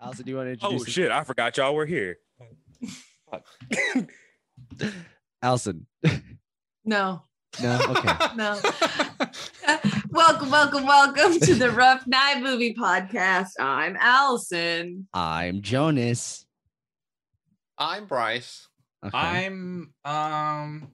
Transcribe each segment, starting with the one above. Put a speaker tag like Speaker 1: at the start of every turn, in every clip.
Speaker 1: Also, do you want to introduce?
Speaker 2: Oh shit! I forgot y'all were here. Fuck.
Speaker 1: Allison.
Speaker 3: No,
Speaker 1: No. Okay.
Speaker 3: no. welcome, welcome, welcome to the Rough Night Movie Podcast. I'm Allison.
Speaker 1: I'm Jonas.
Speaker 4: I'm Bryce.
Speaker 1: Okay.
Speaker 5: I'm um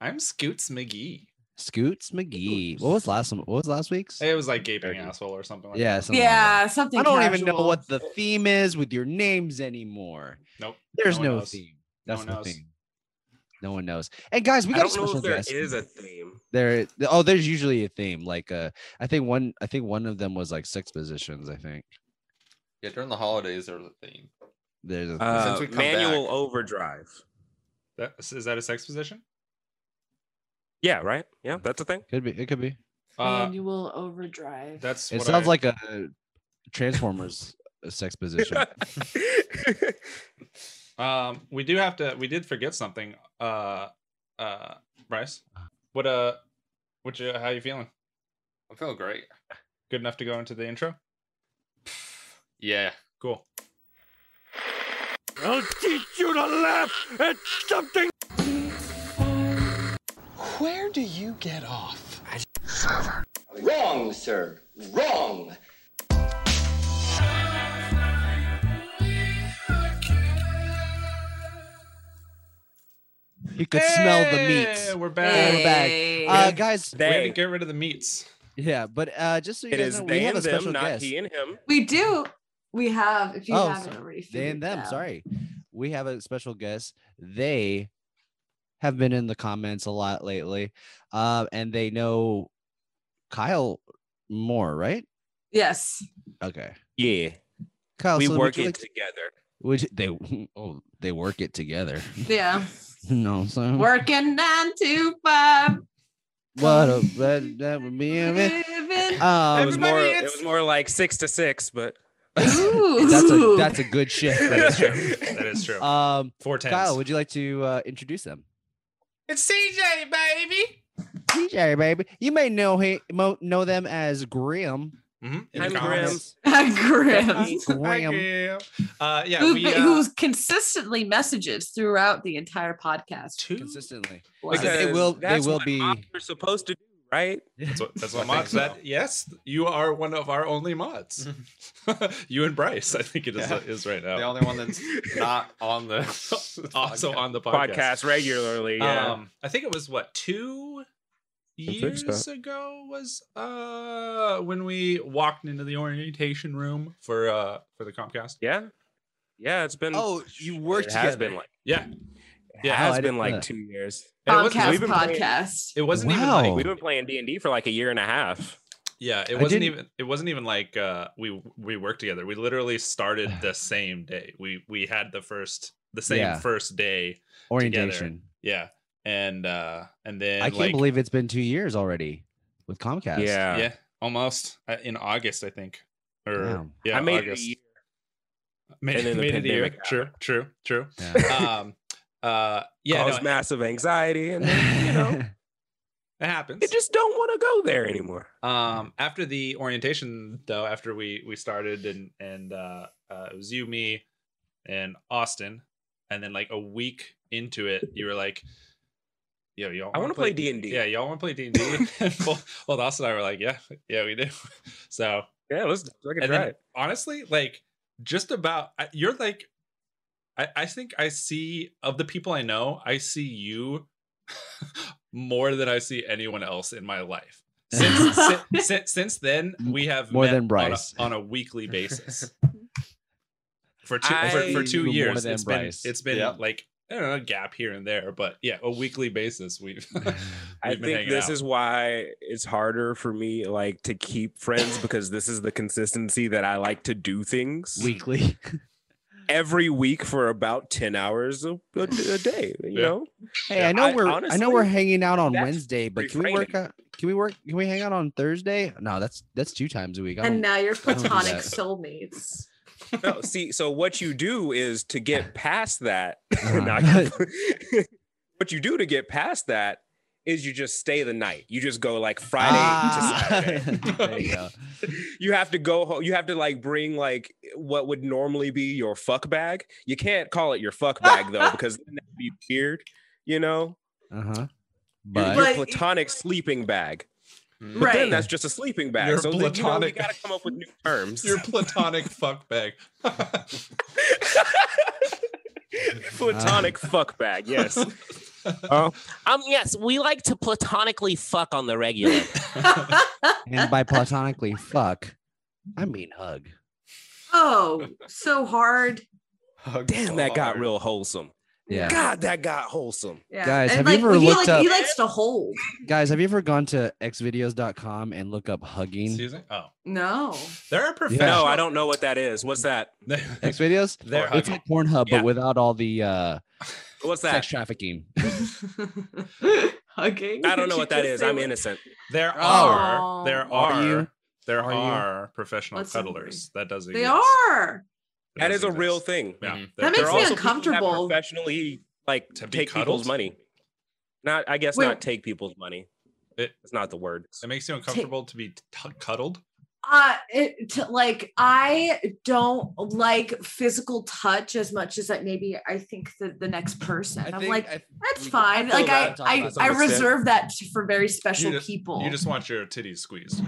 Speaker 5: I'm Scoots McGee.
Speaker 1: Scoots McGee. What was last? What was last week's?
Speaker 5: It was like gaping
Speaker 1: Very-
Speaker 5: asshole or something like
Speaker 1: Yeah.
Speaker 5: that.
Speaker 1: something like that.
Speaker 3: yeah, something.
Speaker 1: I don't even know
Speaker 3: casual.
Speaker 1: what the theme is with your names anymore.
Speaker 5: Nope.
Speaker 1: There's
Speaker 5: one
Speaker 1: no,
Speaker 5: knows.
Speaker 1: theme.
Speaker 5: No
Speaker 1: That's
Speaker 5: one
Speaker 1: the
Speaker 5: knows.
Speaker 1: theme. No one knows. And guys, we
Speaker 2: I
Speaker 1: got a
Speaker 2: don't know
Speaker 1: special
Speaker 2: if there
Speaker 1: guest.
Speaker 2: is a theme.
Speaker 1: There. Oh, there's usually a theme. Like, uh, I think one. I think one of them was like six positions. I think
Speaker 4: Yeah, during the holidays there was a theme.
Speaker 1: there's a
Speaker 2: Uh,
Speaker 4: Since we come
Speaker 2: manual
Speaker 4: back.
Speaker 2: overdrive.
Speaker 5: That, is that a sex position?
Speaker 2: Yeah, right. Yeah, that's a thing.
Speaker 1: could be. It could be.
Speaker 5: Uh,
Speaker 3: Manual overdrive.
Speaker 5: that's
Speaker 1: It
Speaker 5: what
Speaker 1: sounds
Speaker 5: I-
Speaker 1: like a Transformers sex position.
Speaker 5: um we do have to we did forget something. Uh uh Bryce. What uh what you how you feeling?
Speaker 4: I'm feeling great.
Speaker 5: Good enough to go into the intro?
Speaker 4: Yeah.
Speaker 5: Cool.
Speaker 2: I'll teach you to laugh at something.
Speaker 6: Where do you get off?
Speaker 7: Wrong, sir. Wrong.
Speaker 1: You could smell the meats.
Speaker 5: Hey, We're back.
Speaker 1: Hey.
Speaker 3: Hey.
Speaker 1: Uh, guys,
Speaker 5: We had to
Speaker 2: They.
Speaker 5: get rid of the meats.
Speaker 1: yeah, but uh, just so you
Speaker 2: It
Speaker 1: guys
Speaker 2: is
Speaker 1: know, we
Speaker 2: they
Speaker 1: have
Speaker 2: and
Speaker 1: a
Speaker 2: them,
Speaker 1: special
Speaker 2: not
Speaker 1: guest.
Speaker 2: he and him.
Speaker 3: we do. We have. If you
Speaker 1: Oh,
Speaker 3: haven't
Speaker 1: so-
Speaker 3: already,
Speaker 1: They and
Speaker 3: figured
Speaker 1: them.
Speaker 3: it out.
Speaker 1: Sorry, we have a special guest. They have been in the comments a lot lately, uh, and they know Kyle more, right?
Speaker 3: Yes.
Speaker 1: Okay,
Speaker 2: Yeah,
Speaker 1: Kyle.
Speaker 2: we
Speaker 1: so
Speaker 2: work
Speaker 1: would you
Speaker 2: it
Speaker 1: like-
Speaker 2: together.
Speaker 1: would you- they? Oh, they work it together.
Speaker 3: Yeah.
Speaker 1: no, so
Speaker 3: Working nine to five.
Speaker 1: what a that, that would be. it.
Speaker 3: Living-
Speaker 2: It
Speaker 1: Um,
Speaker 2: was more. It
Speaker 5: Everybody,
Speaker 2: was more like six to six, but
Speaker 3: Ooh.
Speaker 1: that's a that's a good shift.
Speaker 5: That
Speaker 1: there.
Speaker 5: is true. that is true.
Speaker 1: Um,
Speaker 5: Four tens.
Speaker 1: Kyle, would you like to uh, introduce them?
Speaker 5: it's CJ, baby.
Speaker 1: DJ baby, you may know he, mo, know them as Grim.
Speaker 5: hmm
Speaker 1: in
Speaker 2: I'm
Speaker 1: the
Speaker 2: Grim.
Speaker 1: comments.
Speaker 3: grim.
Speaker 1: Grim.
Speaker 5: Uh, yeah,
Speaker 3: Who's,
Speaker 5: we,
Speaker 3: been-
Speaker 5: uh,
Speaker 3: who's consistently messages throughout the entire podcast.
Speaker 5: two.
Speaker 1: consistently.
Speaker 3: Wow.
Speaker 1: Because they
Speaker 2: because
Speaker 1: will- they
Speaker 2: that's
Speaker 1: will
Speaker 2: what
Speaker 1: be-
Speaker 2: mods are supposed to do, right?
Speaker 5: That's what, that's what
Speaker 4: I
Speaker 5: mods.
Speaker 4: think so.
Speaker 5: That yes, you are one of our only mods. you and Bryce, I think it is
Speaker 4: Mm-hmm.
Speaker 5: uh,
Speaker 4: Yeah.
Speaker 5: is right
Speaker 4: The
Speaker 5: now.
Speaker 4: only one that's not on the
Speaker 5: also
Speaker 4: podcast.
Speaker 5: on the podcast.
Speaker 2: Podcast, regularly. Yeah.
Speaker 5: Um, I think it was what two
Speaker 2: Can fix
Speaker 5: years ago was uh when we walked into the orientation room for uh for the Comcast.
Speaker 2: yeah. Yeah. It's been.
Speaker 1: Oh, you worked
Speaker 2: It has
Speaker 1: together.
Speaker 2: been like.
Speaker 5: Yeah,
Speaker 2: It
Speaker 5: Yeah,
Speaker 1: I
Speaker 2: has been
Speaker 1: didn't know
Speaker 2: like
Speaker 1: that.
Speaker 2: two years.
Speaker 3: Podcast
Speaker 5: It wasn't,
Speaker 3: podcast.
Speaker 5: it wasn't even
Speaker 1: Wow.
Speaker 5: like
Speaker 2: We've been playing D and D for like a year and a half.
Speaker 5: Yeah, it
Speaker 1: I
Speaker 5: wasn't
Speaker 1: didn't-
Speaker 5: even it wasn't even like uh we we worked together. We literally started the same day. We we had the first the same
Speaker 1: Yeah.
Speaker 5: first day.
Speaker 1: Orientation.
Speaker 5: Yeah. And uh and then
Speaker 1: I can't
Speaker 5: like,
Speaker 1: believe it's been two years already with Comcast.
Speaker 2: Yeah.
Speaker 5: Yeah, almost uh, in August I think. Or
Speaker 1: Damn.
Speaker 5: yeah,
Speaker 2: I made it a
Speaker 5: August.
Speaker 2: year.
Speaker 5: Made,
Speaker 2: and then the
Speaker 5: made it a year.
Speaker 2: pandemic
Speaker 5: True, true, true.
Speaker 1: Yeah.
Speaker 5: um uh yeah,
Speaker 2: Yeah,
Speaker 5: no,
Speaker 2: caused massive anxiety, and then, you know,
Speaker 5: it happens.
Speaker 2: they just don't want to go there anymore.
Speaker 5: um after the orientation though after we we started and and uh, uh it was you me and austin and then like a week into it you were like yo y'all
Speaker 2: I
Speaker 5: wanna
Speaker 2: want to play D and D.
Speaker 5: yeah y'all want to play d&d well, well austin and i were like yeah yeah we do so
Speaker 2: Yeah, let's I can
Speaker 5: and
Speaker 2: try
Speaker 5: then
Speaker 2: it.
Speaker 5: honestly like just about I- you're like I, I think i see of the people i know i see you more than i see anyone else in my life since since, since, since then we have
Speaker 1: More
Speaker 5: met
Speaker 1: than
Speaker 5: on a-
Speaker 1: Bryce.
Speaker 5: on a, weekly basis for two for, for
Speaker 2: I-
Speaker 5: two
Speaker 1: More
Speaker 5: years
Speaker 1: than
Speaker 5: it's been
Speaker 1: Bryce.
Speaker 5: it's been
Speaker 4: Yep.
Speaker 5: like I don't know, a gap here and there but yeah a weekly basis we've
Speaker 2: I
Speaker 5: We've been
Speaker 2: think
Speaker 5: hanging
Speaker 2: this
Speaker 5: out.
Speaker 2: is why it's harder for me like to keep friends because this is the consistency that I like to do things
Speaker 1: Weekly.
Speaker 2: every week for about ten hours a, a- a day. You
Speaker 5: Yeah.
Speaker 2: know,
Speaker 1: Hey,
Speaker 2: Yeah,
Speaker 1: I know
Speaker 2: I-
Speaker 1: we're I know we're
Speaker 2: honestly,
Speaker 1: hanging out on
Speaker 2: that's
Speaker 1: Wednesday, but can we work
Speaker 2: refraining.
Speaker 1: out? Can we work? Can we hang out on Thursday? No, that's that's two times a week. I
Speaker 3: and
Speaker 1: don't-
Speaker 3: now you're
Speaker 1: don't do
Speaker 3: platonic
Speaker 1: that.
Speaker 3: soulmates.
Speaker 2: no, see, so what you do is to get past that.
Speaker 1: Uh-huh.
Speaker 2: not- what you do to get past that is you just stay the night. You just go like Friday
Speaker 1: Ah.
Speaker 2: to Saturday.
Speaker 1: there you go.
Speaker 2: you have to go home. You have to like bring like what would normally be your fuck bag. You can't call it your fuck bag though, because then that'd be weird. You know,
Speaker 1: Uh huh.
Speaker 2: Your-
Speaker 1: But
Speaker 2: your,
Speaker 3: But-
Speaker 2: platonic sleeping bag. But
Speaker 3: Right.
Speaker 2: then that's just a sleeping bag.
Speaker 5: Your
Speaker 2: so then, you, know, we
Speaker 5: platonic-
Speaker 2: gotta come up with new terms.
Speaker 5: Your platonic fuck bag.
Speaker 2: platonic fuck bag. Yes. Oh,
Speaker 8: Um, yes, we like to platonically fuck on the regular.
Speaker 1: and by platonically fuck, I mean hug.
Speaker 3: oh, so hard.
Speaker 2: damn, that got
Speaker 4: Oh.
Speaker 2: real wholesome.
Speaker 1: Yeah.
Speaker 2: God, that got wholesome.
Speaker 3: Yeah.
Speaker 1: Guys, have
Speaker 3: and
Speaker 1: you
Speaker 3: like,
Speaker 1: ever
Speaker 3: he,
Speaker 1: looked
Speaker 3: like, he
Speaker 1: up-
Speaker 3: likes to hold.
Speaker 1: Guys, have you ever gone to xvideos.com and look up hugging?
Speaker 5: Excuse me? Oh.
Speaker 3: No.
Speaker 5: There are
Speaker 2: No,
Speaker 5: professional.
Speaker 2: I don't know what that is. What's that?
Speaker 1: Xvideos?
Speaker 5: They're
Speaker 1: It's
Speaker 5: hugging.
Speaker 1: like Pornhub,
Speaker 2: Yeah.
Speaker 1: but without all the uh,
Speaker 2: What's that?
Speaker 1: sex trafficking.
Speaker 3: Hugging.
Speaker 2: I don't know
Speaker 3: Did
Speaker 2: what
Speaker 3: you
Speaker 2: that
Speaker 3: just
Speaker 2: is.
Speaker 3: say
Speaker 2: I'm
Speaker 3: what-
Speaker 2: innocent.
Speaker 5: There
Speaker 3: Oh.
Speaker 5: are. There
Speaker 1: Are
Speaker 5: are.
Speaker 1: you?
Speaker 5: There
Speaker 1: Are
Speaker 5: are,
Speaker 1: you?
Speaker 5: professional
Speaker 3: Let's
Speaker 5: cuddlers. That does exist.
Speaker 3: They are.
Speaker 5: That
Speaker 2: That
Speaker 5: does
Speaker 2: is a real
Speaker 5: exist.
Speaker 2: thing.
Speaker 5: Yeah.
Speaker 4: Mhm.
Speaker 5: There-
Speaker 3: That
Speaker 2: There
Speaker 5: there
Speaker 2: are
Speaker 3: makes
Speaker 5: are
Speaker 3: me
Speaker 5: also-
Speaker 2: also people that
Speaker 3: uncomfortable.
Speaker 2: Professionally, like
Speaker 5: To be
Speaker 2: take people's
Speaker 5: cuddled?
Speaker 2: money. Not, I guess,
Speaker 3: Wait.
Speaker 2: not take people's money.
Speaker 5: It-
Speaker 2: It's not the word.
Speaker 5: It makes you uncomfortable to be t- cuddled.
Speaker 3: Uh, it, t- like I don't like physical touch as much as that. Maybe I think that the next person. I'm like, that's fine.
Speaker 2: feel
Speaker 3: Like I,
Speaker 2: that.
Speaker 3: I,
Speaker 2: That's
Speaker 3: I
Speaker 2: what I said.
Speaker 3: reserve that t- for very special
Speaker 5: You just-
Speaker 3: people.
Speaker 5: You just want your titties squeezed.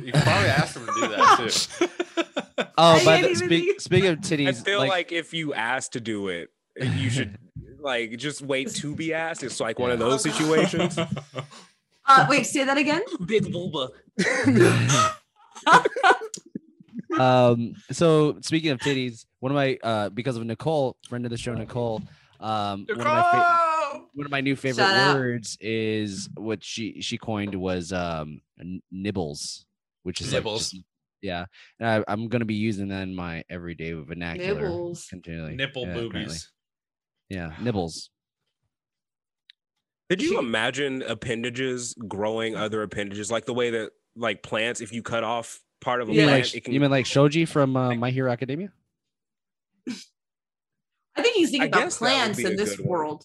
Speaker 4: You can probably asked them to do that too.
Speaker 1: Oh,
Speaker 3: I
Speaker 1: but
Speaker 3: didn't even
Speaker 1: speak,
Speaker 3: think-
Speaker 1: speaking of
Speaker 2: I
Speaker 1: titties,
Speaker 2: feel like,
Speaker 1: like,
Speaker 2: if you asked to do it, you should like just wait to be asked. It's like one of
Speaker 3: Yeah.
Speaker 2: those situations.
Speaker 3: uh, wait, say that again.
Speaker 8: Big vulva.
Speaker 1: um so speaking of titties one of my uh because of nicole friend of the show nicole um one of my fa- one of my new favorite
Speaker 3: Shout out.
Speaker 1: words is what she she coined was um n- nibbles which is like
Speaker 5: Nibbles.
Speaker 1: just- yeah and I, i'm gonna be using that in my everyday vernacular
Speaker 3: Nibbles.
Speaker 1: continually
Speaker 5: Nipple
Speaker 1: yeah,
Speaker 5: boobies.
Speaker 1: apparently. yeah nibbles
Speaker 2: Did you imagine appendages growing other appendages, like the way that like plants, if you cut off part of a
Speaker 1: you, mean
Speaker 2: plant,
Speaker 1: like,
Speaker 2: it can
Speaker 1: you mean like shoji from uh, my hero academia
Speaker 3: I think he's
Speaker 2: I
Speaker 3: thinking about
Speaker 2: guess that would
Speaker 3: plants
Speaker 2: be
Speaker 3: in
Speaker 2: a
Speaker 3: this
Speaker 2: good one.
Speaker 3: world.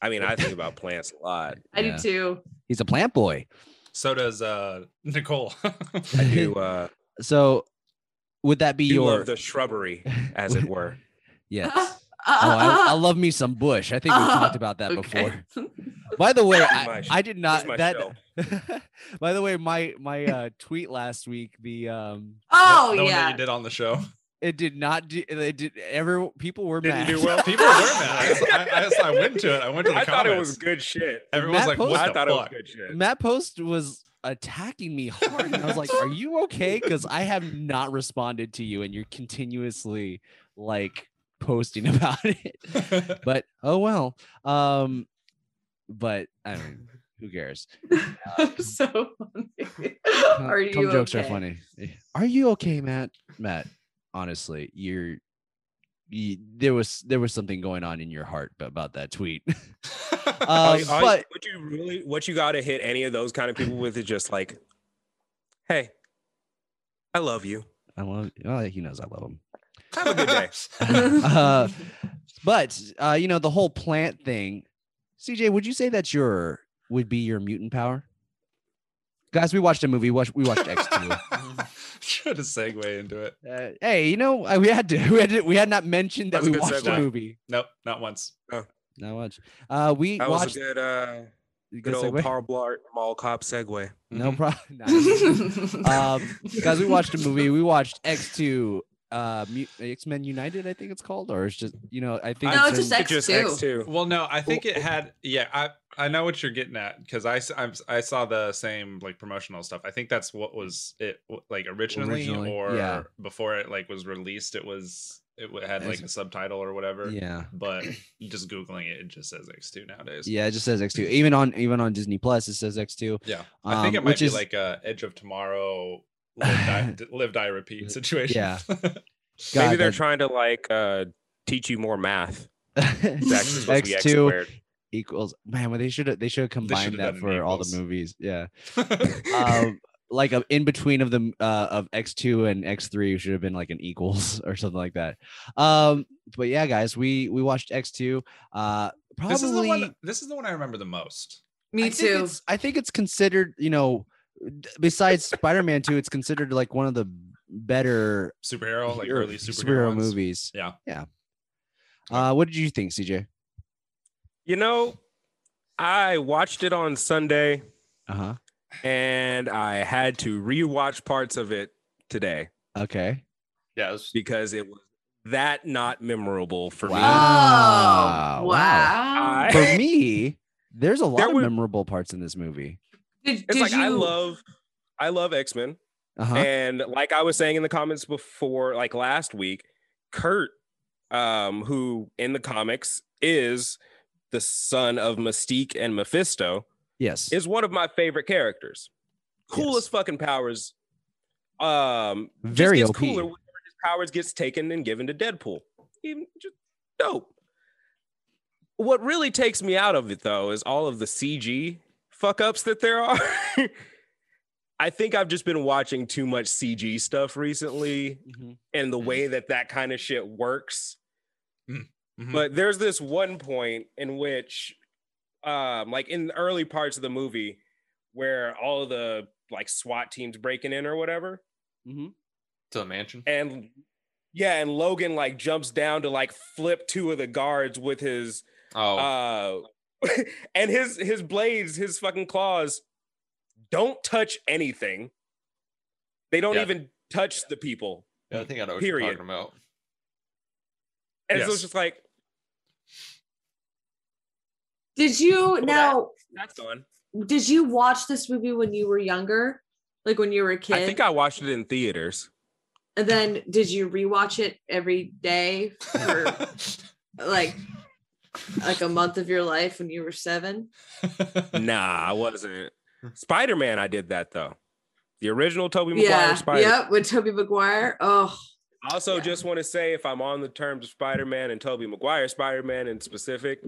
Speaker 2: I mean, I think about plants a lot.
Speaker 3: I
Speaker 1: Yeah.
Speaker 3: do too.
Speaker 1: he's a plant boy
Speaker 5: So does uh, Nicole.
Speaker 2: I do uh
Speaker 1: so would that be
Speaker 2: do
Speaker 1: your
Speaker 2: love the shrubbery, as it were.
Speaker 1: yes
Speaker 3: Uh,
Speaker 1: Oh, I, I
Speaker 3: uh,
Speaker 1: love me some Bush. I think we've talked about that before. By the way, I,
Speaker 2: Here's my-
Speaker 1: I did
Speaker 2: Here's
Speaker 1: not
Speaker 2: my
Speaker 1: that.
Speaker 2: show.
Speaker 1: by the way, my my uh, tweet last week, the um,
Speaker 3: oh
Speaker 5: the one that
Speaker 3: yeah.
Speaker 5: you did on the show.
Speaker 1: it did not. Do, it did. Every people were mad.
Speaker 2: Didn't do well.
Speaker 5: People were mad. I, I, I, just- I went to it. I went to the
Speaker 2: I
Speaker 5: comments.
Speaker 2: thought it was good shit.
Speaker 5: Everyone's
Speaker 1: Matt
Speaker 5: like,
Speaker 1: Post-
Speaker 5: "What
Speaker 2: I
Speaker 5: the
Speaker 2: thought
Speaker 5: fuck?"
Speaker 2: it was good shit.
Speaker 1: Matt Post was attacking me hard, and I was like, "Are you okay?" Because I have not responded to you, and you're continuously like posting about it. But oh well. Um, but I mean, who cares?
Speaker 3: so funny.
Speaker 1: Cum-
Speaker 3: Are you
Speaker 1: cum jokes are
Speaker 3: okay?
Speaker 1: funny. Eh, Are you okay, Matt? Matt, honestly, you're you, there was there was something going on in your heart b- about that tweet. um,
Speaker 2: Like, all you-
Speaker 1: but
Speaker 2: what you really, what you got to hit any of those kind of people with is just like, hey, I love you.
Speaker 1: I love. Well, he knows I love him.
Speaker 2: Have a good day.
Speaker 1: Uh, but uh, you know the whole plant thing. CJ, would you say that's your would be your mutant power? Guys, we watched a movie. Watch, we watched X two.
Speaker 5: Try to segue into it.
Speaker 1: Uh, hey, you know I- we had to we had to, we had not mentioned that
Speaker 2: That's a
Speaker 1: we
Speaker 2: good
Speaker 1: watched
Speaker 2: segue.
Speaker 1: a movie.
Speaker 5: Nope, not once.
Speaker 1: Not much. Uh, we
Speaker 2: That was
Speaker 1: watched
Speaker 2: a good, uh, good
Speaker 1: good
Speaker 2: old Mm-hmm.
Speaker 1: segue?
Speaker 2: Paul Blart mall cop segue.
Speaker 1: No
Speaker 5: Mhm.
Speaker 1: problem.
Speaker 3: Uh,
Speaker 1: um, guys, we watched a movie. We watched X2, uh, X Men United, I think it's called, or it's just, you know, I think.
Speaker 3: No,
Speaker 1: it's
Speaker 3: it's just
Speaker 1: in-
Speaker 3: X
Speaker 2: It just
Speaker 3: two.
Speaker 2: X two.
Speaker 5: Well, no, I think it had. Yeah, I I know what you're getting at because I s- I'm s- I saw the same like promotional stuff. I think that's what was it w- like originally,
Speaker 1: Originally,
Speaker 5: or
Speaker 1: yeah.
Speaker 5: before it like was released. It was it w- had like
Speaker 1: As-
Speaker 5: a subtitle or whatever.
Speaker 1: yeah.
Speaker 5: But just googling it, it just says X two nowadays.
Speaker 1: Yeah, it just says X2. Even on even on Disney Plus, it says X2.
Speaker 5: Yeah, I
Speaker 1: Um,
Speaker 5: think it might
Speaker 1: which
Speaker 5: be
Speaker 1: is-
Speaker 5: like a Edge of Tomorrow, live die, d- live die repeat situation.
Speaker 1: Yeah.
Speaker 2: Maybe
Speaker 1: God,
Speaker 2: they're
Speaker 1: that-
Speaker 2: trying to like uh, teach you more math. It's actually supposed to be X
Speaker 1: X2
Speaker 2: squared.
Speaker 1: equals man. Well, they should have they should have combined
Speaker 5: should've
Speaker 1: that
Speaker 5: done an
Speaker 1: for all the
Speaker 5: equals.
Speaker 1: movies. Yeah. Um, like a in between of the uh, of X2 and X3 should have been like an equals or something like that. Um, but yeah, guys, we we watched X2. Uh, probably
Speaker 5: This is the one. This is the one I remember the most.
Speaker 3: Me
Speaker 1: I think
Speaker 3: too.
Speaker 1: it's- I think it's considered, you know, d- besides Spider-Man 2, it's considered like one of the better
Speaker 5: Superhero, like
Speaker 1: hero-
Speaker 5: early superhero, ones.
Speaker 1: movies.
Speaker 5: Yeah.
Speaker 1: Yeah. Uh, what did you think, CJ?
Speaker 2: You know, I watched it on Sunday
Speaker 1: Uh-huh.
Speaker 2: and I had to rewatch parts of it today
Speaker 1: Okay.
Speaker 4: Yeah, it was-
Speaker 2: because it was that not memorable for me.
Speaker 1: Wow.
Speaker 3: Oh, wow.
Speaker 2: I-
Speaker 1: For me, there's a
Speaker 2: There
Speaker 1: lot of
Speaker 2: were-
Speaker 1: memorable parts in this movie.
Speaker 3: Did,
Speaker 2: It's
Speaker 3: did
Speaker 2: like I
Speaker 3: you-
Speaker 2: love I love X-Men.
Speaker 1: Uh-huh.
Speaker 2: And like I was saying in the comments before, like last week, Kurt, um, who in the comics is the son of Mystique and Mephisto,
Speaker 1: Yes.
Speaker 2: is one of my favorite characters. Coolest fucking powers. Um, just
Speaker 1: Very
Speaker 2: gets
Speaker 1: OP.
Speaker 2: cooler whenever his powers gets taken and given to Deadpool. Even just dope. What really takes me out of it though is all of the CG fuck ups that there are. I think I've just been watching too much CG stuff recently and
Speaker 4: Mm-hmm.
Speaker 2: the way that that kind of shit works.
Speaker 4: Mm, mm-hmm.
Speaker 5: Mhm.
Speaker 2: But there's this one point in which, um, like in the early parts of the movie, where all of the like SWAT teams breaking in or whatever,
Speaker 4: to the mansion.
Speaker 2: and yeah, and Logan like jumps down to like flip two of the guards with his
Speaker 4: Oh,
Speaker 2: uh, and his his blades, his fucking claws, don't touch anything. They don't
Speaker 4: Yeah.
Speaker 2: even touch the people.
Speaker 4: yeah, I think I know what
Speaker 2: period.
Speaker 4: you're talking about.
Speaker 2: And so
Speaker 5: Yes.
Speaker 2: it's just like
Speaker 3: Did you
Speaker 2: that-
Speaker 3: now?
Speaker 2: that's gone.
Speaker 3: Did you watch this movie when you were younger, like when you were a kid?
Speaker 2: I think I watched it in theaters.
Speaker 3: and then did you rewatch it every day for like like a month of your life when you were seven?
Speaker 2: nah, I wasn't. Spider Man, I did that though. The original Toby Maguire
Speaker 3: Yeah.
Speaker 2: Spider.
Speaker 3: Yep. With Toby Maguire. Oh,
Speaker 2: Also,
Speaker 3: Yeah.
Speaker 2: just want to say if I'm on the terms of Spider Man and Toby Maguire Spider Man in specific,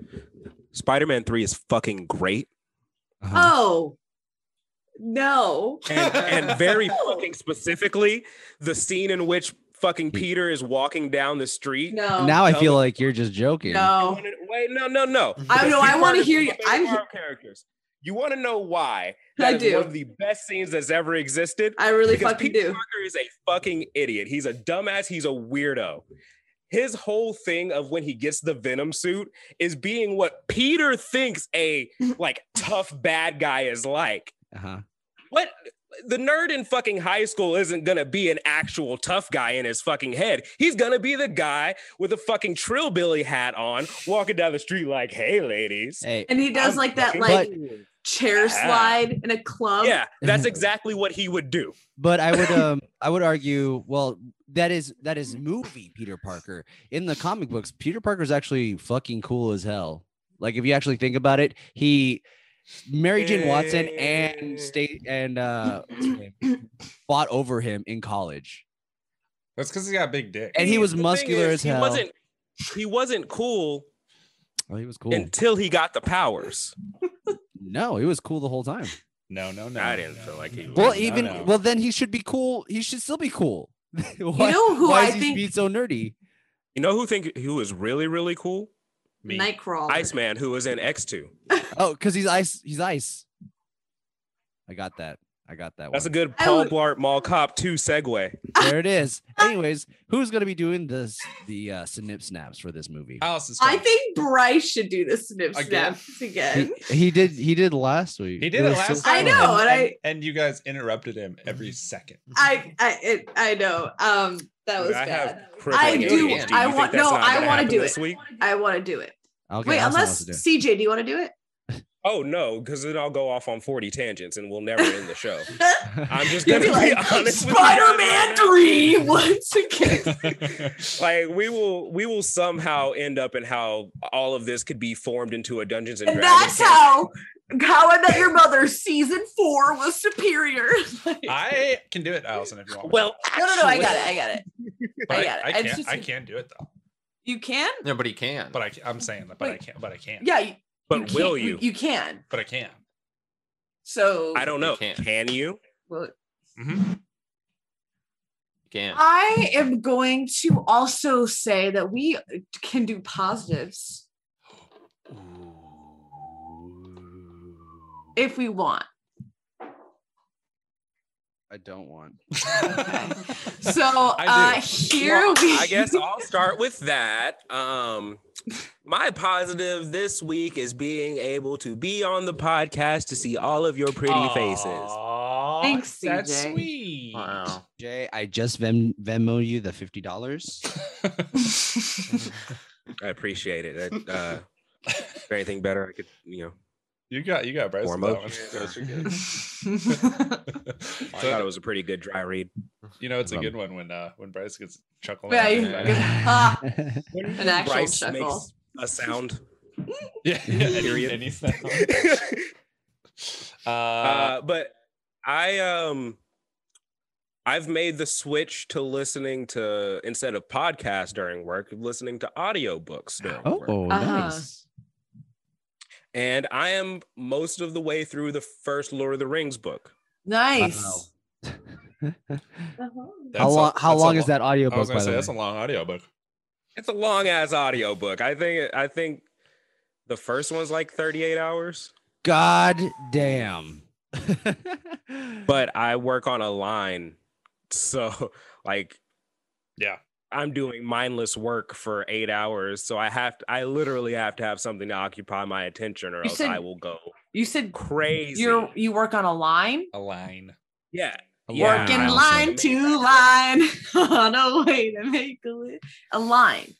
Speaker 2: Spider Man 3 is fucking great
Speaker 1: Uh-huh.
Speaker 3: oh, no.
Speaker 2: and, and very fucking specifically the scene in which fucking Peter is walking down the street.
Speaker 3: No.
Speaker 1: now I
Speaker 2: tell
Speaker 1: feel
Speaker 2: me-
Speaker 1: like you're just joking.
Speaker 3: no.
Speaker 2: Wait, no, no, no.
Speaker 3: I know. I
Speaker 2: Peter
Speaker 3: want to
Speaker 2: is
Speaker 3: hear
Speaker 2: one
Speaker 3: you.
Speaker 2: of my favorite
Speaker 3: I
Speaker 2: Marvel characters. You want to know why?
Speaker 3: I
Speaker 2: That is
Speaker 3: do.
Speaker 2: One of the best scenes that's ever existed.
Speaker 3: I really
Speaker 2: Because
Speaker 3: fucking
Speaker 2: Peter
Speaker 3: do.
Speaker 2: Parker is a fucking idiot. He's a dumbass. He's a weirdo. His whole thing of when he gets the Venom suit is being what Peter thinks a like tough bad guy is like.
Speaker 1: Uh-huh.
Speaker 2: What the nerd in fucking high school isn't gonna be an actual tough guy in his fucking head. He's gonna be the guy with a fucking trillbilly hat on, walking down the street like, "Hey, ladies."
Speaker 1: Hey,
Speaker 3: And he does
Speaker 2: I'm
Speaker 3: like that,
Speaker 2: fucking
Speaker 3: like um,
Speaker 2: cool."
Speaker 3: chair
Speaker 2: Um, Yeah.
Speaker 3: slide in a club.
Speaker 2: yeah, that's exactly what he would do.
Speaker 1: but I would um I would argue well that is that is movie Peter Parker in the comic books Peter Parker's actually fucking cool as hell like if you actually think about it he Mary Jane Watson and
Speaker 2: Yeah.
Speaker 1: state and uh what's her name? fought over him in college
Speaker 5: That's because he got a big dick.
Speaker 1: and he was
Speaker 2: The thing
Speaker 1: muscular
Speaker 2: is,
Speaker 1: as hell
Speaker 2: He wasn't. He wasn't cool
Speaker 1: oh he was cool
Speaker 2: until he got the powers.
Speaker 1: no he was cool the whole time
Speaker 5: No, no, no.
Speaker 2: I didn't feel like he
Speaker 1: well
Speaker 5: no,
Speaker 1: even
Speaker 5: no.
Speaker 1: well then he should be cool he should still be cool why,
Speaker 3: know who
Speaker 1: why
Speaker 3: I
Speaker 1: is he
Speaker 3: think-
Speaker 1: being so nerdy
Speaker 2: You know who think who is really really cool?
Speaker 5: Me.
Speaker 3: Nightcrawler.
Speaker 2: Iceman, who was in X Two.
Speaker 1: oh because he's ice he's ice I got that I got that
Speaker 2: That's
Speaker 1: one.
Speaker 2: a good
Speaker 3: I
Speaker 2: Paul
Speaker 3: would-
Speaker 2: Blart Mall Cop Two segue.
Speaker 1: there it is. Anyways, who's gonna be doing this the uh, snip snaps for this movie?
Speaker 5: Alice is.
Speaker 3: I
Speaker 5: coming.
Speaker 3: think Bryce should do the snip
Speaker 5: Again?
Speaker 3: snaps again.
Speaker 1: He, he did. He did last week.
Speaker 5: he did it
Speaker 1: was
Speaker 5: last
Speaker 1: so
Speaker 5: time.
Speaker 3: I know,
Speaker 1: fun.
Speaker 3: and I-
Speaker 5: and you guys interrupted him every second.
Speaker 3: I I it, I know. Um, that was
Speaker 2: I
Speaker 3: bad.
Speaker 2: have crippled
Speaker 3: I
Speaker 2: ADHD.
Speaker 4: do.
Speaker 2: You
Speaker 4: I
Speaker 2: think
Speaker 3: want-
Speaker 2: that's
Speaker 3: no,
Speaker 2: not
Speaker 3: I
Speaker 2: gonna
Speaker 3: wanna
Speaker 2: happen
Speaker 3: do
Speaker 2: this
Speaker 3: it.
Speaker 2: Week?
Speaker 3: I want to do it.
Speaker 1: Okay,
Speaker 3: Wait,
Speaker 1: Allison
Speaker 3: unless
Speaker 1: wants to do it.
Speaker 3: CJ, do you want to do it?
Speaker 2: Oh no, because then I'll go off on forty tangents and we'll never end the show. I'm just
Speaker 3: You'd
Speaker 2: gonna
Speaker 3: be
Speaker 2: be,
Speaker 3: like
Speaker 2: honest. with you guys
Speaker 3: Spider-Man
Speaker 2: right now.
Speaker 3: three once again.
Speaker 2: Like we will, we will somehow end up in how all of this could be formed into a Dungeons and
Speaker 3: And
Speaker 2: Dragons.
Speaker 3: that's how How I Met Your Mother season four was superior. Like-
Speaker 5: I can do it, Allison, if you want. me to.
Speaker 2: Well,
Speaker 3: no, no, no! I
Speaker 2: actually-
Speaker 3: got it. I got it.
Speaker 5: but
Speaker 3: I got it.
Speaker 5: I,
Speaker 3: It's
Speaker 5: can't.
Speaker 3: just-
Speaker 5: I can't do it though.
Speaker 3: You can.
Speaker 4: Yeah, but he can.
Speaker 5: But I, ca- I'm saying that. But I
Speaker 3: Wait.
Speaker 5: can't. But I can't.
Speaker 3: Yeah. You,
Speaker 2: But
Speaker 3: can-
Speaker 2: will you?
Speaker 3: You can.
Speaker 5: But I can.
Speaker 3: So
Speaker 2: I don't
Speaker 4: You
Speaker 2: know.
Speaker 4: can't.
Speaker 2: Can you?
Speaker 3: Well,
Speaker 5: Mhm.
Speaker 4: You can't.
Speaker 3: I am going to also say that we can do positives if we want.
Speaker 1: I don't want.
Speaker 3: So
Speaker 5: I
Speaker 3: uh,
Speaker 5: do.
Speaker 3: here
Speaker 2: Well,
Speaker 3: we.
Speaker 2: I guess I'll start with that. Um, my positive this week is being able to be on the podcast to see all of your pretty faces.
Speaker 5: Aw,
Speaker 3: Thanks,
Speaker 5: That's
Speaker 3: CJ.
Speaker 5: sweet.
Speaker 2: Ah.
Speaker 4: Wow.
Speaker 1: Jay, I just Ven- Venmo you the fifty dollars.
Speaker 2: I appreciate it. I, uh, is there anything better I could, you know,
Speaker 5: You got you got Bryce
Speaker 2: Warm
Speaker 5: with that
Speaker 2: up.
Speaker 5: one.
Speaker 4: Yeah.
Speaker 5: That's good.
Speaker 2: I
Speaker 5: So,
Speaker 2: thought it was a pretty good dry read.
Speaker 5: you know it's a
Speaker 1: Um,
Speaker 5: good one when uh when Bryce gets chuckling.
Speaker 3: Yeah, you- Ah, an actual
Speaker 2: Bryce
Speaker 3: chuckle.
Speaker 2: makes a sound.
Speaker 5: yeah, yeah, any-
Speaker 2: Period.
Speaker 5: any sound. uh,
Speaker 2: uh, but I um I've made the switch to listening to instead of podcasts during work, listening to audiobooks during work.
Speaker 1: Oh,
Speaker 3: Uh-huh.
Speaker 1: nice.
Speaker 2: And I am most of the way through the first Lord of the Rings book.
Speaker 3: nice.
Speaker 1: Wow.
Speaker 3: Uh-huh.
Speaker 5: that's
Speaker 1: how
Speaker 5: a-
Speaker 1: long? How
Speaker 5: that's a
Speaker 1: long is
Speaker 5: lo-
Speaker 1: that audiobook?
Speaker 5: I was gonna
Speaker 1: by
Speaker 5: say
Speaker 1: the
Speaker 5: that's a
Speaker 1: way?
Speaker 5: long audiobook.
Speaker 2: It's a long ass audiobook. I think I think the first one's like 38 hours,
Speaker 1: God damn.
Speaker 2: but I work on a line. So like
Speaker 5: Yeah.
Speaker 2: I'm doing mindless work for 8 hours, so I have to, I literally have to have something to occupy my attention or
Speaker 3: You
Speaker 2: else
Speaker 3: said-
Speaker 2: I will go
Speaker 3: You said
Speaker 2: crazy.
Speaker 3: you you work on a line.
Speaker 5: A line.
Speaker 2: yeah.
Speaker 1: A
Speaker 2: yeah,
Speaker 3: Work in
Speaker 2: I also
Speaker 3: line
Speaker 2: made
Speaker 3: to
Speaker 2: that.
Speaker 3: line on a way to make a, li- a line.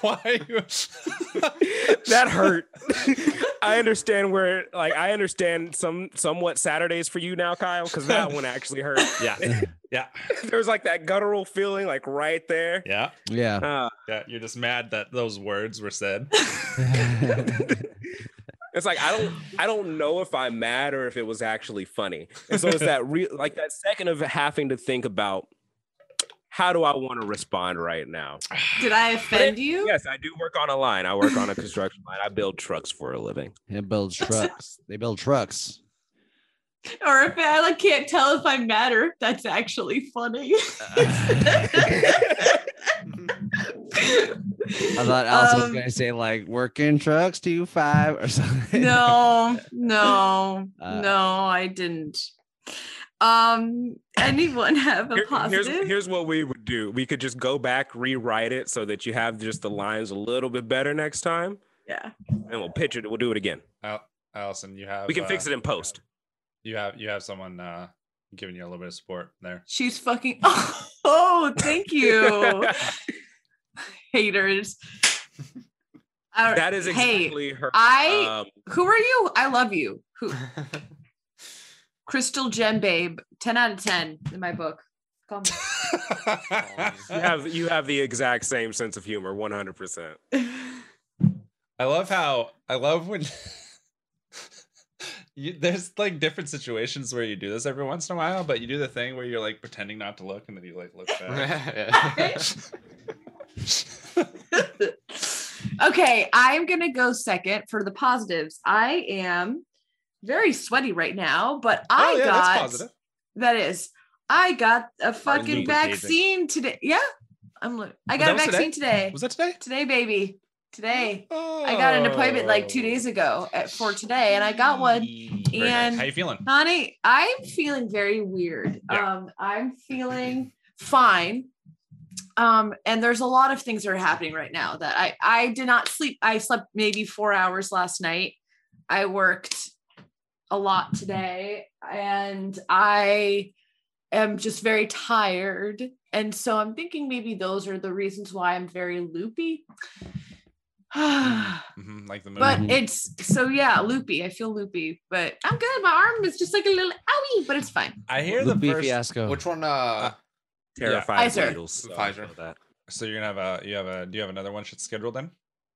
Speaker 5: Why? you-
Speaker 2: that hurt. I understand where, like, I understand some somewhat Saturdays for you now, Kyle, because that one actually hurt.
Speaker 5: Yeah. Yeah.
Speaker 2: There's like that guttural feeling, like right there.
Speaker 5: Yeah.
Speaker 1: yeah.
Speaker 2: Uh,
Speaker 5: Yeah. You're just mad that those words were said.
Speaker 2: it's like I don't, I don't know if I'm mad or if it was actually funny. And so it's that real, like that second of having to think about how do I want to respond right now.
Speaker 3: Did I offend you?
Speaker 2: Yes, I do work on a line. I work on a construction line. I build trucks for a living.
Speaker 1: They build trucks. They build trucks.
Speaker 3: Or if I like, can't tell if I matter, if that's actually funny.
Speaker 1: I thought Alice was
Speaker 3: Um,
Speaker 1: gonna say like working trucks two five or something.
Speaker 3: no, no,
Speaker 1: Uh,
Speaker 3: no, I didn't. Um, anyone have a
Speaker 2: Here-
Speaker 3: positive?
Speaker 2: here's here's what we would do. We could just go back, rewrite it so that you have just the lines a little bit better next time,
Speaker 3: yeah.
Speaker 2: and we'll pitch it. We'll do it again.
Speaker 5: Al- Allison, you have
Speaker 2: We can fix
Speaker 5: uh,
Speaker 2: it in post.
Speaker 5: You have you have someone uh giving you a little bit of support there.
Speaker 3: She's fucking oh, oh thank you. Haters. I-
Speaker 2: that is
Speaker 3: hey,
Speaker 2: exactly her.
Speaker 3: I
Speaker 2: um,
Speaker 3: who are you? I love you. Who Crystal Gem Babe, 10 out of 10 in my book. Call me.
Speaker 2: you have you have the exact same sense of humor, one hundred percent.
Speaker 5: I love how I love when you, there's like different situations where you do this every once in a while, but you do the thing where you're like pretending not to look and then you like look back. Oh,
Speaker 3: okay, I'm gonna go second for the positives. I am very sweaty right now, but I
Speaker 5: oh, yeah,
Speaker 3: got
Speaker 5: that's positive.
Speaker 3: that is I got a fucking
Speaker 5: leave the page.
Speaker 3: vaccine today. Yeah, I'm. li- I
Speaker 5: that
Speaker 3: got a
Speaker 5: was today?
Speaker 3: vaccine today.
Speaker 5: Was that today?
Speaker 3: Today, baby. Today, I got an appointment like two days
Speaker 5: Oh.
Speaker 3: ago at, for today, and I got one.
Speaker 5: Very nice.
Speaker 3: and-
Speaker 5: how you feeling?
Speaker 3: Honey, I'm feeling very weird.
Speaker 5: Yeah.
Speaker 3: Um, I'm feeling fine. Um, and there's a lot of things that are happening right now that I I did not sleep. I slept maybe four hours last night. I worked a lot today, and I am just very tired. And so I'm thinking maybe those are the reasons why I'm very loopy.
Speaker 5: Mhm, like the movie.
Speaker 3: But
Speaker 1: Mhm.
Speaker 3: it's so yeah, loopy. I feel loopy, but I'm good. My arm is just like a little owie, but it's fine.
Speaker 5: I hear the
Speaker 1: Lupe
Speaker 5: first.
Speaker 1: fiasco.
Speaker 4: Which one? Uh,
Speaker 2: Terrified
Speaker 3: Pfizer.
Speaker 2: Beatles. so I
Speaker 4: Pfizer.
Speaker 2: feel that.
Speaker 5: So you're gonna have a you have a do you have another one shit scheduled then?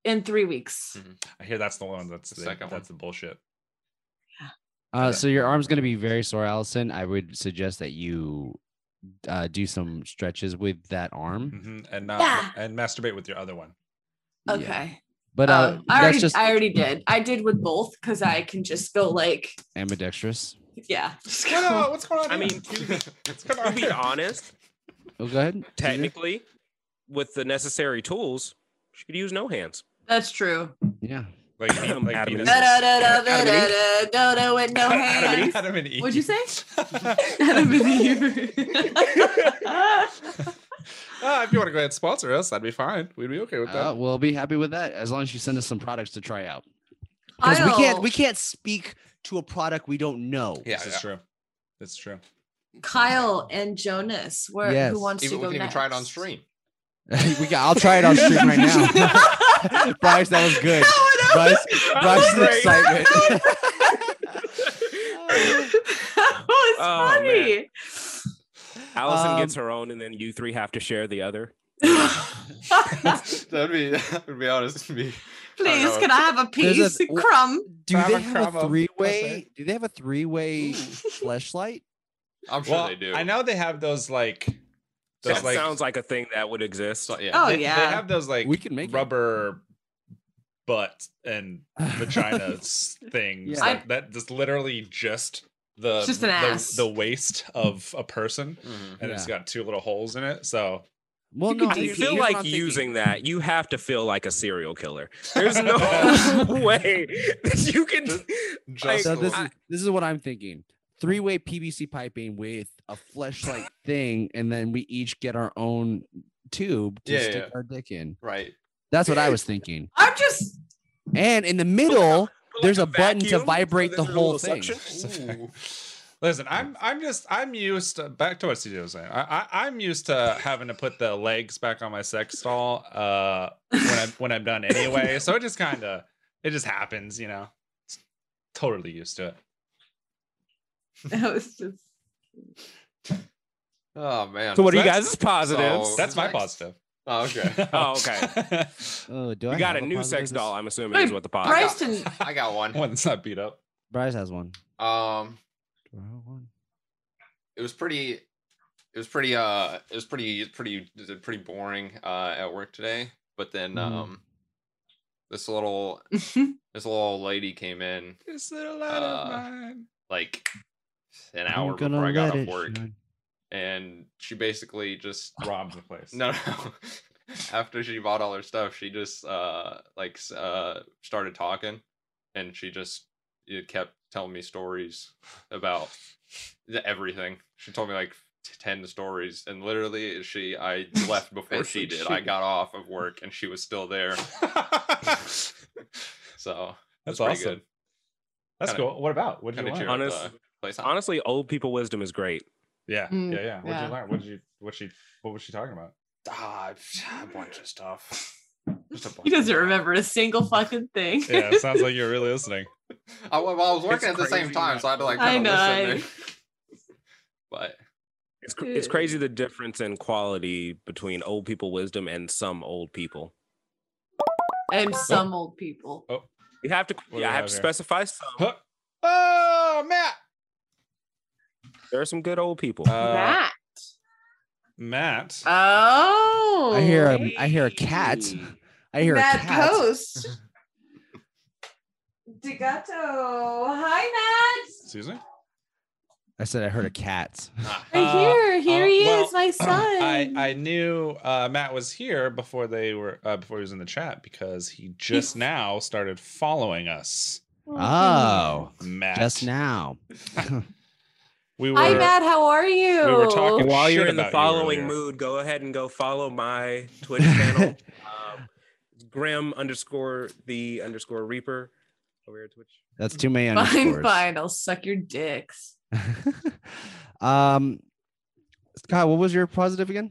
Speaker 3: In three weeks.
Speaker 5: I hear that's the one that's the,
Speaker 4: The second
Speaker 5: that's the bullshit.
Speaker 1: Uh, so your arm's gonna be very sore, Allison. I would suggest that you uh, do some stretches with that arm.
Speaker 5: hmm And not
Speaker 3: Yeah.
Speaker 5: and masturbate with your other one.
Speaker 1: Yeah.
Speaker 3: Okay.
Speaker 1: But uh,
Speaker 3: Um, I
Speaker 1: that's
Speaker 3: already,
Speaker 1: just
Speaker 3: I already did. I did with both because I can just go like,
Speaker 1: ambidextrous.
Speaker 3: yeah. just
Speaker 5: What, uh,
Speaker 3: go-
Speaker 5: what's going on?
Speaker 2: I
Speaker 5: here?
Speaker 2: mean,
Speaker 5: what's going
Speaker 2: To
Speaker 5: on?
Speaker 2: be
Speaker 5: here?
Speaker 2: honest,
Speaker 1: Oh, go ahead.
Speaker 2: technically, with the necessary tools, she could use no hands.
Speaker 3: That's true.
Speaker 1: Yeah.
Speaker 5: Like,
Speaker 2: Adam
Speaker 5: like
Speaker 2: and
Speaker 5: penis.
Speaker 2: Eve.
Speaker 3: Da-da-da-da-da-da-da, Don't know with no
Speaker 5: Adam and
Speaker 3: hands.
Speaker 5: Eve. Adam and Eve.
Speaker 3: What'd you say? Adam and Eve.
Speaker 5: Ah, if you want to go ahead and sponsor us, that'd be fine. We'd be okay with
Speaker 4: Oh,
Speaker 5: that.
Speaker 1: Uh, we'll be happy with that as long as you send us some products to try out. Because we
Speaker 3: Kyle.
Speaker 1: can't we can't speak to a product we don't know.
Speaker 5: yeah,
Speaker 1: So
Speaker 5: this is true. That's true.
Speaker 3: Kyle and Jonas. Where
Speaker 1: Yes.
Speaker 3: who wants to
Speaker 4: Even, we
Speaker 3: go
Speaker 4: can even
Speaker 3: next?
Speaker 4: try it on stream.
Speaker 1: we got, I'll try it on stream right now. Bryce, that was good. Bryce, Bryce's
Speaker 2: great.
Speaker 1: excitement.
Speaker 3: that was
Speaker 2: Oh,
Speaker 3: funny.
Speaker 2: Allison
Speaker 1: Um,
Speaker 2: gets her own, and then you three have to share the other.
Speaker 5: Oh,
Speaker 4: that'd be, that'd be honest to me.
Speaker 3: Please,
Speaker 4: know.
Speaker 3: can I have a piece?
Speaker 1: w-
Speaker 3: crumb.
Speaker 1: Do
Speaker 5: Grab
Speaker 1: they
Speaker 5: a
Speaker 1: have
Speaker 5: crumb
Speaker 1: a
Speaker 5: of
Speaker 1: three
Speaker 5: pussy.
Speaker 1: way? Do they have a three way fleshlight?
Speaker 4: I'm sure
Speaker 5: Well,
Speaker 4: they do.
Speaker 5: I know they have those like. Those,
Speaker 2: That
Speaker 5: like,
Speaker 2: sounds like a thing that would exist.
Speaker 4: So, yeah.
Speaker 3: Oh
Speaker 5: they,
Speaker 3: yeah.
Speaker 5: They have those like
Speaker 1: We can make it.
Speaker 5: rubber butt and vagina s- things
Speaker 1: Yeah.
Speaker 5: that, that just literally just the
Speaker 3: It's just an
Speaker 5: the,
Speaker 3: ass.
Speaker 5: the waist of a person
Speaker 4: Mhm.
Speaker 5: and it's got two little holes in it. So
Speaker 1: Well,
Speaker 3: You could
Speaker 1: no, I
Speaker 3: do
Speaker 2: I
Speaker 3: DP.
Speaker 2: feel
Speaker 1: here's what
Speaker 2: like
Speaker 1: I'm thinking.
Speaker 2: using that, you have to feel like a serial killer. There's no way that you can.
Speaker 4: Just
Speaker 1: So
Speaker 4: the
Speaker 1: this
Speaker 4: one.
Speaker 1: is this is what I'm thinking. Three way PVC piping with a fleshlight thing, and then we each get our own tube to
Speaker 4: Yeah,
Speaker 1: stick
Speaker 4: yeah.
Speaker 1: our dick in.
Speaker 4: right.
Speaker 1: That's what I was thinking.
Speaker 3: I'm just
Speaker 1: And in the middle,
Speaker 2: Like
Speaker 1: there's
Speaker 2: a
Speaker 1: a button to
Speaker 2: vacuum, so
Speaker 1: vibrate
Speaker 2: there's
Speaker 1: the
Speaker 2: a little
Speaker 1: whole thing.
Speaker 2: suction.
Speaker 5: It's a fact. Listen, I'm I'm just I'm used to, back to what Steve was saying. I, I I'm used to having to put the legs back on my sex doll uh when I'm when I'm done anyway. So it just kind of it just happens, you know. It's totally used to it.
Speaker 3: that was just
Speaker 4: Oh man.
Speaker 2: So, what are you
Speaker 5: That's-
Speaker 2: guys' positives?
Speaker 4: so-
Speaker 5: That's my
Speaker 4: Nice.
Speaker 5: positive.
Speaker 4: Oh, okay.
Speaker 2: Oh, okay.
Speaker 1: Oh, do
Speaker 2: you
Speaker 1: I
Speaker 2: got a
Speaker 1: have
Speaker 2: new sex
Speaker 1: positive?
Speaker 2: doll, I'm assuming,
Speaker 3: Wait,
Speaker 2: is what the positive
Speaker 3: Bryce didn't.
Speaker 4: I got one.
Speaker 5: One that's not beat up.
Speaker 1: Bryce has one.
Speaker 4: Um,
Speaker 1: Do I have one?
Speaker 4: it was pretty. It was pretty. Uh, it was pretty, pretty, pretty boring uh, at work today. But then,
Speaker 1: Mhm.
Speaker 4: um, this little, this little old lady came in
Speaker 5: This little
Speaker 4: light of Uh, like an hour
Speaker 1: I'm gonna
Speaker 4: before I got
Speaker 1: let
Speaker 4: off
Speaker 1: it
Speaker 4: work,
Speaker 1: shine.
Speaker 4: and she basically just
Speaker 5: robbed the place.
Speaker 4: No, no. After she bought all her stuff, she just uh like s- uh started talking, and she just it kept telling me stories about the- everything. She told me like t- ten stories, and literally she I left before she did. I got off of work, and she was still there.
Speaker 5: that's
Speaker 4: So that's pretty
Speaker 5: awesome.
Speaker 4: good.
Speaker 5: That's
Speaker 4: Kinda-
Speaker 5: cool. What about? What did
Speaker 4: Kind
Speaker 5: you
Speaker 4: of
Speaker 5: learn?
Speaker 4: cheer
Speaker 2: Honest-
Speaker 4: up the place. up.
Speaker 2: Honestly, old people wisdom is great.
Speaker 5: Yeah,
Speaker 3: Mm,
Speaker 5: yeah, yeah. What did
Speaker 3: yeah.
Speaker 5: you learn? What did you? What she? What was she talking about?
Speaker 4: Ah, a bunch of stuff. Just a bunch
Speaker 3: He
Speaker 4: of
Speaker 3: doesn't
Speaker 4: stuff.
Speaker 3: remember a single fucking thing.
Speaker 5: Yeah, it sounds like you're really listening.
Speaker 4: I, well, I was
Speaker 5: It's
Speaker 4: working at the same
Speaker 5: crazy
Speaker 4: time,
Speaker 5: that-
Speaker 4: so I had to like.
Speaker 3: I
Speaker 4: kinda
Speaker 3: know,
Speaker 4: listen and- but
Speaker 2: It's, cr- it's
Speaker 3: Dude.
Speaker 2: crazy the difference in quality between old people wisdom and some old people.
Speaker 3: and some old people.
Speaker 2: You have to,
Speaker 5: do
Speaker 2: yeah, I
Speaker 5: we
Speaker 2: have
Speaker 5: have
Speaker 2: to
Speaker 5: here?
Speaker 2: specify some.
Speaker 5: Huh. Oh, Matt.
Speaker 2: There are some good old people.
Speaker 5: Uh,
Speaker 3: Matt. Uh,
Speaker 5: Matt.
Speaker 3: Oh.
Speaker 1: I hear a, I hear a cat. I hear
Speaker 3: Matt
Speaker 1: a cat.
Speaker 3: Post. Degato. Hi, Matt.
Speaker 5: Excuse me.
Speaker 1: I said I heard a cat.
Speaker 3: Right here. Here
Speaker 5: uh,
Speaker 3: he
Speaker 5: well,
Speaker 3: is, my son.
Speaker 5: I I knew uh, Matt was here before they were uh, before he was in the chat because he just now started following us.
Speaker 1: Oh,
Speaker 5: Matt.
Speaker 1: just now.
Speaker 5: We were.
Speaker 3: Hi, Matt. How are you?
Speaker 5: We were talking
Speaker 2: And while you're
Speaker 5: shit
Speaker 2: in the
Speaker 5: about you
Speaker 2: following
Speaker 5: earlier.
Speaker 2: mood, go ahead and go follow my Twitch channel, um, Grim underscore the underscore Reaper over here at Twitch.
Speaker 1: That's too many
Speaker 3: Fine,
Speaker 1: underscores.
Speaker 3: fine. I'll suck your dicks.
Speaker 1: um, Scott, what was your positive again?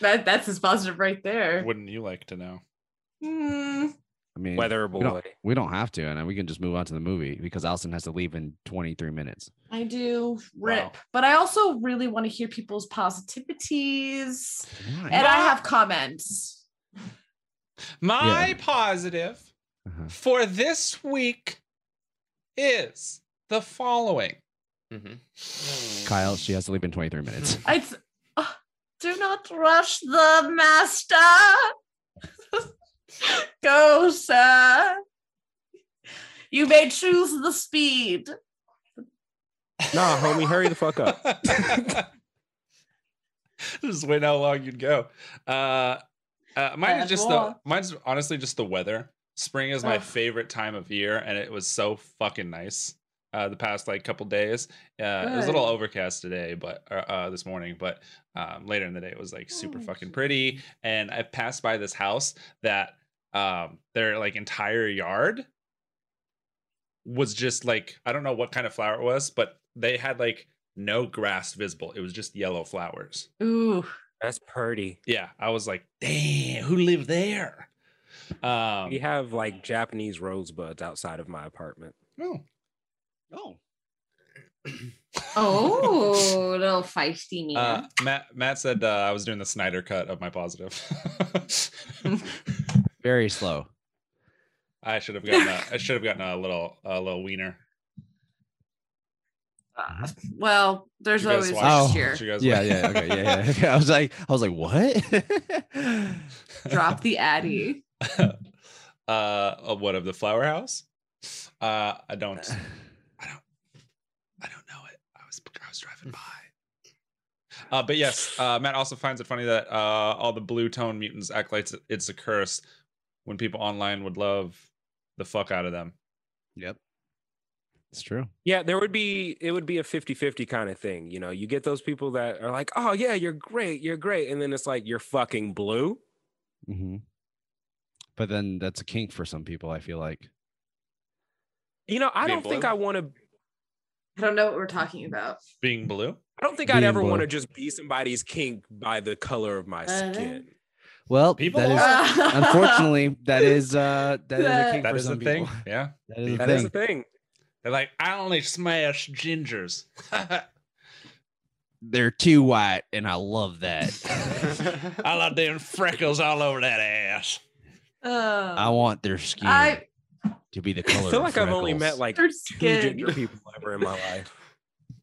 Speaker 3: That, that's his positive right there.
Speaker 5: Wouldn't you like to know?
Speaker 3: Hmm.
Speaker 1: I mean,
Speaker 2: Weather
Speaker 1: we
Speaker 2: boy.
Speaker 1: don't, we don't have to, and we can just move on to the movie because Allison has to leave in 23 minutes.
Speaker 3: I do rip,
Speaker 5: Wow.
Speaker 3: but I also really want to hear people's positivities,
Speaker 1: Why?
Speaker 3: and I have comments.
Speaker 5: My positive
Speaker 1: Uh-huh.
Speaker 5: for this week is the following.
Speaker 4: mhm.
Speaker 1: Kyle, she has to leave in 23 minutes.
Speaker 3: I do not rush the master. Go, sir. You may choose the speed.
Speaker 2: Nah, homie, hurry the fuck up.
Speaker 5: This is way how long you'd go. Uh, uh, mine is just the
Speaker 3: Asshole.
Speaker 5: mine's honestly just the weather. Spring is my
Speaker 3: Ugh.
Speaker 5: favorite time of year, and it was so fucking nice. Uh, the past like couple days, uh, it was a little
Speaker 3: Good.
Speaker 5: overcast today, but uh, uh, this morning, but um, later in the day, it was like super
Speaker 3: Nice.
Speaker 5: fucking pretty. And I passed by this house that um, their like entire yard was just like I don't know what kind of flower it was, but they had like no grass visible. It was just yellow flowers.
Speaker 3: Ooh.
Speaker 9: That's pretty.
Speaker 5: Yeah, I was like, damn, who lived there? Um,
Speaker 9: We have like Japanese rosebuds outside of my apartment.
Speaker 5: oh.
Speaker 1: Oh,
Speaker 3: Oh, little feisty me.
Speaker 5: Uh, Matt Matt said uh, I was doing the Snyder cut of my positive.
Speaker 1: very slow.
Speaker 5: I should have gotten a, I should have gotten a little a little wiener.
Speaker 3: Uh, well, there's
Speaker 5: Uh-huh. You guys
Speaker 3: always
Speaker 5: watch-
Speaker 3: next
Speaker 1: Oh,
Speaker 3: year.
Speaker 5: you guys
Speaker 1: Yeah,
Speaker 5: watch-
Speaker 1: yeah, okay, yeah, yeah. Okay. I was like, I was like, what?
Speaker 3: Drop the Addy.
Speaker 5: uh, uh, what of the flower house? Uh, I don't I don't I don't know it. I was I was driving by. Uh, but yes, uh, Matt also finds it funny that uh, all the blue tone mutants act like it's, it's a curse when people online would love the fuck out of them.
Speaker 1: yep, it's true.
Speaker 9: Yeah, there would be it would be a 50-50 kind of thing. You know, you get those people that are like, "Oh yeah, you're great, you're great," and then it's like, "You're fucking blue."
Speaker 1: hmm But then that's a kink for some people. I feel like.
Speaker 9: You know, I
Speaker 4: Being
Speaker 9: don't think
Speaker 4: blue?
Speaker 9: I want to.
Speaker 3: I don't know what we're talking about.
Speaker 5: Being blue,
Speaker 9: I don't think I'd
Speaker 1: Being
Speaker 9: ever want to
Speaker 1: blue.
Speaker 9: just be somebody's kink by the color of my
Speaker 3: Uh,
Speaker 9: skin.
Speaker 1: Well,
Speaker 5: People
Speaker 1: that is unfortunately that is uh that is a
Speaker 3: That-
Speaker 1: kink
Speaker 5: that
Speaker 1: for
Speaker 5: is a
Speaker 1: some
Speaker 5: thing.
Speaker 1: people.
Speaker 5: Yeah,
Speaker 1: That is a
Speaker 9: That
Speaker 1: thing.
Speaker 9: is the thing.
Speaker 5: they're like, I only smash gingers.
Speaker 1: They're too white, and I love that.
Speaker 5: I love doing freckles all over that ass.
Speaker 1: I
Speaker 3: Uh,
Speaker 1: want their skin
Speaker 3: I
Speaker 1: to be the
Speaker 9: I
Speaker 1: color.
Speaker 9: feel
Speaker 1: of
Speaker 9: like I've only met
Speaker 1: freckles.
Speaker 9: like
Speaker 3: Their
Speaker 9: two
Speaker 3: skin.
Speaker 9: ginger people ever in my life.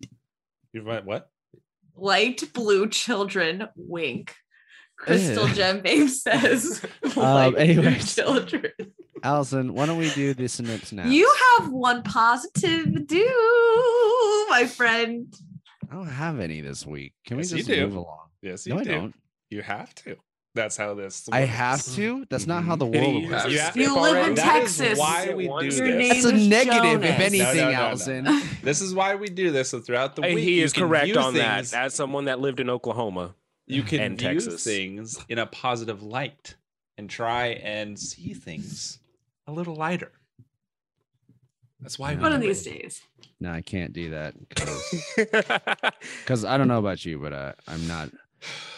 Speaker 5: You've met what?
Speaker 3: light blue children wink. Crystal
Speaker 1: Ew.
Speaker 3: Gem Babe says.
Speaker 1: Um,
Speaker 3: light blue
Speaker 1: anyways.
Speaker 3: children.
Speaker 1: Allison. Why don't we do the synapse now?
Speaker 3: You have one positive do, my friend.
Speaker 1: I don't have any this week. Can
Speaker 5: Yes, you
Speaker 1: we just
Speaker 5: do.
Speaker 1: move along?
Speaker 5: Yes, you
Speaker 1: No, I
Speaker 5: do.
Speaker 1: don't.
Speaker 5: You have to. That's how this.
Speaker 1: I
Speaker 5: works.
Speaker 1: have to. That's not how the
Speaker 2: Mm-hmm.
Speaker 9: Mhm.
Speaker 1: world
Speaker 4: Yeah.
Speaker 1: works.
Speaker 4: You
Speaker 5: have-
Speaker 3: You
Speaker 5: if
Speaker 3: live in
Speaker 5: already- that is
Speaker 3: Texas.
Speaker 5: Why we do
Speaker 9: Your
Speaker 5: this?
Speaker 3: Your name
Speaker 1: That's a
Speaker 3: is
Speaker 1: negative, if
Speaker 3: Jonas.
Speaker 1: anything,
Speaker 5: No, no, no, no.
Speaker 1: Allison.
Speaker 5: This is why we do this. So throughout the
Speaker 9: Hey,
Speaker 5: week,
Speaker 9: he
Speaker 5: you
Speaker 9: is
Speaker 5: can
Speaker 9: correct
Speaker 5: view
Speaker 9: on
Speaker 5: things-
Speaker 9: that. As someone that lived in Oklahoma,
Speaker 5: you can
Speaker 9: and
Speaker 5: view
Speaker 9: Texas.
Speaker 5: things in a positive light and try and see things a little lighter. That's why.
Speaker 1: One
Speaker 3: One
Speaker 5: do
Speaker 3: of
Speaker 5: it.
Speaker 3: these days.
Speaker 1: No, I can't do that because I don't know about you, but uh, I'm not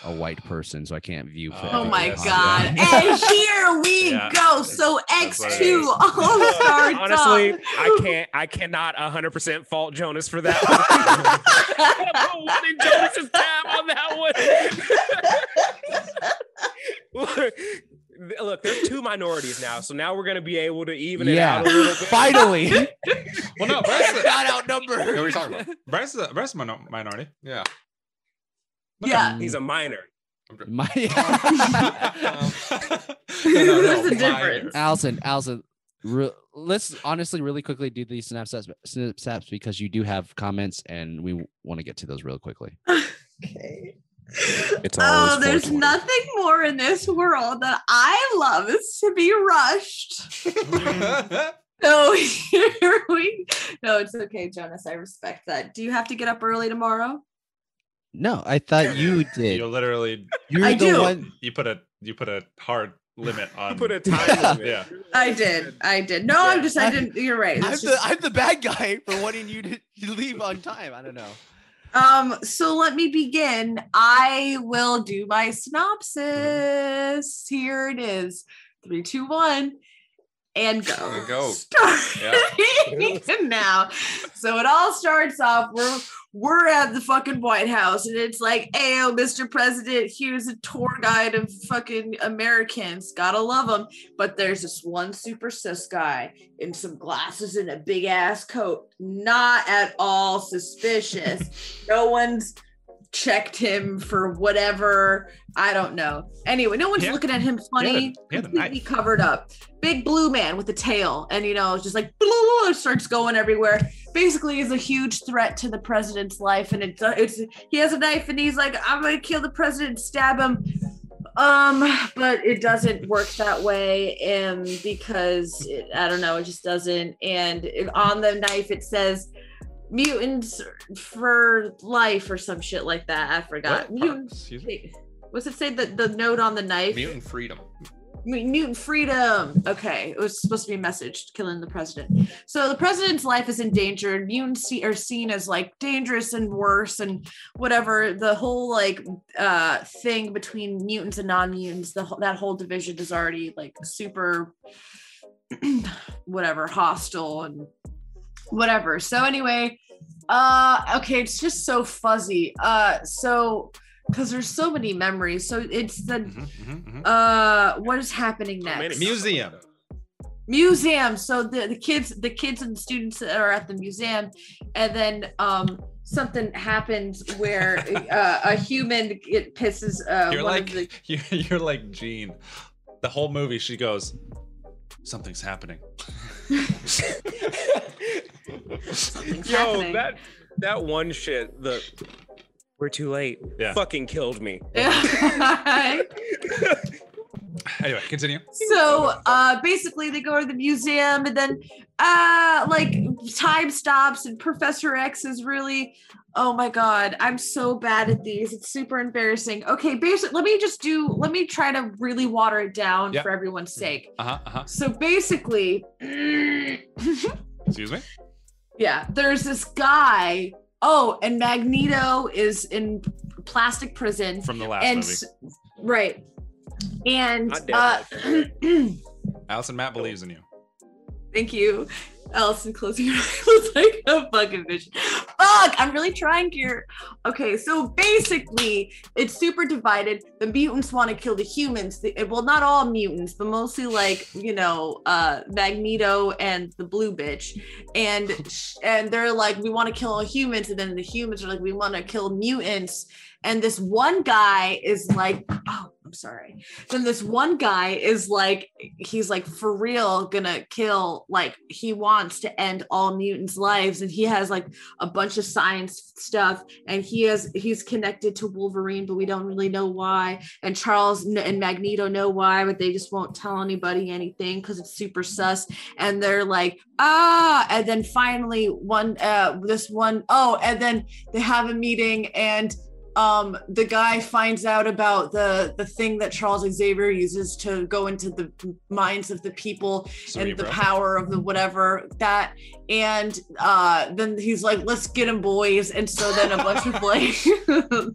Speaker 1: a white person, so I can't view. for
Speaker 5: Oh,
Speaker 3: Oh
Speaker 1: everything
Speaker 3: my
Speaker 1: else.
Speaker 3: god.
Speaker 5: yeah.
Speaker 3: And here we
Speaker 5: Yeah,
Speaker 3: go. So
Speaker 5: that's what it
Speaker 3: X2
Speaker 5: is.
Speaker 3: All Star
Speaker 9: honestly, I can't. I cannot 100 percent fault Jonas for that. one. I put one in Jonas's tab on that one. Look, there's two minorities now, so now we're gonna be able to even it
Speaker 1: Yeah.
Speaker 9: out a little bit.
Speaker 1: Finally,
Speaker 5: Well, no, Bryce, is a-
Speaker 1: not outnumbered.
Speaker 4: what are we talking about?
Speaker 5: Bryce, is a, Bryce is a minor- minority.
Speaker 4: Yeah.
Speaker 3: yeah.
Speaker 9: He's a minor.
Speaker 1: My-
Speaker 5: No, no,
Speaker 3: There's
Speaker 5: no,
Speaker 3: a
Speaker 5: minor.
Speaker 3: difference.
Speaker 1: Allison, Allison, re- let's honestly really quickly do these synapses, synapses because you do have comments and we want to get to those real quickly.
Speaker 3: Okay.
Speaker 9: It's
Speaker 3: Oh, there's
Speaker 9: 420.
Speaker 3: nothing more in this world that I love is to be rushed. So here we No, it's okay, Jonas. I respect that. Do you have to get up early tomorrow?
Speaker 1: No, I thought you did.
Speaker 5: You literally
Speaker 1: You're
Speaker 3: I
Speaker 1: the
Speaker 3: do.
Speaker 1: one.
Speaker 5: you put a you put a hard limit on.
Speaker 9: You put a time limit.
Speaker 5: Yeah.
Speaker 3: I did. I did. No, I'm just I didn't you're right. It's
Speaker 1: I'm
Speaker 3: just-
Speaker 1: the, I'm the bad guy for wanting you to to leave on time. I don't know.
Speaker 3: Um, so let me begin. I will do my synopsis. Here it is. Three, two, one, and go.
Speaker 4: And go.
Speaker 3: Starting now. So it all starts off. We're we're at the fucking White House, and it's like, "Ayo, Mr. President, here's a tour guide of fucking Americans. Gotta love them." But there's this one super cis guy in some glasses and a big ass coat, not at all suspicious no one's checked him for whatever. I don't know. Anyway, no one's
Speaker 5: Yeah.
Speaker 3: looking at him
Speaker 5: He had a-
Speaker 3: funny.
Speaker 5: he had a
Speaker 3: Completely
Speaker 5: knife.
Speaker 3: covered up. Big blue man with a tail, and you know, it's just like starts going everywhere. Basically, is a huge threat to the president's life, and it's, it's he has a knife, and he's like, "I'm gonna kill the president, stab him." Um, but it doesn't work that way, um, because it, I don't know, it just doesn't. And it, on the knife, it says mutants for life or some shit like that. I forgot.
Speaker 4: What? Pardon,
Speaker 3: Mutant.
Speaker 4: excuse me.
Speaker 3: wait, What's it say? The the note on the knife.
Speaker 4: Mutant freedom.
Speaker 3: Mu- mutant freedom. Okay, it was supposed to be a message killing the president. So the president's life is endangered. Mutants see- are seen as like dangerous and worse and whatever. The whole like uh thing between mutants and non-mutants, the whole that whole division is already like super whatever hostile and whatever. So anyway, uh okay, it's just so fuzzy. Uh so because there's so many memories. So it's the
Speaker 5: Mm-hmm,
Speaker 3: uh what is happening
Speaker 9: Oh, man,
Speaker 3: next
Speaker 10: Museum.
Speaker 3: museum so the, the kids the kids and students are at the museum and then um something happens where uh, a human it pisses uh
Speaker 5: you're
Speaker 3: one
Speaker 5: like
Speaker 3: of the,
Speaker 5: you're, you're like Jean. The whole movie, she goes, "Something's happening."
Speaker 3: something's
Speaker 2: Yo,
Speaker 3: happening.
Speaker 2: that that one shit, the we're too late.
Speaker 5: Yeah.
Speaker 2: Fucking killed me.
Speaker 5: Anyway, continue.
Speaker 3: so uh basically they go to the museum and then uh like time stops and professor x is really oh my god i'm so bad at these it's super embarrassing okay basically let me just do let me try to really water it down
Speaker 5: Yeah.
Speaker 3: for everyone's sake
Speaker 5: Uh huh. Uh huh.
Speaker 3: so basically
Speaker 5: Excuse me.
Speaker 3: yeah there's this guy oh and magneto is in plastic prison
Speaker 5: From the last
Speaker 3: and
Speaker 5: movie,
Speaker 3: s- right and
Speaker 2: Not
Speaker 3: uh
Speaker 5: Allison Matt believes in you.
Speaker 3: Thank you, Allison. Closing your eyes was like a fucking vision. Fuck, I'm really trying here. Okay, so basically, it's super divided. The mutants want to kill the humans. The, eh, well, not all mutants, but mostly like you know, uh, Magneto and the blue bitch, and sh- and they're like, we want to kill all humans, and then the humans are like, we want to kill mutants. And this one guy is like, oh, I'm sorry then this one guy is like he's like for real gonna kill like he wants to end all mutants lives and he has like a bunch of science stuff and he has he's connected to wolverine but we don't really know why and charles kn- and magneto know why but they just won't tell anybody anything because it's super sus and they're like ah and then finally one uh this one oh and then they have a meeting and um the guy finds out about the the thing that charles xavier uses to go into the minds of the people and the
Speaker 5: Cerebro.
Speaker 3: power of the whatever that and uh then he's like let's get him boys and so then a bunch of like so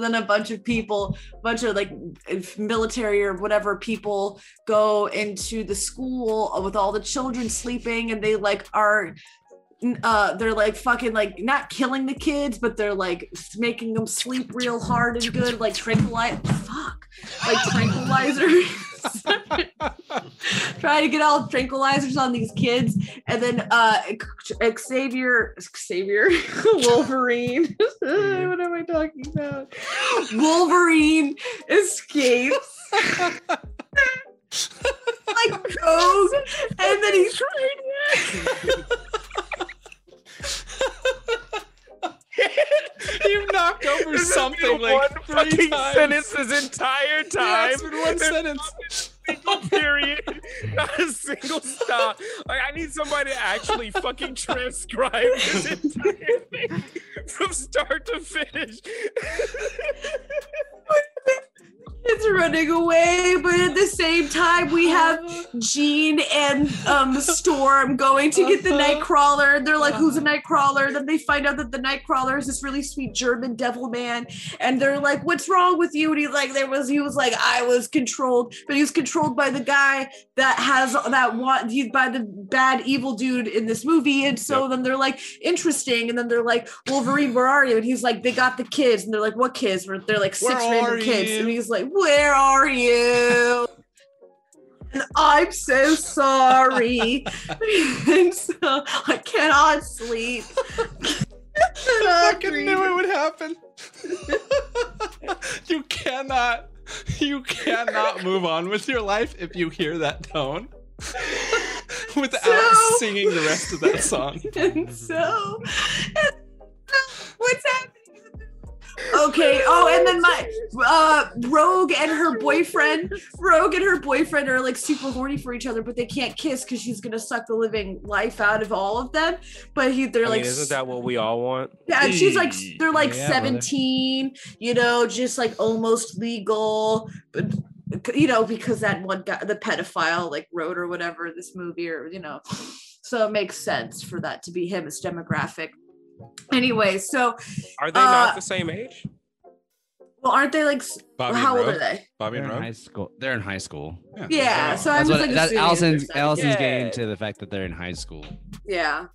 Speaker 3: then a bunch of people bunch of like if military or whatever people go into the school with all the children sleeping and they like are n- uh they're like fucking like not killing the kids but they're like making them sleep real hard and good like tranquilize fuck like tranquilizers trying to get all tranquilizers on these kids and then uh xavier xavier wolverine what am i talking about wolverine escapes like rogue and then he's
Speaker 5: you knocked over
Speaker 9: This has
Speaker 5: something
Speaker 9: been
Speaker 5: like
Speaker 9: one
Speaker 5: three
Speaker 9: fucking
Speaker 5: times.
Speaker 9: sentence this entire
Speaker 5: Yeah,
Speaker 9: time.
Speaker 5: it's been one
Speaker 9: There's
Speaker 5: sentence.
Speaker 9: single period, not a single stop. Like I need somebody to actually fucking transcribe this entire thing from start to finish.
Speaker 3: It's running away, but at the same time, we have Jean and um, Storm going to get the Nightcrawler. They're like, "Who's a Nightcrawler?" Then they find out that the Nightcrawler is this really sweet German devil man, and they're like, "What's wrong with you?" And he's like, "There was," he was like, "I was controlled," but he was controlled by the guy that has that want he- by the bad evil dude in this movie. And so then they're like, "Interesting," and then they're like, "Wolverine, where are you?" And he's like, "They got the kids," and they're like, "What kids?" And They're like six
Speaker 5: Where are
Speaker 3: random kids,
Speaker 5: you?
Speaker 3: and he's like, "Where are you?" and I'm so sorry. and so I cannot sleep.
Speaker 5: I
Speaker 3: Cannot
Speaker 5: fucking
Speaker 3: breathe.
Speaker 5: knew it would happen. cannot you cannot move on with your life if you hear that tone without
Speaker 3: So-
Speaker 5: singing the rest of that song.
Speaker 3: and so what's happening okay oh and then my uh rogue and her boyfriend rogue and her boyfriend are like super horny for each other but they can't kiss because she's gonna suck the living life out of all of them but he they're
Speaker 2: I
Speaker 3: like
Speaker 2: mean, isn't that what we all want?
Speaker 3: yeah, and she's like
Speaker 5: Hey.
Speaker 3: they're like
Speaker 1: Yeah, brother.
Speaker 3: 17, you know, just like almost legal, but you know, because that one guy, the pedophile, like wrote or whatever this movie, or you know, so it makes sense for that to be him as demographic. Anyway, so
Speaker 2: Are they
Speaker 3: Uh,
Speaker 2: not the same age?
Speaker 3: well, aren't they like s-
Speaker 5: Bobby
Speaker 3: how
Speaker 5: and
Speaker 3: old
Speaker 5: Rogue.
Speaker 3: are they?
Speaker 5: Bobby
Speaker 1: They're
Speaker 5: and
Speaker 1: in
Speaker 5: Rogue.
Speaker 1: high school. They're in high school.
Speaker 3: Yeah, so I'm
Speaker 1: That's
Speaker 3: just
Speaker 1: what
Speaker 3: like
Speaker 1: that's
Speaker 3: assuming
Speaker 1: Allison's
Speaker 3: they're seven.
Speaker 1: Allison's
Speaker 2: Yeah.
Speaker 1: getting to the fact that they're in high school.
Speaker 3: yeah.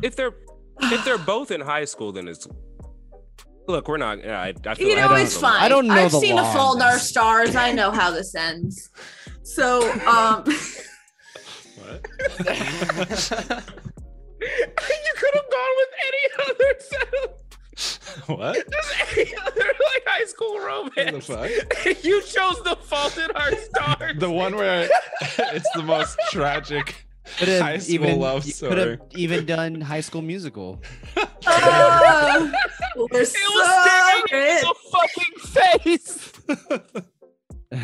Speaker 2: If they're if they're both in high school, then it's. Look, we're not. I, I feel
Speaker 3: you
Speaker 2: like
Speaker 3: know,
Speaker 1: I
Speaker 3: it's
Speaker 1: don't-
Speaker 3: fine.
Speaker 1: I don't know
Speaker 3: I've
Speaker 1: the
Speaker 3: seen
Speaker 1: law
Speaker 3: a
Speaker 1: on
Speaker 3: fault in our
Speaker 1: this.
Speaker 3: stars. I know how this ends. So, um,
Speaker 9: you could have gone with any other set of
Speaker 5: What? what?
Speaker 9: just any other like high school
Speaker 5: What the
Speaker 9: romance.
Speaker 5: fuck?
Speaker 9: you chose the fault in our stars.
Speaker 5: The one where it's the most tragic
Speaker 1: Could have
Speaker 5: high school
Speaker 1: even,
Speaker 5: love
Speaker 1: you could
Speaker 5: story.
Speaker 1: have even done High School Musical.
Speaker 3: uh, we're so
Speaker 9: was
Speaker 3: rich.
Speaker 9: the fucking face.
Speaker 3: they,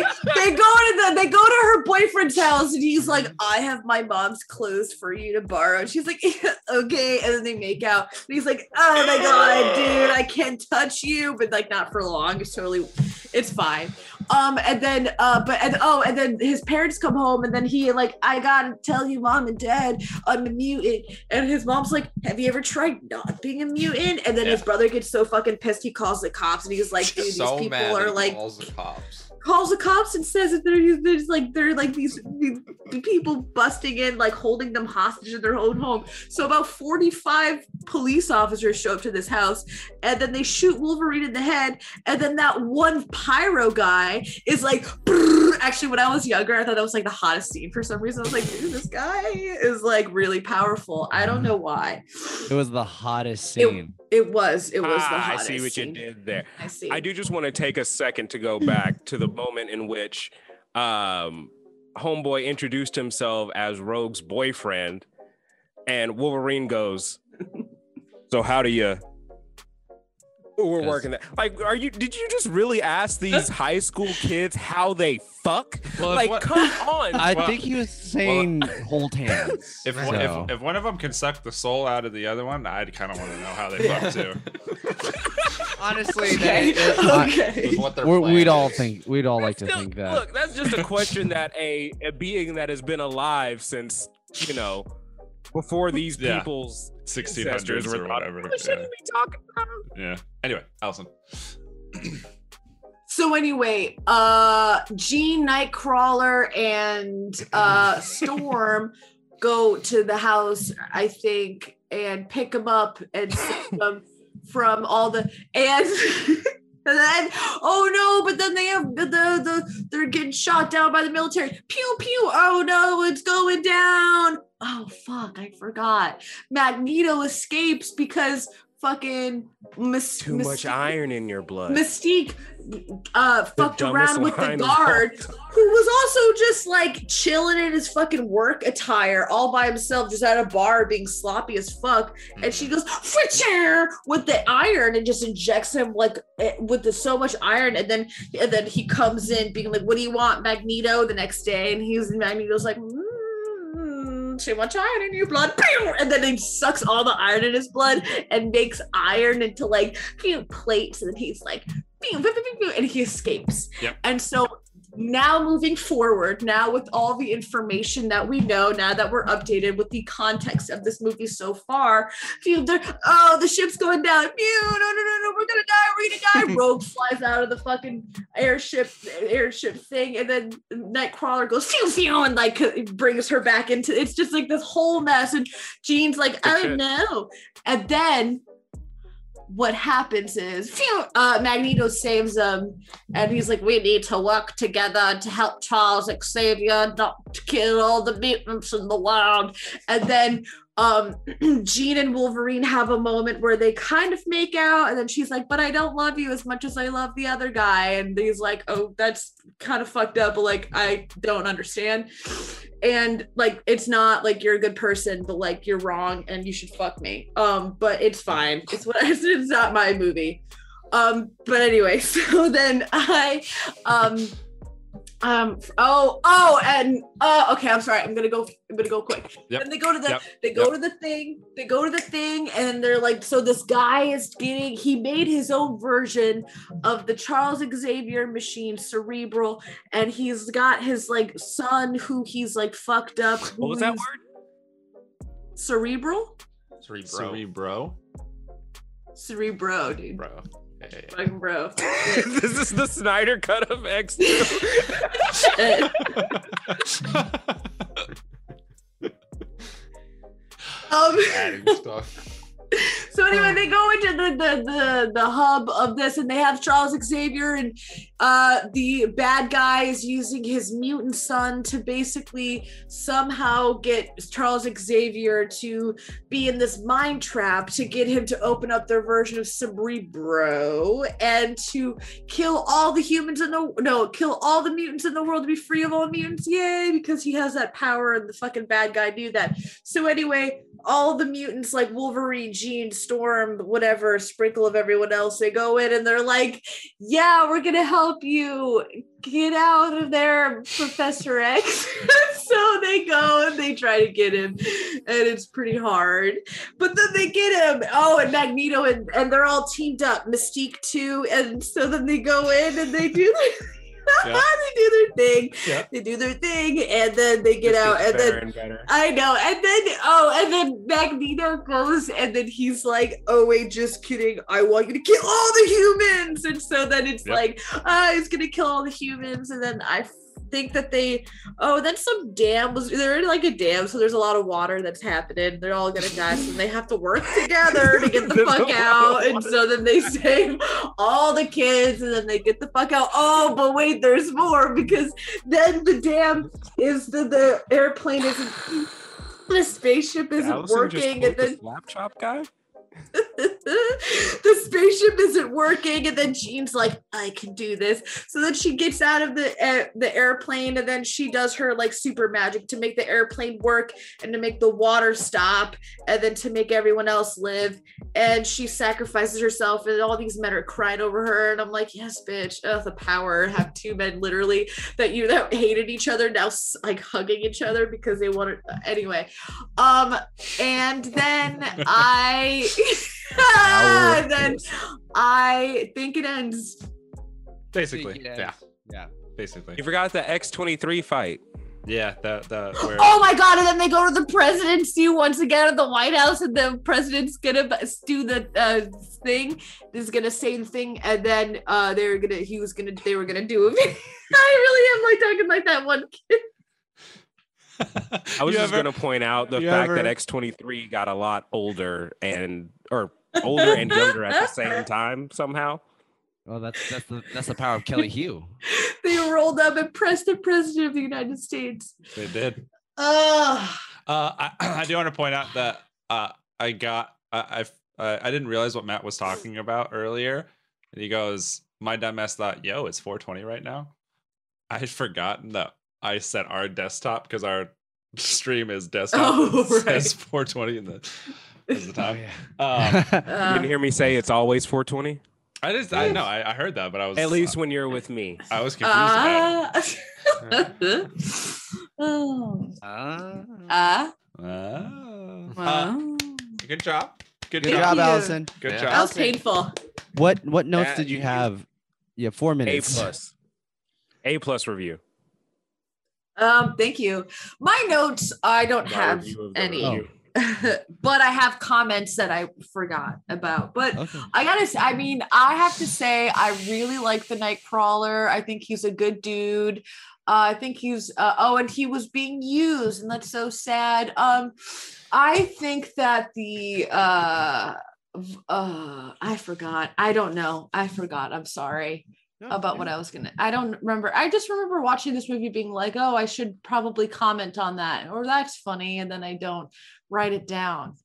Speaker 3: they go to the they go to her boyfriend's house and he's like, I have my mom's clothes for you to borrow. And she's like, okay. And then they make out. And he's like, oh my god, dude, I can't touch you, but like not for long. It's totally it's fine. Um, and then uh but and oh, and then his parents come home and then he like, I gotta tell you, mom and dad, I'm a mutant. And his mom's like, Have you ever tried not being a mutant? And then his brother gets so fucking pissed he calls the cops and he's like, dude, these
Speaker 4: so
Speaker 3: people
Speaker 4: mad that
Speaker 3: are
Speaker 4: he
Speaker 3: like
Speaker 4: calls the cops.
Speaker 3: calls the cops and says that they're there's like they're like these, these people busting in, like holding them hostage in their own home. So about 45 police officers show up to this house, and then they shoot Wolverine in the head, and then that one pyro guy is like. "Brrr." Actually, when I was younger, I thought that was like the hottest scene for some reason. I was like, dude, this guy is like really powerful. I don't know why.
Speaker 1: It was the hottest scene.
Speaker 3: It was. It was the
Speaker 2: Ah, I
Speaker 3: hottest.
Speaker 2: see what you
Speaker 3: scene.
Speaker 2: did there.
Speaker 3: I see.
Speaker 2: I do just want to take a second to go back to the moment in which um, Homeboy introduced himself as Rogue's boyfriend, and Wolverine goes, "So how do you?" We're
Speaker 1: Yes.
Speaker 2: working that. Like, are you? Did you just really ask these high school kids how they fuck?
Speaker 5: Well, if
Speaker 2: like,
Speaker 5: what-
Speaker 2: come on.
Speaker 1: I
Speaker 5: Well-
Speaker 1: think he was saying hold hands.
Speaker 5: If, one
Speaker 1: so.
Speaker 5: if if one of them can suck the soul out of the other one, I'd kind of want to know how they fuck too.
Speaker 1: honestly,
Speaker 3: Okay. okay.
Speaker 4: Is what their
Speaker 1: we
Speaker 4: plan
Speaker 1: would all
Speaker 4: is.
Speaker 1: think we'd all like to
Speaker 2: Still-
Speaker 1: think that.
Speaker 2: Look, that's just a question that a, a being that has been alive since you know before these
Speaker 5: Yeah.
Speaker 2: people's
Speaker 5: Sixteen
Speaker 2: Ancestors
Speaker 5: hundreds
Speaker 2: were
Speaker 5: or
Speaker 2: not-
Speaker 5: whatever.
Speaker 9: We
Speaker 5: Yeah.
Speaker 9: shouldn't be talking about it.
Speaker 5: yeah. Anyway, Allison.
Speaker 3: So anyway, uh Jean Nightcrawler and uh Storm go to the house, I think, and pick him up and save him from all the and And then, oh no! But then they have the, the the they're getting shot down by the military. Pew pew! Oh no, it's going down! Oh fuck! I forgot. Magneto escapes because fucking mis-
Speaker 2: too much
Speaker 3: mis-
Speaker 2: iron in your blood.
Speaker 3: Mystique uh,
Speaker 2: The
Speaker 3: fucked
Speaker 2: dumbest
Speaker 3: around with the
Speaker 2: line of
Speaker 3: guard,
Speaker 2: all time.
Speaker 3: who was also just like chilling in his fucking work attire all by himself, just at a bar being sloppy as fuck. And she goes, Fritcher! with the iron and just injects him like eh, with the, so much iron. And then and then he comes in being like, What do you want, Magneto? the next day. And he's Magneto's like, mm, Too much iron in your blood. Pew! And then he sucks all the iron in his blood and makes iron into like pew, plates. And then he's like, pew, pew, pew, pew, pew, and he escapes.
Speaker 5: Yep.
Speaker 3: And so now moving forward, now with all the information that we know, now that we're updated with the context of this movie so far, pew, there- oh, the ship's going down. Pew, no, no, no, no, we're gonna die, we're gonna die. Rogue flies out of the fucking airship airship thing, and then Nightcrawler goes phew phew and like brings her back into. It's just like this whole mess, and Jean's like,
Speaker 2: Good
Speaker 3: oh
Speaker 2: shit.
Speaker 3: no, and then. What happens is phew, uh, Magneto saves um, them, and he's like, "We need to work together to help Charles Xavier not to kill all the mutants in the world." And then um Jean and Wolverine have a moment where they kind of make out and then she's like but I don't love you as much as I love the other guy and he's like oh that's kind of fucked up but like I don't understand and like it's not like you're a good person but like you're wrong and you should fuck me um but it's fine it's what it's not my movie um but anyway so then I um um oh oh and uh okay I'm sorry I'm gonna go I'm gonna go quick
Speaker 5: Yep.
Speaker 3: and they go to the
Speaker 5: Yep.
Speaker 3: they go to the thing they go to the thing and they're like so this guy is getting he made his own version of the charles xavier machine cerebral and he's got his like son who he's like fucked up
Speaker 5: What was that
Speaker 3: who's
Speaker 5: word?
Speaker 3: cerebral
Speaker 4: Cerebro.
Speaker 5: Cerebro.
Speaker 3: cerebro dude
Speaker 4: Bro. Yeah, yeah, yeah.
Speaker 3: Fucking bro
Speaker 2: this is the Snyder cut of X2.
Speaker 3: Shit. um
Speaker 4: Adding stuff.
Speaker 3: so anyway, they go into the, the the the hub of this, and they have Charles Xavier, and uh, the bad guy is using his mutant son to basically somehow get Charles Xavier to be in this mind trap to get him to open up their version of Cerebro and to kill all the humans in the no, kill all the mutants in the world to be free of all mutants. Yay! Because he has that power, and the fucking bad guy knew that. So anyway, all the mutants like Wolverine, Jean, Storm, whatever, sprinkle of everyone else, they go in and they're like, "Yeah, we're gonna help you get out of there, Professor X." so they go and they try to get him, and it's pretty hard. But then they get him. Oh, and Magneto and and they're all teamed up, Mystique too, and so then they go in and they do their
Speaker 5: Yeah.
Speaker 3: they do their thing.
Speaker 5: Yeah.
Speaker 3: They do their thing, and then they get
Speaker 2: This
Speaker 3: out,
Speaker 2: gets
Speaker 3: and then
Speaker 2: better and better.
Speaker 3: I know. And then, oh, and then Magneto goes, and then he's like, oh, wait, just kidding. I want you to kill all the humans. And so then it's
Speaker 5: Yep.
Speaker 3: like, ah, he's going to kill all the humans. And then I think that they, oh, then some dam was, they're in like a dam. So there's a lot of water that's happening. They're all going to die. So they have to work together to get the
Speaker 2: There's
Speaker 3: fuck
Speaker 2: a lot
Speaker 3: out.
Speaker 2: of
Speaker 3: And so then they save all the kids and then they get the fuck out. Oh, but wait, there's more because then the dam is the, the airplane isn't the spaceship isn't
Speaker 5: Allison just
Speaker 3: working
Speaker 5: quote
Speaker 3: and
Speaker 5: the
Speaker 3: then
Speaker 5: laptop guy.
Speaker 3: the spaceship isn't working and then Jean's like I can do this so then she gets out of the uh, the airplane and then she does her like super magic to make the airplane work and to make the water stop and then to make everyone else live and she sacrifices herself and all these men are crying over her and I'm like yes bitch oh, the power have two men literally that you that hated each other now s- like hugging each other because they wanted uh, anyway um and then I and then I think it ends
Speaker 5: Basically.
Speaker 1: Yeah.
Speaker 5: Yeah.
Speaker 1: Yeah.
Speaker 5: Basically.
Speaker 2: You forgot the X23 fight.
Speaker 5: Yeah. That that where
Speaker 3: Oh my god! And then they go to the presidency once again at the White House, and the president's gonna b- do the uh, thing. Is gonna say the thing, and then uh, they were gonna. He was gonna. They were gonna do it. I really am like talking like that one kid.
Speaker 2: I was
Speaker 5: You
Speaker 2: just
Speaker 5: ever-
Speaker 2: going to point out the
Speaker 5: you
Speaker 2: fact that
Speaker 5: ever-
Speaker 2: X23 got a lot older and, or older and younger at the same time somehow.
Speaker 1: Oh, that's that's the that's the power of Kelly Hugh.
Speaker 3: They rolled up and pressed the president of the United States.
Speaker 5: they did.
Speaker 3: Oh,
Speaker 5: Uh, I, I do want to point out that uh, I got I I, uh, I didn't realize what Matt was talking about earlier, and he goes, "My dumbass thought, yo, it's 420 right now." I had forgotten that I set our desktop because our stream is desktop.
Speaker 3: Oh,
Speaker 5: it says 420 in the is the
Speaker 2: Oh,
Speaker 5: time. um,
Speaker 2: You
Speaker 3: Uh,
Speaker 2: didn't hear me say it's always 420?
Speaker 5: I just I know I, I heard that, but I was
Speaker 2: At least when you're with me.
Speaker 5: I, was confused. about
Speaker 2: Uh,
Speaker 3: Ah. uh, oh.
Speaker 1: Ah.
Speaker 2: Uh,
Speaker 3: Ah.
Speaker 5: it. Ah. Uh,
Speaker 3: Wow.
Speaker 5: good job.
Speaker 1: Good
Speaker 5: Good,
Speaker 3: Thank
Speaker 1: job,
Speaker 3: you.
Speaker 1: Allison.
Speaker 5: Good
Speaker 4: Yeah.
Speaker 5: job.
Speaker 3: that was painful.
Speaker 1: What what notes
Speaker 2: That
Speaker 1: did you
Speaker 2: is-
Speaker 1: have? Yeah, four
Speaker 2: A
Speaker 1: minutes.
Speaker 2: plus. A plus review.
Speaker 3: Um, thank you. My notes, I don't
Speaker 2: My
Speaker 3: have
Speaker 2: review of the Oh,
Speaker 3: any,
Speaker 1: review.
Speaker 3: but I have comments that I forgot about. But
Speaker 1: Okay.
Speaker 3: I gotta, s- I mean, I have to say, I really like the Nightcrawler. I think he's a good dude. Uh, I think he's, uh, oh, and he was being used, and that's so sad. Um, I think that the, uh, v- uh, I forgot. I don't know. I forgot. I'm sorry.
Speaker 1: No,
Speaker 3: about
Speaker 1: yeah.
Speaker 3: what I was gonna. I don't remember. I just remember watching this movie being like, oh, I should probably comment on that, or that's funny, and then I don't write it down.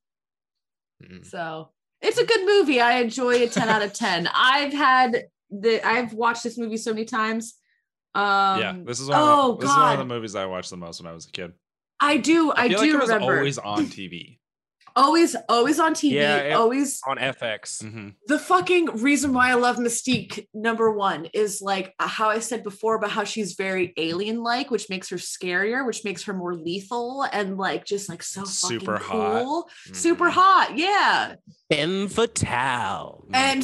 Speaker 5: Hmm.
Speaker 4: Mm.
Speaker 3: So it's a good movie. I enjoy a 10 out of 10. I've had the I've watched this movie so many times. Um
Speaker 5: yeah, this is one. of the-
Speaker 3: oh,
Speaker 5: this is one of
Speaker 3: God.
Speaker 5: the movies I watched the most when I was a kid.
Speaker 3: I do, I,
Speaker 5: feel
Speaker 3: do
Speaker 5: like it was
Speaker 3: remember
Speaker 5: always on TV.
Speaker 3: always always on TV,
Speaker 9: Yeah, it-
Speaker 3: always
Speaker 9: on FX.
Speaker 5: Mhm.
Speaker 3: the fucking reason why I love Mystique number one is like uh, how I said before about how she's very alien like, which makes her scarier, which makes her more lethal and like just like so super
Speaker 5: Super hot.
Speaker 3: cool, super hot, yeah.
Speaker 8: Femme fatale.
Speaker 3: And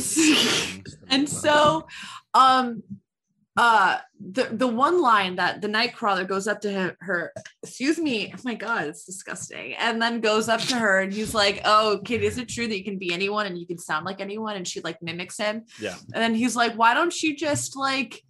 Speaker 3: and so um uh the the one line that the nightcrawler goes up to him, her excuse me oh my god it's disgusting and then goes up to her and he's like oh kid is it true that you can be anyone and you can sound like anyone and she like mimics him
Speaker 5: Yeah.
Speaker 3: and then he's like why don't you just like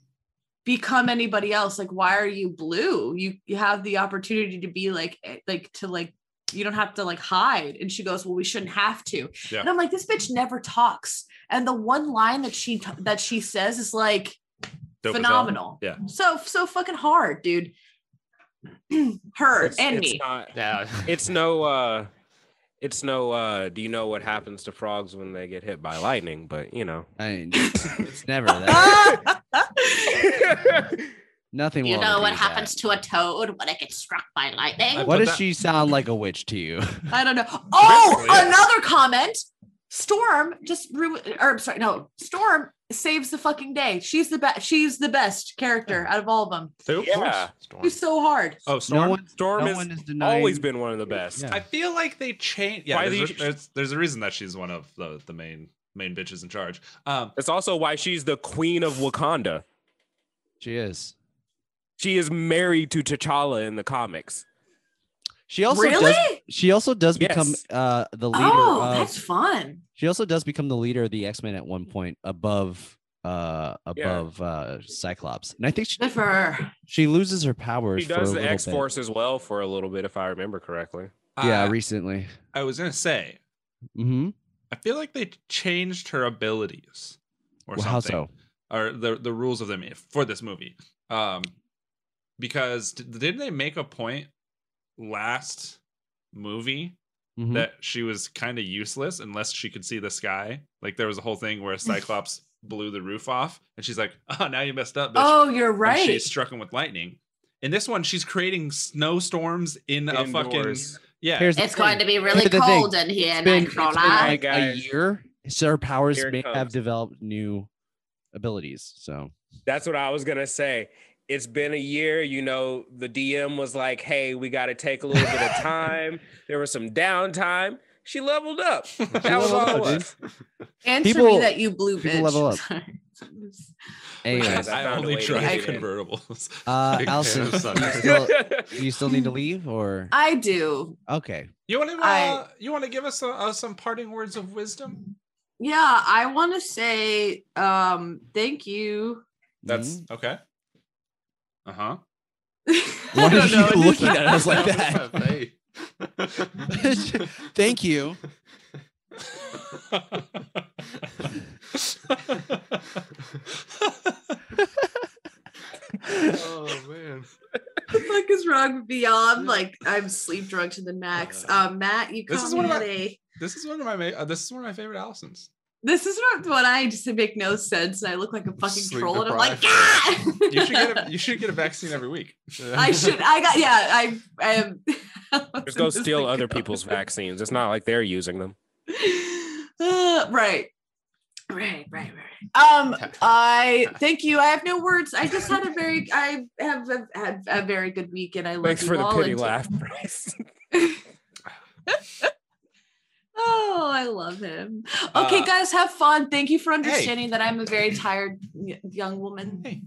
Speaker 3: become anybody else like why are you blue you you have the opportunity to be like eh, like to like you don't have to like hide and she goes well we shouldn't have to
Speaker 5: Yeah.
Speaker 3: and i'm like this bitch never talks and the one line that she t- that she says is like
Speaker 5: Dope as hell.
Speaker 3: phenomenal
Speaker 5: Yeah.
Speaker 3: so so fucking hard dude her
Speaker 9: It's,
Speaker 3: and
Speaker 9: it's
Speaker 3: me
Speaker 9: not-
Speaker 4: Yeah.
Speaker 9: it's no uh it's no uh do you know what happens to frogs when they get hit by lightning, but you know.
Speaker 1: I mean, it's never that.
Speaker 3: Ah!
Speaker 1: Nothing.
Speaker 3: you
Speaker 1: will
Speaker 3: know
Speaker 1: ever
Speaker 3: what
Speaker 1: be that.
Speaker 3: happens to a toad when it gets struck by lightning
Speaker 1: What
Speaker 5: But
Speaker 1: does
Speaker 5: that-
Speaker 1: she sound like a witch to you?
Speaker 3: I don't know. Oh,
Speaker 5: Basically, yeah.
Speaker 3: another comment. Storm just ru- or I'm sorry, no, Storm saves the fucking day. She's the best. She's the best character out of all of them.
Speaker 5: Who?
Speaker 9: Yeah.
Speaker 4: Storm.
Speaker 3: She's so hard.
Speaker 5: Oh,
Speaker 1: No
Speaker 5: Storm.
Speaker 1: one.
Speaker 9: Storm
Speaker 1: no
Speaker 9: has
Speaker 1: one is denying.
Speaker 9: always been one of the best.
Speaker 1: Yeah.
Speaker 5: I feel like they changed. Yeah,
Speaker 9: Why
Speaker 5: there's,
Speaker 9: the-
Speaker 5: a, there's, there's a reason that she's one of the, the main main bitches in charge. Um,
Speaker 9: That's also why she's the queen of Wakanda.
Speaker 1: She is.
Speaker 9: She is married to T'Challa in the comics.
Speaker 1: She also
Speaker 3: really?
Speaker 1: does. She also does become
Speaker 9: Yes.
Speaker 1: uh, the leader
Speaker 3: oh,
Speaker 1: of
Speaker 3: that's fun.
Speaker 1: She also does become the leader of the X Men at one point, above uh above uh Cyclops, and I think she,
Speaker 3: Good for her.
Speaker 1: she loses her powers.
Speaker 9: She does
Speaker 1: for a
Speaker 9: the
Speaker 1: little
Speaker 9: X Force as well for a little bit, if I remember correctly.
Speaker 1: Bit. Yeah,
Speaker 5: I-
Speaker 1: recently.
Speaker 5: I was gonna say,
Speaker 1: Mm-hmm.
Speaker 5: I feel like they changed her abilities or
Speaker 1: Well, how
Speaker 5: something.
Speaker 1: so?
Speaker 5: or the the rules of them if- for this movie. Um, because d- didn't they make a point last movie
Speaker 3: Mm-hmm.
Speaker 1: Mhm.
Speaker 5: that she was kind of useless unless she could see the sky? Like there was a whole thing where Cyclops blew the roof off, and she's like, "Oh, now you messed up." Bitch.
Speaker 3: Oh, you're
Speaker 5: And
Speaker 3: right.
Speaker 5: she struck him with lightning. In this one, she's creating snowstorms in a fucking
Speaker 9: Indoors.
Speaker 5: yeah.
Speaker 1: Here's the thing.
Speaker 3: be
Speaker 1: Here's the thing.
Speaker 3: in here,
Speaker 1: It's been, it's been
Speaker 3: Nightcrawler.
Speaker 1: like a
Speaker 9: Guys.
Speaker 1: year. So her powers
Speaker 9: Here it
Speaker 1: may have
Speaker 9: comes.
Speaker 1: developed new abilities. So
Speaker 9: That's what I was gonna say. It's been a year, you know. The DM was like, "Hey, we got to take a little bit of time." There was some downtime. She leveled up. That was all
Speaker 1: leveled
Speaker 9: it
Speaker 1: up, dude.
Speaker 9: was.
Speaker 3: Answer
Speaker 1: People-
Speaker 3: me that you blue
Speaker 1: people
Speaker 3: bitch.
Speaker 1: level up.
Speaker 3: Sorry.
Speaker 1: anyways,
Speaker 9: I
Speaker 5: I
Speaker 9: found a
Speaker 5: only
Speaker 9: way to
Speaker 5: tried
Speaker 9: get in.
Speaker 5: convertibles.
Speaker 1: uh,
Speaker 5: Big fan
Speaker 1: Allison,
Speaker 5: of
Speaker 1: do you,
Speaker 5: suckers.
Speaker 1: still, do you still need to leave or
Speaker 3: I do.
Speaker 1: okay?
Speaker 5: You want to uh,
Speaker 3: I-
Speaker 5: you want to give us uh, uh, some parting words of wisdom?
Speaker 3: Yeah, I want to say um thank you
Speaker 5: That's
Speaker 3: Mm-hmm.
Speaker 1: Mhm.
Speaker 5: okay. Uh huh.
Speaker 1: Why
Speaker 3: I
Speaker 1: are
Speaker 3: don't know.
Speaker 1: you
Speaker 3: it just-
Speaker 1: looking at us like that?
Speaker 4: that.
Speaker 1: Thank you.
Speaker 4: oh man.
Speaker 3: the fuck is wrong beyond like I'm sleep drunk to the max.
Speaker 1: Uh,
Speaker 3: Um, Matt, you
Speaker 5: This is
Speaker 3: call
Speaker 5: one
Speaker 3: me
Speaker 5: of my-
Speaker 3: a.
Speaker 5: this is one of my ma- uh, this is one of my favorite Allisons.
Speaker 3: This is what, what I just it make no sense, and I look like a fucking
Speaker 4: Sleep
Speaker 3: troll,
Speaker 4: deprived.
Speaker 3: and I'm like, God!
Speaker 5: You should get a, you should get a vaccine every week.
Speaker 3: I should. I got. Yeah. I. I am.
Speaker 9: Just go steal other people's vaccines. It's not like they're using them.
Speaker 3: Uh, right. Right, right, right. Um, I thank you. I have no words. I just had a very, I have a, had a very good week, and I love
Speaker 9: Thanks
Speaker 3: you
Speaker 9: for the
Speaker 3: all
Speaker 9: pity
Speaker 3: and-
Speaker 9: laugh, Bryce.
Speaker 3: Oh, I love him. Okay,
Speaker 5: Uh,
Speaker 3: guys, have fun. Thank you for understanding that I'm a very tired y- young woman.
Speaker 5: Hey,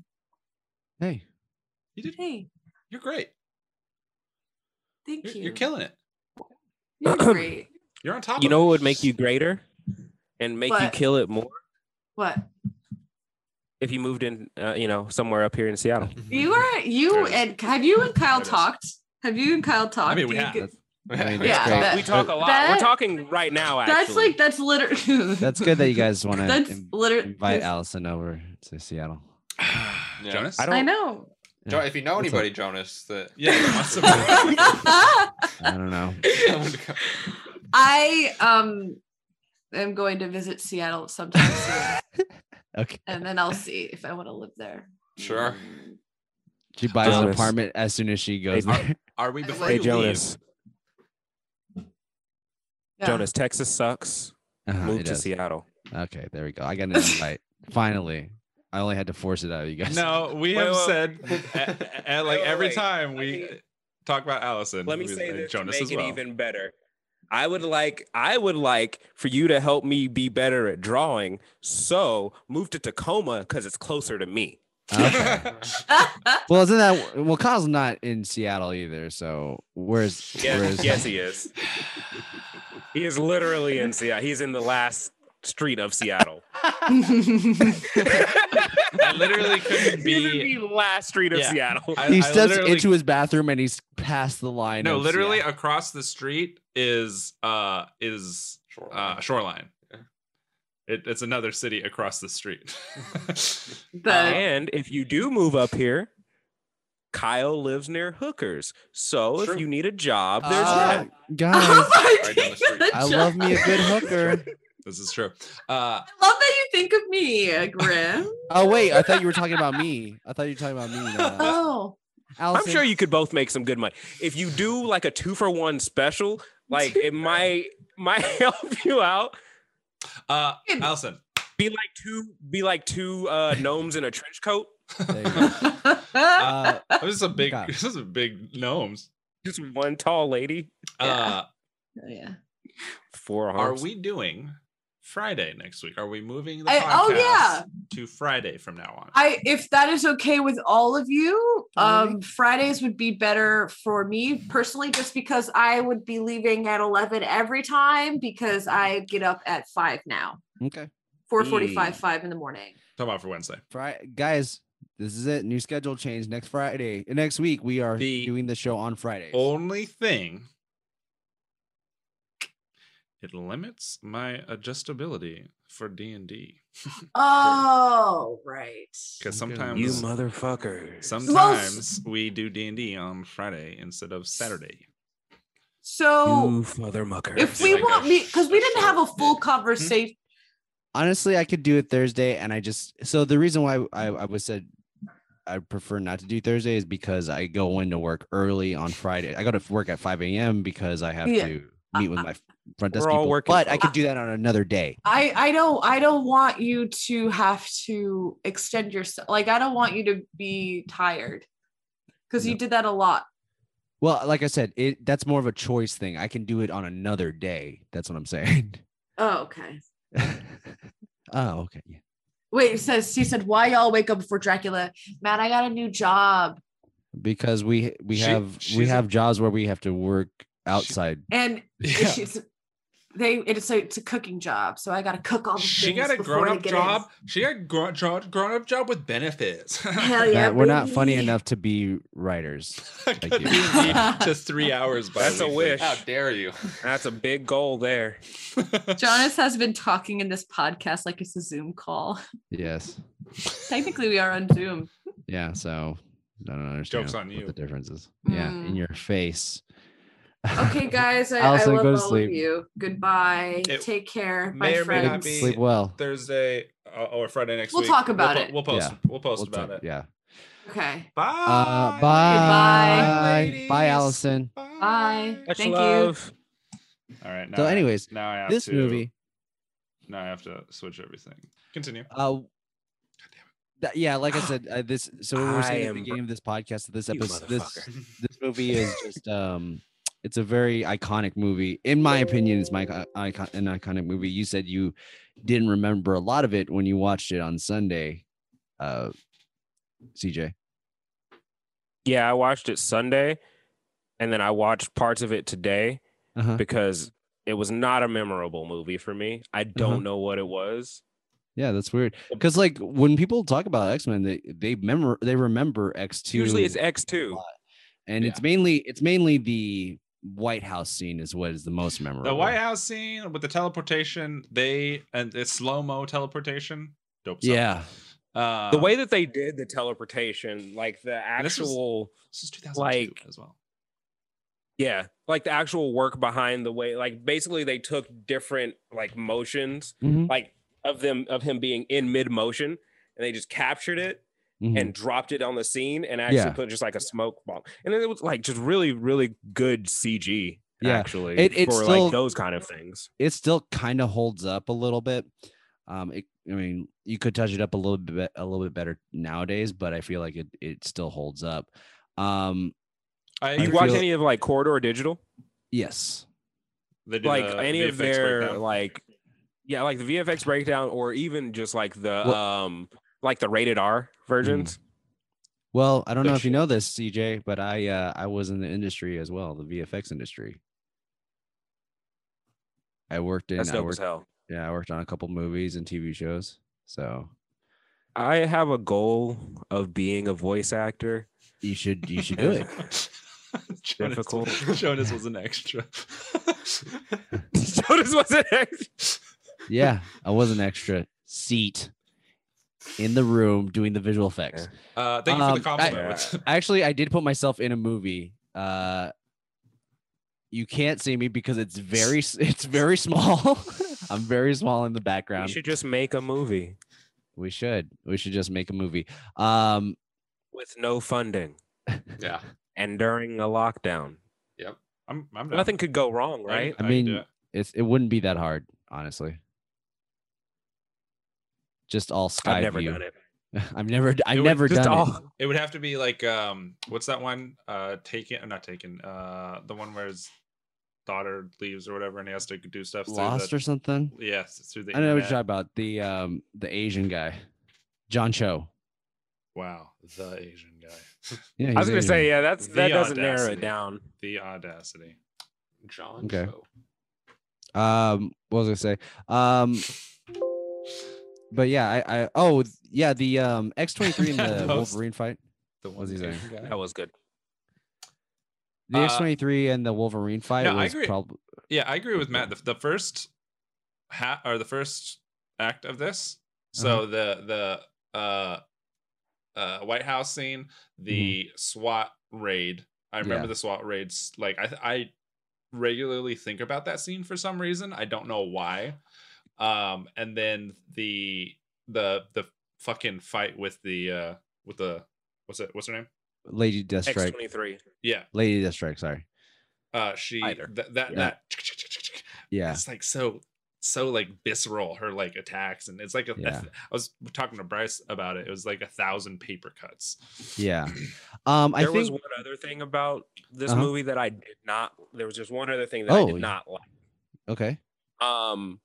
Speaker 1: Hey,
Speaker 5: you did.
Speaker 3: Hey,
Speaker 5: You're great.
Speaker 3: thank
Speaker 5: You're,
Speaker 3: you.
Speaker 5: you're killing it.
Speaker 3: You're great.
Speaker 5: You're on top.
Speaker 9: You
Speaker 5: of
Speaker 9: know
Speaker 5: it.
Speaker 9: what would make you greater and make you
Speaker 3: What?
Speaker 9: kill it more
Speaker 3: What
Speaker 9: if you moved in, uh, you know, somewhere up here in Seattle.
Speaker 3: you are?
Speaker 5: There
Speaker 3: You
Speaker 5: it is.
Speaker 3: and have you and Kyle
Speaker 5: There it is.
Speaker 3: talked? Have you and Kyle talked?
Speaker 5: mean,
Speaker 3: Do
Speaker 5: we
Speaker 3: you
Speaker 5: have.
Speaker 3: get-
Speaker 1: I mean, that's
Speaker 3: Yeah,
Speaker 1: great.
Speaker 3: that-
Speaker 9: we talk a lot. We're
Speaker 3: that-
Speaker 9: talking right now. Actually,
Speaker 3: That's like that's literally
Speaker 1: That's good that you guys want
Speaker 3: that's
Speaker 1: to
Speaker 3: literally
Speaker 1: invite Allison over to Seattle.
Speaker 4: Yeah.
Speaker 5: Mm-hmm. Jonas?
Speaker 1: I
Speaker 3: I
Speaker 1: don't.
Speaker 3: know.
Speaker 4: Jo- if you know
Speaker 1: What's
Speaker 4: anybody, Jonas, that
Speaker 5: Yeah, possibly.
Speaker 3: I
Speaker 1: I don't know.
Speaker 3: um am going to visit Seattle sometime soon,
Speaker 1: Okay.
Speaker 3: and then I'll see if I want to live there.
Speaker 4: sure.
Speaker 1: She buys an
Speaker 5: Jonas.
Speaker 1: apartment as soon as she goes.
Speaker 5: Hey,
Speaker 1: there.
Speaker 5: Are we
Speaker 3: Hey,
Speaker 5: before
Speaker 3: Hey,
Speaker 5: you
Speaker 9: Jonas.
Speaker 3: Yeah.
Speaker 9: Jonas, Texas sucks.
Speaker 1: Uh-huh,
Speaker 9: Move
Speaker 1: it
Speaker 9: to
Speaker 1: does.
Speaker 9: Seattle.
Speaker 1: Okay, there we go. I got an invite. Finally, I only had to force it out of you guys.
Speaker 5: leave? No, we
Speaker 2: Wait,
Speaker 5: have
Speaker 2: wait.
Speaker 5: said a- a-
Speaker 2: Wait,
Speaker 5: like
Speaker 2: wait,
Speaker 5: every
Speaker 2: wait.
Speaker 5: time
Speaker 2: Let
Speaker 5: we
Speaker 2: me-
Speaker 5: talk about Allison.
Speaker 2: Let me
Speaker 5: we
Speaker 2: say
Speaker 5: say
Speaker 2: this
Speaker 5: Jonas
Speaker 2: to
Speaker 5: as
Speaker 2: make
Speaker 5: well.
Speaker 2: it even better. I would like I would like for you to help me be better at drawing. So move to Tacoma because it's closer to me.
Speaker 1: Okay. Well, isn't that well? Kyle's not in Seattle either, so where's
Speaker 2: Yes,
Speaker 1: where's
Speaker 2: yes, he is. He is literally in Seattle. He's in the last street of Seattle.
Speaker 5: I literally couldn't
Speaker 2: He's in
Speaker 5: be.
Speaker 2: the last street of
Speaker 5: Yeah.
Speaker 2: Seattle.
Speaker 5: I,
Speaker 1: he
Speaker 5: I
Speaker 1: steps
Speaker 5: literally-
Speaker 1: into his bathroom and he's past the line.
Speaker 5: No,
Speaker 1: of
Speaker 5: literally
Speaker 1: Seattle.
Speaker 5: across the street is uh is
Speaker 4: Sure.
Speaker 5: uh shoreline.
Speaker 4: Yeah.
Speaker 5: It, it's another city across the street.
Speaker 3: The-
Speaker 2: and if you do move up here, Kyle lives near hookers. So
Speaker 4: True.
Speaker 2: if you need a job, there's
Speaker 1: Uh,
Speaker 2: that.
Speaker 3: Oh
Speaker 1: guys.
Speaker 4: Right down the street.
Speaker 1: I love me a good hooker.
Speaker 5: this is true.
Speaker 3: I
Speaker 5: Uh
Speaker 3: love that you think of me, uh, Grim.
Speaker 1: Oh wait, I thought you were talking about me. I thought you were talking about me. Now.
Speaker 3: oh,
Speaker 1: Allison,
Speaker 2: I'm sure you could both make some good money. If you do like a two for one special, like it might might help you out.
Speaker 5: uh Allison.
Speaker 2: Be like two be like two uh gnomes in a trench coat.
Speaker 1: There you go. Uh,
Speaker 5: This is a big
Speaker 1: God.
Speaker 5: this is a big gnomes.
Speaker 2: Just one tall lady.
Speaker 5: Uh
Speaker 3: Oh, yeah.
Speaker 2: Four
Speaker 5: are
Speaker 2: arms.
Speaker 5: we doing Friday next week? Are we moving the
Speaker 3: I-
Speaker 5: podcast
Speaker 3: oh, yeah.
Speaker 5: to Friday from now on?
Speaker 3: I if that is okay with all of you, um, Fridays would be better for me personally, just because I would be leaving at eleven every time because I get up at five now,
Speaker 1: okay,
Speaker 3: four forty-five, five in the morning.
Speaker 5: Come out for Wednesday.
Speaker 1: Fri- guys, this is it. New schedule change next Friday. Next week we are
Speaker 5: The
Speaker 1: doing the show on Fridays.
Speaker 5: Only thing it limits my adjustability for D&D
Speaker 3: Oh, right.
Speaker 5: because
Speaker 1: Okay.
Speaker 5: sometimes
Speaker 2: you motherfucker.
Speaker 5: Sometimes we do D and D on Friday instead of Saturday.
Speaker 3: So
Speaker 2: you mothermucker.
Speaker 3: if we
Speaker 4: like a
Speaker 3: want me, because we
Speaker 4: sh-
Speaker 3: didn't have a
Speaker 4: short
Speaker 5: Hmm?
Speaker 3: full
Speaker 4: bit.
Speaker 3: conversation.
Speaker 1: honestly i could do it thursday and i just so the reason why i, I was said i prefer not to do thursday is because i go into work early on friday i go to work at 5 a.m because i have
Speaker 3: Yeah.
Speaker 1: to meet with my front desk
Speaker 2: We're all
Speaker 1: people
Speaker 2: working
Speaker 1: but i
Speaker 2: folks.
Speaker 1: could do that on another day
Speaker 3: I I don't I don't want you to have to extend yourself. Like I don't want you to be tired because you did that a lot.
Speaker 1: well like i said it that's more of a choice thing i can do it on another day that's what i'm saying
Speaker 3: Oh, okay.
Speaker 1: oh okay yeah.
Speaker 3: Wait, it says he said, "Why y'all wake up before Dracula?" Matt, I got a new job,
Speaker 1: because we we
Speaker 5: She-
Speaker 1: have we
Speaker 5: she's a-
Speaker 1: have jobs where we have to work outside
Speaker 3: and it's they it's a, it's a cooking job, so I got to cook all the
Speaker 5: She
Speaker 3: things
Speaker 5: got a
Speaker 3: before
Speaker 5: grown
Speaker 3: they
Speaker 5: up
Speaker 3: get in.
Speaker 5: job. She got grown grown up job with benefits.
Speaker 3: Hell yeah,
Speaker 1: Matt, we're not funny
Speaker 3: baby.
Speaker 1: enough to be writers
Speaker 5: Cut
Speaker 1: Thank you.
Speaker 5: D&D to three hours. By
Speaker 2: That's a wish.
Speaker 4: How dare you?
Speaker 2: That's a big goal there.
Speaker 3: Jonas has been talking in this podcast like it's a Zoom call.
Speaker 1: yes
Speaker 3: Technically, we are on Zoom.
Speaker 1: Yeah, so I don't understand
Speaker 5: Joke's on
Speaker 1: what
Speaker 5: you.
Speaker 1: the difference is. Yeah, in
Speaker 3: Mm.
Speaker 1: your face.
Speaker 3: Okay, guys, I, I
Speaker 1: Allison,
Speaker 3: love
Speaker 1: go to
Speaker 3: all
Speaker 1: sleep.
Speaker 3: of you. Goodbye.
Speaker 5: It
Speaker 3: Take care,
Speaker 5: may
Speaker 3: my
Speaker 5: or may not
Speaker 3: friends.
Speaker 5: be-
Speaker 1: Sleep well.
Speaker 5: Thursday uh, or Friday next
Speaker 3: We'll
Speaker 5: week.
Speaker 3: talk about
Speaker 5: po-
Speaker 3: it.
Speaker 5: We'll post.
Speaker 1: Yeah.
Speaker 5: We'll post
Speaker 1: We'll
Speaker 5: about
Speaker 1: talk-
Speaker 5: it.
Speaker 1: Yeah.
Speaker 3: Okay.
Speaker 5: Bye.
Speaker 1: Uh, bye. Bye,
Speaker 5: ladies.
Speaker 1: Allison.
Speaker 3: Bye.
Speaker 2: Much
Speaker 3: Thank you.
Speaker 2: love.
Speaker 5: All right. Now
Speaker 1: So
Speaker 5: I-
Speaker 1: anyways,
Speaker 5: now I have
Speaker 1: This
Speaker 5: to,
Speaker 1: movie.
Speaker 5: Now I have to switch everything. Continue.
Speaker 1: Uh, that- yeah, like I said, uh, this. So we
Speaker 2: I
Speaker 1: were saying at
Speaker 2: am-
Speaker 1: the beginning of this podcast, this
Speaker 2: You
Speaker 1: episode, this
Speaker 2: motherfucker.
Speaker 1: this movie is just um it's a very iconic movie in my opinion it's my uh, icon an iconic movie you said you didn't remember a lot of it when you watched it on sunday uh cj
Speaker 2: Yeah, I watched it Sunday and then I watched parts of it today
Speaker 1: uh-huh
Speaker 2: because it was not a memorable movie for me. I don't
Speaker 1: Uh-huh.
Speaker 2: know what it was.
Speaker 1: yeah that's weird because like when people talk about x-men they they remember they remember x2
Speaker 2: Usually it's X2.
Speaker 1: and it's mainly it's mainly the white house scene is what is the most memorable
Speaker 5: The White House scene with the teleportation, they and it's slow mo teleportation. Dope. stuff.
Speaker 1: yeah
Speaker 5: Uh,
Speaker 2: the way that they did the teleportation, like the
Speaker 5: this was-
Speaker 2: actual,
Speaker 5: this is 2002
Speaker 2: like-
Speaker 5: as well.
Speaker 2: yeah, like the actual work behind the way, like basically they took different like motions,
Speaker 1: Mhm.
Speaker 2: like of them of him being in mid motion, and they just captured it
Speaker 1: Mhm.
Speaker 2: and dropped it on the scene and actually
Speaker 1: Yeah.
Speaker 2: put just like a smoke bomb, and then it was like just really really good CG.
Speaker 1: Yeah.
Speaker 2: actually,
Speaker 1: It- it's
Speaker 2: for
Speaker 1: still-
Speaker 2: like those kind of things.
Speaker 1: it still kind of holds up a little bit. Um, it, I mean, you could touch it up a little bit, a little bit better nowadays, but I feel like it it still holds up. Um,
Speaker 5: I
Speaker 1: You
Speaker 2: You
Speaker 5: agree.
Speaker 1: watch
Speaker 2: watch
Speaker 1: feel-
Speaker 2: any of like Corridor Digital?
Speaker 1: yes,
Speaker 5: They did uh,
Speaker 2: like
Speaker 5: a
Speaker 2: any of
Speaker 5: VFX
Speaker 2: their
Speaker 5: breakdown.
Speaker 2: like yeah like the vfx breakdown or even just like the
Speaker 1: Well- Mm,
Speaker 2: um like the rated r versions
Speaker 1: Well, I don't
Speaker 5: Oh,
Speaker 1: know if you
Speaker 5: shit.
Speaker 1: know this, CJ, but I uh, I was in the industry as well, the VFX industry. I worked in
Speaker 2: that's
Speaker 1: I
Speaker 2: dope as
Speaker 1: worked,
Speaker 2: hell
Speaker 1: yeah, I worked on a couple movies and TV shows. So
Speaker 2: i have a goal of being a voice actor
Speaker 1: you should you should do it.
Speaker 5: Jonas,
Speaker 2: Difficult.
Speaker 5: Jonas was an extra.
Speaker 2: so this wasn't
Speaker 1: Yeah, I was an extra seat in the room doing the visual effects.
Speaker 5: Uh, thank you for
Speaker 1: Um, I-
Speaker 5: the compliment.
Speaker 1: actually i did put myself in a movie uh you can't see me because it's very s- it's very small i'm very small in the
Speaker 2: you
Speaker 1: background
Speaker 2: should just make a movie
Speaker 1: we should we should just make a movie um
Speaker 2: with no funding
Speaker 4: Yeah.
Speaker 2: and during a lockdown
Speaker 5: I'm, I'm down.
Speaker 2: nothing could go wrong
Speaker 5: I-
Speaker 2: right
Speaker 5: I can
Speaker 1: mean,
Speaker 5: do it.
Speaker 1: it's it wouldn't be that hard honestly just all sky
Speaker 2: i've never
Speaker 1: view.
Speaker 2: done it
Speaker 1: i've never d- i've
Speaker 5: would
Speaker 1: never
Speaker 5: just
Speaker 1: done
Speaker 5: all-
Speaker 1: it
Speaker 5: It would have to be like um, what's that one? Uh, taken? uh, Not taken. Uh, the one where his daughter leaves or whatever, and he has to do stuff.
Speaker 1: lost
Speaker 5: through
Speaker 1: or something
Speaker 5: the, Yes, through the.
Speaker 1: i know what you're
Speaker 5: internet.
Speaker 1: talking about the um the asian guy john cho
Speaker 5: Wow, the Asian guy.
Speaker 1: yeah
Speaker 2: i was
Speaker 1: he's
Speaker 2: gonna say
Speaker 1: Asian.
Speaker 2: yeah that's
Speaker 5: The
Speaker 2: that doesn't narrow
Speaker 5: audacity.
Speaker 2: it down
Speaker 5: the audacity.
Speaker 4: John.
Speaker 1: Okay.
Speaker 4: Cho.
Speaker 1: um what was i gonna say um but yeah i i oh th- yeah the um x23 in the
Speaker 5: That was-
Speaker 1: wolverine fight
Speaker 5: The
Speaker 1: What's he
Speaker 5: one
Speaker 1: saying?
Speaker 5: Asian guy.
Speaker 2: that was good
Speaker 1: the
Speaker 5: Uh,
Speaker 1: x23 and the wolverine fight
Speaker 5: no, I
Speaker 1: was
Speaker 5: agree.
Speaker 1: probably
Speaker 5: Yeah, I agree with Matt. The, the first hat or the first act of this. So the the uh uh White House scene, the SWAT raid. I remember
Speaker 1: Yeah.
Speaker 5: the SWAT raids. Like I th- I regularly think about that scene for some reason. I don't know why. Um and then the the the fucking fight with the uh with the what's it what's her name?
Speaker 1: lady deathstrike
Speaker 2: x23
Speaker 5: Yeah.
Speaker 1: lady deathstrike sorry
Speaker 5: Uh she
Speaker 2: Either.
Speaker 5: th- that
Speaker 1: Yeah.
Speaker 5: that
Speaker 1: yeah
Speaker 5: it's like so so like visceral her like attacks and it's like a, a
Speaker 1: Yeah.
Speaker 5: th- i was talking to bryce about it it was like a thousand paper cuts
Speaker 1: yeah um i
Speaker 2: there was
Speaker 1: think
Speaker 2: one other thing about this
Speaker 1: Uh-huh.
Speaker 2: movie that I did not. There was just one other thing that I
Speaker 1: Oh.
Speaker 2: did not like.
Speaker 1: okay
Speaker 2: Um,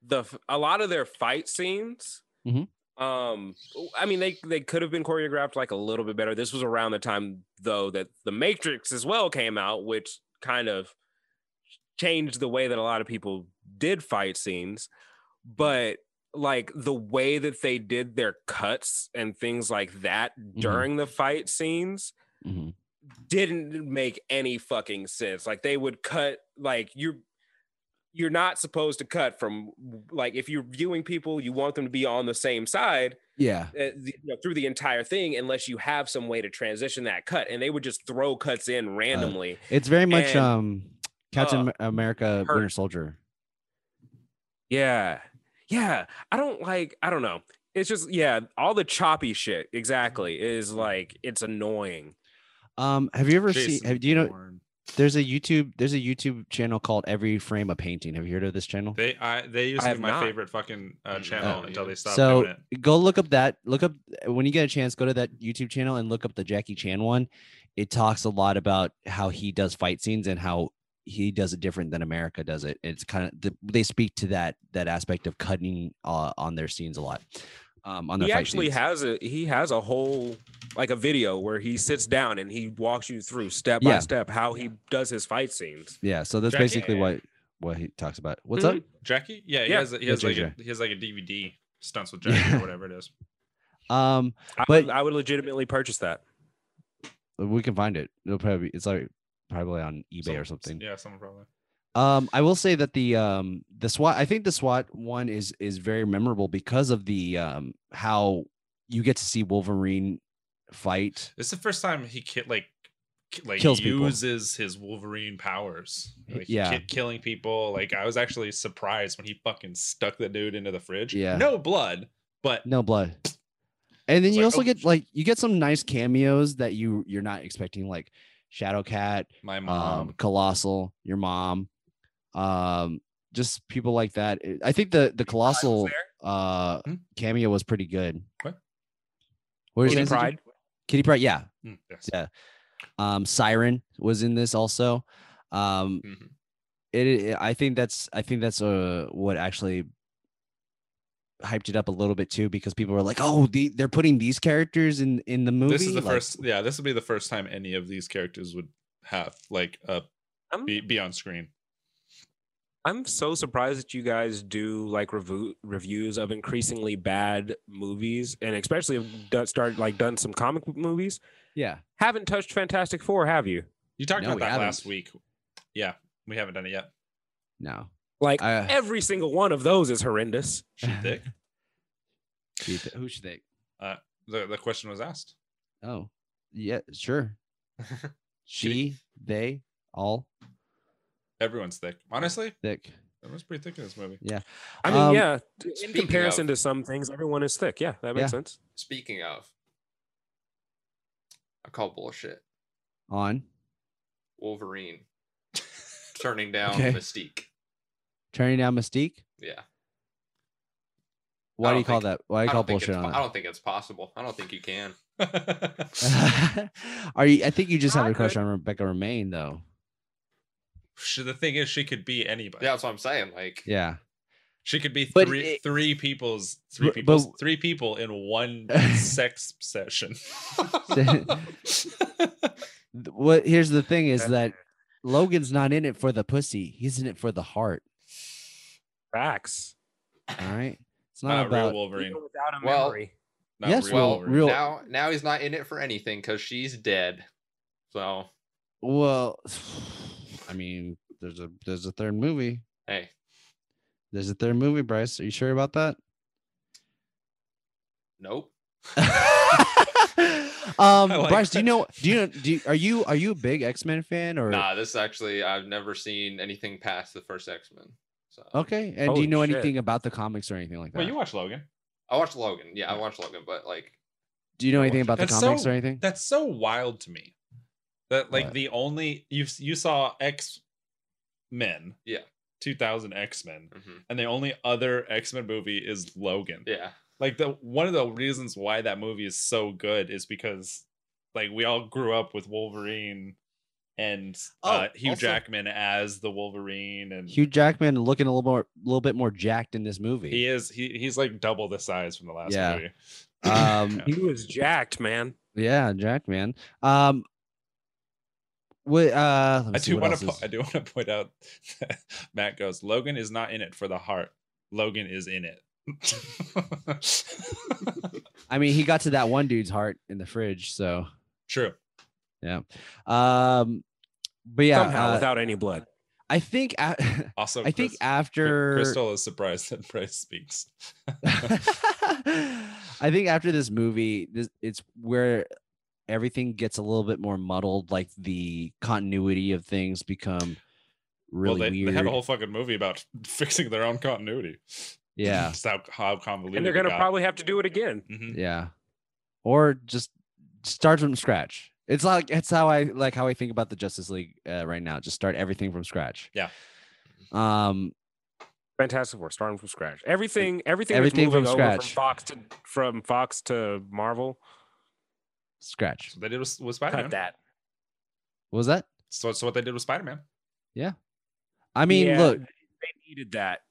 Speaker 2: the f- a lot of their fight scenes.
Speaker 1: Mhm.
Speaker 2: Um, I mean they they could have been choreographed like a little bit better. This was around the time though that The Matrix as well came out, which kind of changed the way that a lot of people did fight scenes. But like the way that they did their cuts and things like that during the fight scenes
Speaker 1: Mhm.
Speaker 2: didn't make any fucking sense. Like they would cut like you're you're not supposed to cut from like if you're viewing people, you want them to be on the same side
Speaker 1: yeah
Speaker 2: uh, the- you know, through the entire thing, unless you have some way to transition that cut. And they would just throw cuts in randomly.
Speaker 1: it's very much
Speaker 2: and,
Speaker 1: um captain
Speaker 2: uh,
Speaker 1: Am- america
Speaker 2: her-
Speaker 1: winter soldier
Speaker 2: yeah, yeah. I don't like. I don't know. It's just yeah, all the choppy shit. Exactly is like it's annoying.
Speaker 1: um have you ever seen
Speaker 5: Jason
Speaker 1: have do you know
Speaker 5: Bourne.
Speaker 1: there's a youtube there's a youtube channel called every frame a painting have you heard of this channel
Speaker 5: they i they used
Speaker 2: I
Speaker 5: to
Speaker 2: have
Speaker 5: be my
Speaker 2: not.
Speaker 5: favorite fucking uh, channel
Speaker 4: Oh,
Speaker 5: until
Speaker 4: yeah.
Speaker 5: they stopped
Speaker 1: So-
Speaker 5: doing it
Speaker 1: go look up that look up when you get a chance go to that youtube channel and look up the jackie chan one it talks a lot about how he does fight scenes and how he does it different than america does it it's kind of the, they speak to that that aspect of cutting uh, on their scenes a lot um on their
Speaker 2: he
Speaker 1: fight
Speaker 2: actually
Speaker 1: scenes.
Speaker 2: has a he has a whole like a video where he sits down and he walks you through step
Speaker 1: Yeah.
Speaker 2: by step how he does his fight scenes.
Speaker 1: yeah so that's
Speaker 5: Jackie-
Speaker 1: basically what what he talks about what's up
Speaker 5: jackie yeah he
Speaker 2: Yeah.
Speaker 5: has he
Speaker 1: Yeah,
Speaker 5: has like a,
Speaker 1: JJ.
Speaker 5: he has like a dvd stunts with jackie
Speaker 1: Yeah.
Speaker 5: or whatever it is
Speaker 2: Mm-hmm.
Speaker 1: um
Speaker 2: I,
Speaker 1: But-
Speaker 2: would, I would legitimately purchase that.
Speaker 1: we can find it it'll probably it's like probably on ebay
Speaker 5: Some-
Speaker 1: or something
Speaker 5: yeah someone probably
Speaker 1: Um, I will say that the um the SWAT I think the SWAT one is is very memorable because of the um how you get to see Wolverine fight.
Speaker 5: It's the first time he ki- like ki- like
Speaker 1: Kills people.
Speaker 5: uses his Wolverine powers. Like, he
Speaker 1: Yeah.
Speaker 5: ki- killing people. Like I was actually surprised when he fucking stuck the dude into the fridge.
Speaker 1: Yeah.
Speaker 5: no blood, but
Speaker 1: No blood. And then
Speaker 5: It's
Speaker 1: you
Speaker 5: like,
Speaker 1: also
Speaker 5: oh,
Speaker 1: get
Speaker 5: sh-
Speaker 1: like you get some nice cameos that you you're not expecting, like Shadowcat,
Speaker 5: my mom.
Speaker 1: um, Colossal, your mom, um, just people like that. It- I think the the Colossal uh
Speaker 5: Hmm?
Speaker 1: cameo was pretty good.
Speaker 5: What?
Speaker 1: What was your name,
Speaker 2: Kitty
Speaker 1: Suji?
Speaker 2: Pryde.
Speaker 1: Kitty Pride, yeah.
Speaker 5: Mm, yes.
Speaker 1: Yeah. Um, Siren was in this also. Um,
Speaker 4: Mhm.
Speaker 1: it, it- I think that's I think that's uh what actually hyped it up a little bit too because people were like, oh, the, they're putting these characters in in the movie.
Speaker 5: This is the
Speaker 1: Like,
Speaker 5: first. Yeah, this would be the first time any of these characters would have like uh
Speaker 2: I'm-
Speaker 5: be, be on screen.
Speaker 2: I'm so surprised that you guys do like review reviews of increasingly bad movies, and especially have done, started like done some comic book movies.
Speaker 1: Yeah.
Speaker 2: Haven't touched Fantastic Four, have you?
Speaker 5: You talked
Speaker 1: No,
Speaker 5: about
Speaker 1: we
Speaker 5: that
Speaker 1: haven't.
Speaker 5: last week. Yeah, we haven't done it yet.
Speaker 1: No.
Speaker 2: Like eh.
Speaker 1: Uh,
Speaker 2: every single one of those is horrendous.
Speaker 5: She thick.
Speaker 1: who th- who should they?
Speaker 5: The the question was asked.
Speaker 1: Oh, yeah, sure. she, they, all
Speaker 5: Everyone's thick. Honestly,
Speaker 1: thick.
Speaker 5: everyone's pretty thick in this movie.
Speaker 2: I mean,
Speaker 1: Um,
Speaker 2: yeah, t- in
Speaker 4: speaking
Speaker 2: comparison
Speaker 4: of-
Speaker 2: to some things, everyone is thick. Yeah, that makes
Speaker 1: Yeah.
Speaker 2: sense.
Speaker 4: Speaking of, I call bullshit.
Speaker 1: On
Speaker 4: Wolverine turning down
Speaker 1: Okay.
Speaker 4: Mystique.
Speaker 1: turning down Mystique.
Speaker 4: Yeah.
Speaker 1: Why do
Speaker 4: don't
Speaker 1: you call
Speaker 4: think-
Speaker 1: that? Why do
Speaker 4: I,
Speaker 1: you call
Speaker 4: don't think
Speaker 1: bullshit
Speaker 4: it's,
Speaker 1: on
Speaker 4: po-
Speaker 1: that?
Speaker 4: I don't think it's possible. I don't think you can.
Speaker 1: Are you? I think you just have
Speaker 2: I
Speaker 1: a crush
Speaker 2: could-
Speaker 1: on Rebecca Romaine, though.
Speaker 5: She, the thing is, she could be anybody.
Speaker 4: Yeah, that's what I'm saying. Like,
Speaker 1: Yeah.
Speaker 5: She could be
Speaker 1: But
Speaker 5: three
Speaker 1: it-
Speaker 5: three people's three
Speaker 1: But-
Speaker 5: people's
Speaker 1: but-
Speaker 5: three people in one sex session.
Speaker 1: Th- What? Here's the thing: is that Logan's not in it for the pussy. He's in it for the heart.
Speaker 2: Facts.
Speaker 1: All right. It's not
Speaker 5: Not real
Speaker 1: about.
Speaker 5: Wolverine.
Speaker 2: Even without a
Speaker 4: Well,
Speaker 2: memory.
Speaker 5: Not
Speaker 1: Yes,
Speaker 5: real
Speaker 4: well,
Speaker 5: Wolverine.
Speaker 1: real-
Speaker 4: now now he's not in it for anything because she's dead. So
Speaker 1: Well, I mean, there's a there's a third movie.
Speaker 4: hey,
Speaker 1: There's a third movie, Bryce. Are you sure about that?
Speaker 4: nope.
Speaker 1: um,
Speaker 5: I like
Speaker 1: Bryce, do you
Speaker 5: that.
Speaker 1: know? Do you know? Do you, are you are you a big X Men fan or?
Speaker 4: Nah, this actually I've never seen anything past the first X Men. So
Speaker 1: Okay, and do
Speaker 2: Holy
Speaker 1: you know
Speaker 2: shit.
Speaker 1: anything about the comics or anything like that?
Speaker 5: Well, you watch Logan.
Speaker 4: I watched Logan. Yeah, I watched Logan, but like,
Speaker 1: do you know anything about the
Speaker 5: That's
Speaker 1: comics
Speaker 5: so-
Speaker 1: or anything?
Speaker 5: That's so wild to me. That like
Speaker 1: What?
Speaker 5: the only you you saw X Men.
Speaker 4: Yeah.
Speaker 5: 2000 X-Men
Speaker 4: mhm,
Speaker 5: and the only other X-Men movie is Logan.
Speaker 4: yeah,
Speaker 5: Like the one of the reasons why that movie is so good is because like we all grew up with Wolverine and uh,
Speaker 1: Oh,
Speaker 5: Hugh
Speaker 1: also-
Speaker 5: Jackman as the Wolverine and
Speaker 1: Hugh Jackman looking a little more, little bit more jacked in this movie.
Speaker 5: He is. He he's like double the size from the last
Speaker 1: Yeah.
Speaker 5: movie.
Speaker 1: Um,
Speaker 2: He was jacked, man.
Speaker 1: Yeah, Jackman. Um, what? Uh, let me
Speaker 5: I
Speaker 1: see
Speaker 5: do
Speaker 1: what
Speaker 5: want
Speaker 1: else
Speaker 5: to. Po-
Speaker 1: is-
Speaker 5: I do want to point out. that Matt goes. Logan is not in it for the heart. Logan is in it.
Speaker 1: I mean, he got to that one dude's heart in the fridge. So,
Speaker 5: True.
Speaker 1: um, but yeah,
Speaker 2: Somehow
Speaker 1: uh,
Speaker 2: without any blood.
Speaker 1: I think a-
Speaker 5: Also,
Speaker 1: I think
Speaker 5: Chris-
Speaker 1: after
Speaker 5: Crystal is surprised that Bryce speaks.
Speaker 1: I think after this movie, this it's where everything gets a little bit more muddled. Like the continuity of things become really
Speaker 5: well, they,
Speaker 1: weird.
Speaker 5: they had a whole fucking movie about fixing their own continuity.
Speaker 1: yeah,
Speaker 5: Just how, how convoluted.
Speaker 2: And they're
Speaker 5: it
Speaker 2: gonna
Speaker 5: got.
Speaker 2: probably have to do it again.
Speaker 5: Mhm.
Speaker 1: yeah, or just start from scratch. It's like it's how I like how I think about the Justice League uh, right now. Just start everything from scratch.
Speaker 5: Yeah.
Speaker 1: Um.
Speaker 2: Fantastic Four, starting from scratch. Everything, everything,
Speaker 1: Everything
Speaker 2: that's
Speaker 1: from
Speaker 2: moving over
Speaker 1: scratch.
Speaker 2: from Fox to from Fox to Marvel.
Speaker 1: Scratch.
Speaker 5: So they did with, with
Speaker 2: Cut
Speaker 5: Spider Man.
Speaker 2: that.
Speaker 1: What was that?
Speaker 5: So, so what they did with Spider Man.
Speaker 1: I mean,
Speaker 2: Yeah,
Speaker 1: look.
Speaker 2: they needed that.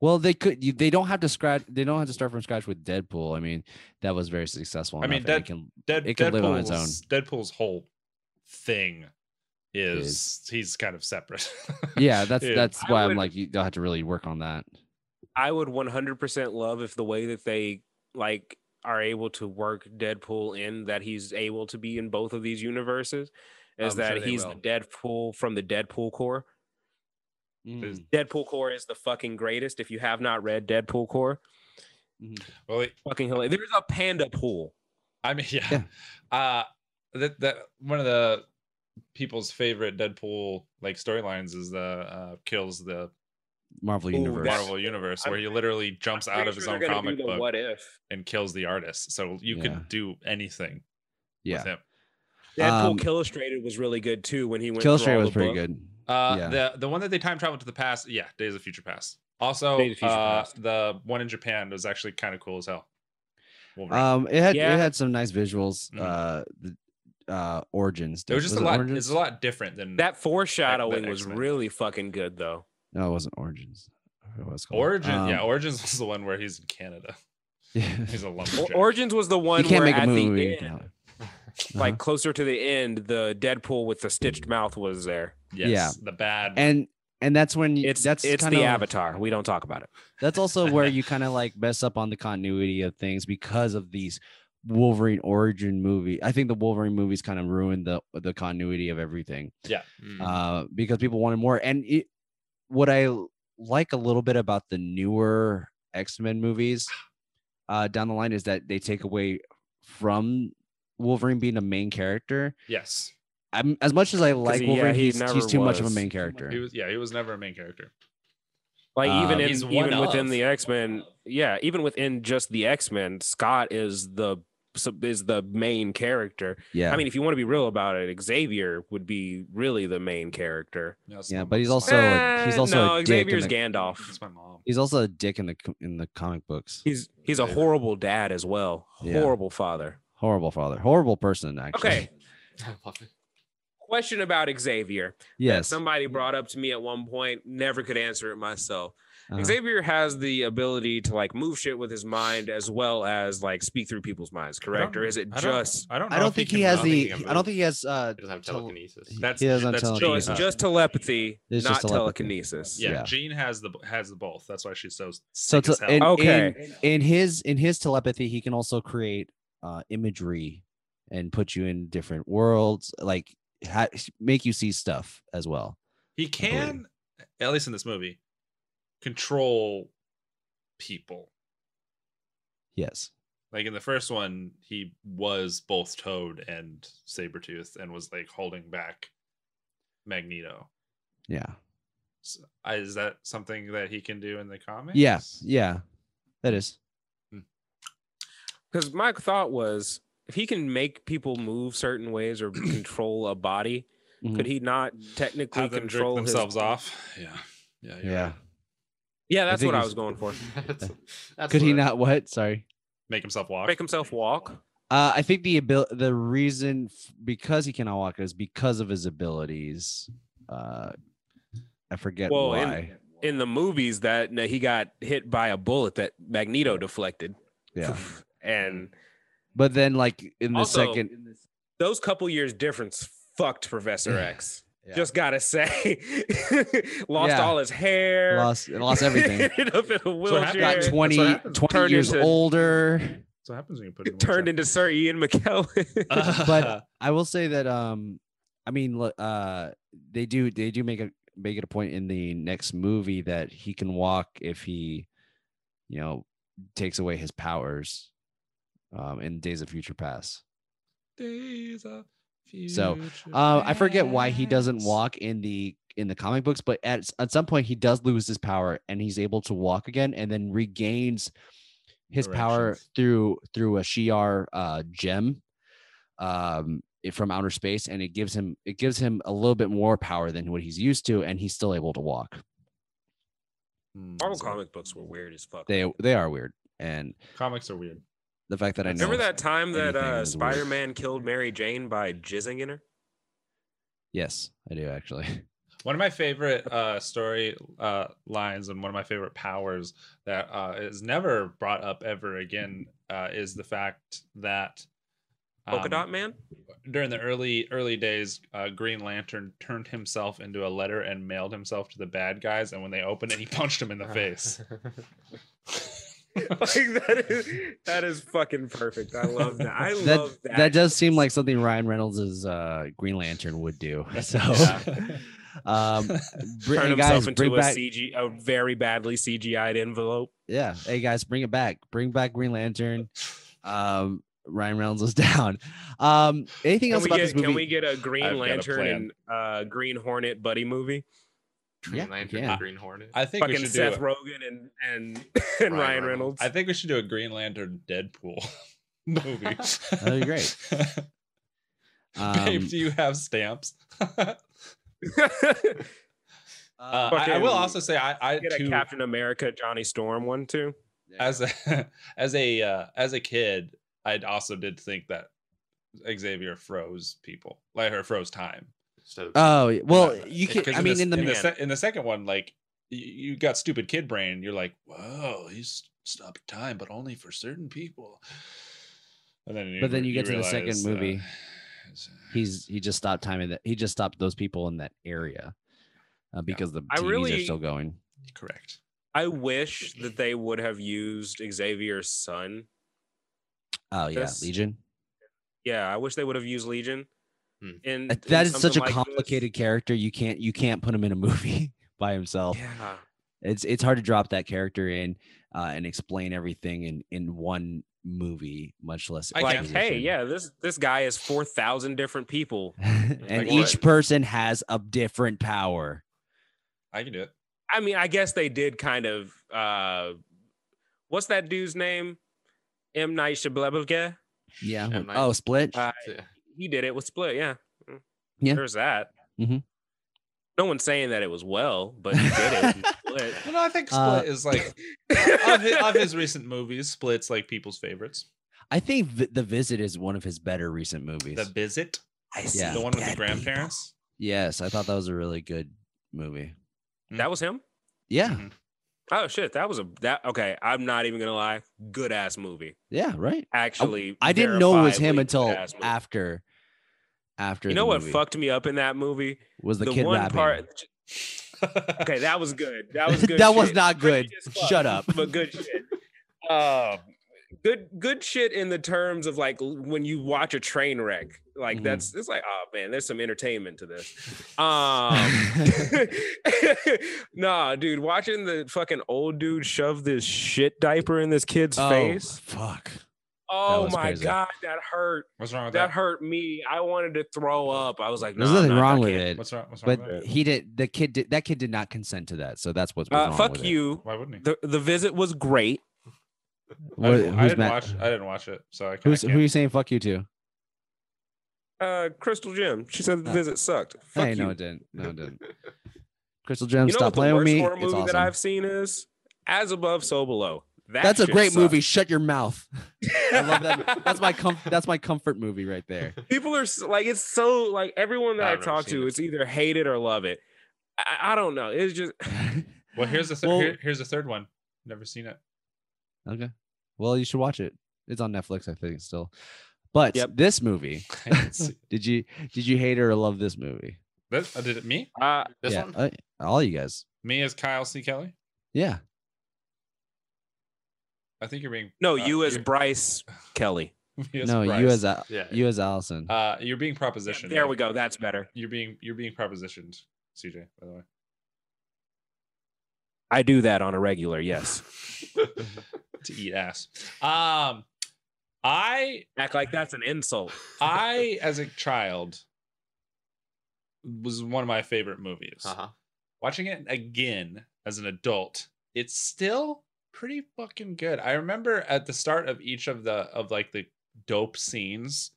Speaker 1: Well, they could. You, they don't have to scratch. They don't have to start from scratch with Deadpool. I mean, that was very successful.
Speaker 5: I mean,
Speaker 1: enough, and it can
Speaker 5: Dead- Dead,
Speaker 1: It can live on its
Speaker 5: Deadpool's- Deadpool's whole thing is, he's kind of separate.
Speaker 1: yeah that's
Speaker 5: Yeah.
Speaker 1: that's
Speaker 2: I
Speaker 1: why i'm
Speaker 2: would-
Speaker 1: like you don't have to really work on that
Speaker 2: I would 100% love if the way that they like are able to work Deadpool in that he's able to be in both of these universes is
Speaker 1: I'm
Speaker 2: that
Speaker 1: sure they
Speaker 2: he's the
Speaker 1: will.
Speaker 2: Deadpool from the Deadpool core. Deadpool core is the fucking greatest if you have not read Deadpool core.
Speaker 1: Mm-hmm.
Speaker 5: Well, wait,
Speaker 2: Fucking hilarious. There's a panda pool.
Speaker 5: I mean, yeah.
Speaker 1: Yeah.
Speaker 5: Uh that that one of the people's favorite Deadpool like storylines is the uh kills the
Speaker 1: Marvel
Speaker 2: Ooh,
Speaker 1: Universe.
Speaker 2: that's-
Speaker 5: Marvel universe
Speaker 2: I'm-
Speaker 5: where he literally jumps out
Speaker 2: Pretty
Speaker 5: of his
Speaker 2: sure
Speaker 5: own
Speaker 2: they're gonna do
Speaker 5: comic
Speaker 2: the
Speaker 5: book
Speaker 2: What if?
Speaker 5: and kills the artist. So you
Speaker 1: Yeah.
Speaker 5: can do anything
Speaker 1: yeah.
Speaker 5: with him.
Speaker 1: Um,
Speaker 2: Deadpool Illustrated was really good too when he went.
Speaker 1: Kill
Speaker 2: through all
Speaker 1: was
Speaker 2: the
Speaker 1: pretty
Speaker 2: books.
Speaker 1: good.
Speaker 5: Uh
Speaker 1: Yeah.
Speaker 5: the the one that they time traveled to the past, yeah, Days of Future Past. Also,
Speaker 2: Days of Future
Speaker 5: uh,
Speaker 2: Past.
Speaker 5: the one in Japan was actually kind of cool as hell. Wolverine.
Speaker 1: Um, it had
Speaker 2: Yeah. Mm-hmm.
Speaker 1: it had some nice visuals.
Speaker 5: Mhm.
Speaker 1: Uh, the uh, origins.
Speaker 5: it was just a lot. It's
Speaker 1: Origins?
Speaker 5: a lot different than
Speaker 2: That foreshadowing
Speaker 5: That
Speaker 2: was
Speaker 5: X-Men.
Speaker 2: really fucking good though.
Speaker 1: No, it wasn't origins. I forgot what it's called.
Speaker 5: Origin. yeah,
Speaker 1: Um,
Speaker 5: Origins was the one where he's in Canada.
Speaker 1: yeah.
Speaker 5: He's a
Speaker 2: Or-
Speaker 5: lumberjack.
Speaker 2: Origins was the one
Speaker 1: you can't
Speaker 2: where
Speaker 1: make
Speaker 2: at
Speaker 1: a movie.
Speaker 2: the end,
Speaker 1: without-
Speaker 2: like
Speaker 1: Uh-huh.
Speaker 2: closer to the end, the Deadpool with the stitched mouth was there.
Speaker 5: yes,
Speaker 1: yeah.
Speaker 5: the bad.
Speaker 1: and and that's when you,
Speaker 2: It's
Speaker 1: that's
Speaker 2: it's
Speaker 1: kinda,
Speaker 2: the Avatar. We don't talk about it.
Speaker 1: That's also where you kind of like mess up on the continuity of things because of these Wolverine origin movie. I think the Wolverine movies kind of ruined the the continuity of everything.
Speaker 2: Mm-hmm.
Speaker 1: uh, because people wanted more. And it, what I l- like a little bit about the newer X Men movies uh, down the line is that they take away from Wolverine being a main character.
Speaker 5: yes,
Speaker 1: I'm, as much as I like
Speaker 2: he- yeah,
Speaker 1: Wolverine,
Speaker 2: he
Speaker 1: he's,
Speaker 2: never
Speaker 1: he's too much of a
Speaker 2: was.
Speaker 1: main character.
Speaker 5: he was. Yeah, he was never a main character.
Speaker 2: Like
Speaker 1: Uh,
Speaker 2: even in,
Speaker 4: He's one
Speaker 2: even within
Speaker 4: of.
Speaker 2: the X Men, yeah, even within just the X Men, Scott is the sub- is the main character.
Speaker 1: yeah,
Speaker 2: I mean, if you want to be real about it, Xavier would be really the main character.
Speaker 5: Yes,
Speaker 1: yeah,
Speaker 5: my
Speaker 1: but he's
Speaker 5: mom's
Speaker 1: also
Speaker 5: like,
Speaker 1: a, he's
Speaker 2: Eh,
Speaker 1: also
Speaker 2: no,
Speaker 1: a dick in
Speaker 2: Xavier's
Speaker 1: the,
Speaker 2: Gandalf.
Speaker 5: It's my mom.
Speaker 1: he's also a dick in the co- in the comic books.
Speaker 2: He's he's a
Speaker 4: Yeah.
Speaker 2: horrible dad as well.
Speaker 1: Yeah.
Speaker 2: Horrible father.
Speaker 1: Horrible father, horrible person. Actually,
Speaker 2: Okay.
Speaker 4: I love it.
Speaker 2: Question about Xavier.
Speaker 1: yes,
Speaker 2: Somebody brought up to me at one point, never could answer it myself.
Speaker 1: Uh-huh.
Speaker 2: Xavier has the ability to like move shit with his mind as well as like speak through people's minds, correct?
Speaker 5: don't-
Speaker 2: Or is it
Speaker 5: I don't,
Speaker 2: just
Speaker 5: I don't. Know
Speaker 1: I don't
Speaker 5: if
Speaker 1: think
Speaker 5: can
Speaker 1: he has
Speaker 5: run.
Speaker 4: I don't think
Speaker 1: the.
Speaker 4: he can
Speaker 1: I don't
Speaker 4: move.
Speaker 1: think he has. Uh,
Speaker 4: He doesn't have
Speaker 1: Tele-
Speaker 4: telekinesis.
Speaker 1: he-
Speaker 5: That's-
Speaker 1: he doesn't have
Speaker 5: that's
Speaker 1: telekinesis.
Speaker 5: Gene.
Speaker 2: so it's
Speaker 5: Uh,
Speaker 2: just telepathy,
Speaker 1: It's
Speaker 2: not
Speaker 1: just telepathy.
Speaker 2: telekinesis?
Speaker 5: Yeah,
Speaker 1: yeah.
Speaker 5: Jean has the has the both. That's why she's so. Sick
Speaker 1: so
Speaker 5: as
Speaker 1: te-
Speaker 5: hell.
Speaker 1: in,
Speaker 2: Okay.
Speaker 1: in- in, his in his telepathy he can also create uh imagery and put you in different worlds like ha- make you see stuff as well
Speaker 5: he can, at least in this movie, control people.
Speaker 1: yes
Speaker 5: Like in the first one, he was both Toad and Sabretooth and was like holding back Magneto.
Speaker 1: yeah
Speaker 5: S- I- Is that something that he can do in the comics?
Speaker 1: yeah yeah that is
Speaker 2: Because my thought was, if he can make people move certain ways or control a body,
Speaker 1: Mhm.
Speaker 2: could he not technically
Speaker 5: Have them jerk
Speaker 2: control his-
Speaker 5: themselves off. Yeah. Yeah. you're
Speaker 1: yeah
Speaker 5: right.
Speaker 2: Yeah,
Speaker 1: I
Speaker 2: that's
Speaker 1: think
Speaker 2: what I
Speaker 1: he's-
Speaker 2: was going for.
Speaker 4: That's- that's
Speaker 1: could he
Speaker 4: what I-
Speaker 1: not what sorry
Speaker 5: Make himself walk.
Speaker 2: Make himself walk.
Speaker 1: uh i think the abil- the reason f- because he cannot walk is because of his abilities uh i forget
Speaker 2: Well, in-
Speaker 1: why
Speaker 2: In the movies, that that he got hit by a bullet that Magneto deflected.
Speaker 1: yeah
Speaker 2: and
Speaker 1: but then like in the
Speaker 2: Also-
Speaker 1: second
Speaker 2: those couple years difference fucked Professor X.
Speaker 1: Yeah.
Speaker 2: Just gotta say, lost
Speaker 1: Yeah.
Speaker 2: all his hair,
Speaker 1: lost lost everything
Speaker 2: ended up in a
Speaker 5: happened-
Speaker 2: wheelchair,
Speaker 1: got 20,
Speaker 5: That's what happens.
Speaker 1: 20
Speaker 2: Turned
Speaker 1: years
Speaker 2: into-
Speaker 1: older.
Speaker 5: That's what happens when you put him
Speaker 2: turned into Sir Ian McKellen.
Speaker 1: but- I will say that um I mean look, uh they do they do make a make it a point in the next movie that he can walk if he you know takes away his powers um in Days of Future Past. So, Uh, I forget why he doesn't walk in the in the comic books, but at s- at some point he does lose his power and he's able to walk again and then regains his power
Speaker 5: Directions.
Speaker 1: through through a Shi'ar uh, gem um it- from outer space and it gives him it gives him a little bit more power than what he's used to and he's still able to walk.
Speaker 5: Hmm.
Speaker 2: Marvel comic books were weird as fuck.
Speaker 1: They they are weird and
Speaker 5: Comics are weird.
Speaker 1: the fact that I know
Speaker 2: Remember that time that
Speaker 1: anything
Speaker 2: uh,
Speaker 1: is weird.
Speaker 2: Spider Man killed Mary Jane by jizzing in her?
Speaker 1: yes, I do actually.
Speaker 5: One of my favorite uh, story uh, lines and one of my favorite powers that uh, is never brought up ever again uh, is the fact that
Speaker 2: Polka
Speaker 5: um,
Speaker 2: Dot Man?
Speaker 5: during the early early days, uh, Green Lantern turned himself into a letter and mailed himself to the bad guys, and when they opened it, he punched him in
Speaker 2: Uh.
Speaker 5: the face.
Speaker 2: like, that is, that is fucking perfect. I love that. I
Speaker 1: That
Speaker 2: love that.
Speaker 1: that does seem like something Ryan Reynolds' uh Green Lantern would do. So
Speaker 5: Yeah.
Speaker 1: Um, br-
Speaker 2: Turn
Speaker 1: hey,
Speaker 2: himself
Speaker 1: guys,
Speaker 2: into
Speaker 1: bring
Speaker 2: a
Speaker 1: back,
Speaker 2: CG, a very badly CGI'd envelope.
Speaker 1: yeah. Hey guys, bring it back. Bring back Green Lantern. Um, Ryan Reynolds was down. Um, anything
Speaker 2: Can
Speaker 1: else
Speaker 2: we,
Speaker 1: about
Speaker 2: get,
Speaker 1: this movie?
Speaker 2: can we get a
Speaker 5: I've
Speaker 2: Green
Speaker 5: got a
Speaker 2: Lantern
Speaker 5: plan.
Speaker 2: and uh, Green Hornet buddy movie?
Speaker 4: Green
Speaker 1: Yeah,
Speaker 4: Lantern,
Speaker 1: yeah.
Speaker 4: Green Hornet.
Speaker 5: I think we
Speaker 2: Fucking
Speaker 5: should
Speaker 2: Seth
Speaker 5: do. A,
Speaker 2: Rogen and and, and Ryan,
Speaker 4: Ryan
Speaker 2: Reynolds.
Speaker 4: Reynolds.
Speaker 5: I think we should do a Green Lantern Deadpool movie.
Speaker 1: That'd be great.
Speaker 5: Babe,
Speaker 1: Um,
Speaker 5: do you have stamps? uh,
Speaker 1: uh,
Speaker 5: I, I will
Speaker 2: fucking-
Speaker 5: also say I, I
Speaker 2: get a
Speaker 5: too,
Speaker 2: Captain America Johnny Storm one too.
Speaker 5: as a as a uh, as a kid, I also did think that Xavier froze people, like her froze time.
Speaker 4: So
Speaker 1: oh well,
Speaker 5: Uh,
Speaker 1: you can.
Speaker 5: 'cause
Speaker 1: I
Speaker 5: in
Speaker 1: mean, in the
Speaker 5: in the,
Speaker 2: man.
Speaker 5: se- in the second one, like y- you got stupid kid brain. You're like, whoa, he's stopped time, but only for certain people. And then you,
Speaker 1: But then you get to the
Speaker 5: realize, uh,
Speaker 1: second movie.
Speaker 5: it's- uh,
Speaker 1: he's he just stopped timing that he just stopped those people in that area uh, because the
Speaker 2: I
Speaker 1: TVs are
Speaker 2: really-
Speaker 1: still going.
Speaker 5: correct.
Speaker 2: I wish that they would have used Xavier's son.
Speaker 1: Oh yeah,
Speaker 2: This-
Speaker 1: Legion.
Speaker 2: Yeah, I wish they would have used Legion.
Speaker 4: Hmm.
Speaker 2: And
Speaker 1: That- that is such a complicated character. You can't you can't put him in a movie by himself.
Speaker 2: Yeah.
Speaker 1: It's it's hard to drop that character in uh, and explain everything in in one movie, much less
Speaker 5: I
Speaker 2: Like,
Speaker 5: can't-
Speaker 2: hey,
Speaker 1: exposition.
Speaker 2: yeah, this this guy is four thousand different people.
Speaker 1: and
Speaker 4: Like
Speaker 1: each
Speaker 4: what?
Speaker 1: person has a different power.
Speaker 5: I can do it.
Speaker 2: I mean, I guess they did kind of. uh What's that dude's name? M Night Shyamalan.
Speaker 1: Yeah.
Speaker 4: Am I-
Speaker 1: Oh, split.
Speaker 2: Uh,
Speaker 4: yeah.
Speaker 2: He did it with Split. Yeah. Mm.
Speaker 1: Yeah.
Speaker 2: There's that.
Speaker 1: Mhm.
Speaker 2: No one's saying that it was well, but he did it. with Split.
Speaker 5: Well, no, I think Split
Speaker 1: Uh,
Speaker 5: is like of his, of his recent movies, Split's like people's favorites.
Speaker 1: I think v- The Visit is one of his better recent movies.
Speaker 5: The Visit,
Speaker 1: I
Speaker 5: the one with the grandparents.
Speaker 1: Yes, I thought that was a really good movie.
Speaker 2: That was him.
Speaker 1: Yeah.
Speaker 5: Mhm.
Speaker 2: Oh shit, that was a that okay. I'm not even gonna lie. Good ass movie.
Speaker 1: Yeah. Right.
Speaker 2: Actually,
Speaker 1: I didn't know it was him
Speaker 2: verifiably
Speaker 1: until
Speaker 2: good-ass movie.
Speaker 1: after. After
Speaker 2: You
Speaker 1: the
Speaker 2: know what
Speaker 1: movie,
Speaker 2: fucked me up in that movie?
Speaker 1: was the,
Speaker 2: the
Speaker 1: kid
Speaker 2: one
Speaker 1: rapping.
Speaker 2: part. Okay, that was good. That was good.
Speaker 1: That was
Speaker 2: shit.
Speaker 1: not
Speaker 2: Cringy
Speaker 1: good.
Speaker 2: as fuck,
Speaker 1: Shut up.
Speaker 2: But good shit. Um, good good shit in the terms of like l- when you watch a train wreck. Like
Speaker 1: Mhm.
Speaker 2: that's it's like oh man, there's some entertainment to this. Um, nah, dude, watching the fucking old dude shove this shit diaper in this kid's
Speaker 1: oh
Speaker 2: face.
Speaker 1: fuck!
Speaker 2: Oh
Speaker 1: was
Speaker 2: my
Speaker 1: crazy.
Speaker 2: god, that hurt.
Speaker 5: What's wrong with
Speaker 2: That
Speaker 5: that?
Speaker 2: hurt me. I wanted to throw up. I was like,
Speaker 1: There's
Speaker 2: nah,
Speaker 1: nothing
Speaker 2: nah, I
Speaker 1: wrong with
Speaker 2: can't.
Speaker 1: it,
Speaker 5: What's wrong? What's wrong
Speaker 1: but
Speaker 5: with that?
Speaker 1: he did. The kid did. That kid did not consent to that, so that's what's
Speaker 2: Uh,
Speaker 1: wrong
Speaker 2: fuck
Speaker 1: with it.
Speaker 2: you.
Speaker 5: Why wouldn't he?
Speaker 2: The the visit was great.
Speaker 1: What-
Speaker 5: I,
Speaker 1: who's
Speaker 5: didn't, I didn't
Speaker 1: Matt-
Speaker 5: watch. I didn't watch it, so I
Speaker 1: Who's
Speaker 5: can't.
Speaker 1: who? You saying fuck you to?
Speaker 2: Uh, Crystal Jim. She said the
Speaker 1: Uh,
Speaker 2: visit sucked. Fuck
Speaker 1: hey,
Speaker 2: you.
Speaker 1: no, it didn't. No, it didn't. Crystal Jones,
Speaker 2: you know
Speaker 1: stop
Speaker 2: what the
Speaker 1: playing with
Speaker 2: worst
Speaker 1: me.
Speaker 2: horror
Speaker 1: It's
Speaker 2: movie
Speaker 1: awesome.
Speaker 2: that I've seen is As Above, So Below. That
Speaker 1: that's a
Speaker 2: shit
Speaker 1: great
Speaker 2: sucked.
Speaker 1: movie. Shut your mouth. I love that. That's my com- that's my comfort movie right there.
Speaker 2: people are s- like it's so like everyone that
Speaker 4: I've
Speaker 2: i
Speaker 4: never
Speaker 2: talk
Speaker 4: seen
Speaker 2: to
Speaker 4: it.
Speaker 2: it's either hate it or love it i, I don't know it's just
Speaker 5: Well, here's the th-
Speaker 1: Well-
Speaker 5: here, here's the third one. Never seen it.
Speaker 1: Okay. Well, you should watch it. It's on Netflix, I think, still. But
Speaker 2: Yep.
Speaker 1: this movie,
Speaker 5: I didn't see-
Speaker 1: did you did you hate or love this movie?
Speaker 5: This, uh, did it me?
Speaker 2: uh,
Speaker 4: This
Speaker 1: yeah,
Speaker 4: one?
Speaker 1: uh, all you guys.
Speaker 5: Me as Kyle C. Kelly?
Speaker 1: Yeah.
Speaker 5: I think you're being
Speaker 2: no
Speaker 5: uh,
Speaker 2: you as
Speaker 5: you're-
Speaker 2: Bryce Kelly
Speaker 5: me as
Speaker 1: no, you
Speaker 5: Bryce.
Speaker 1: as Al-
Speaker 4: Yeah.
Speaker 1: you as Allison.
Speaker 5: uh, you're being
Speaker 2: Yeah,
Speaker 5: propositioned.
Speaker 2: there we go that's better
Speaker 5: You're being you're being propositioned, CJ. By the way,
Speaker 2: I do that on a regular yes
Speaker 5: to eat ass. Um, I
Speaker 2: act like that's an insult
Speaker 5: I as a child was one of my favorite movies.
Speaker 4: uh-huh.
Speaker 5: watching it again as an adult, it's still pretty fucking good. I remember at the start of each of the of like the dope scenes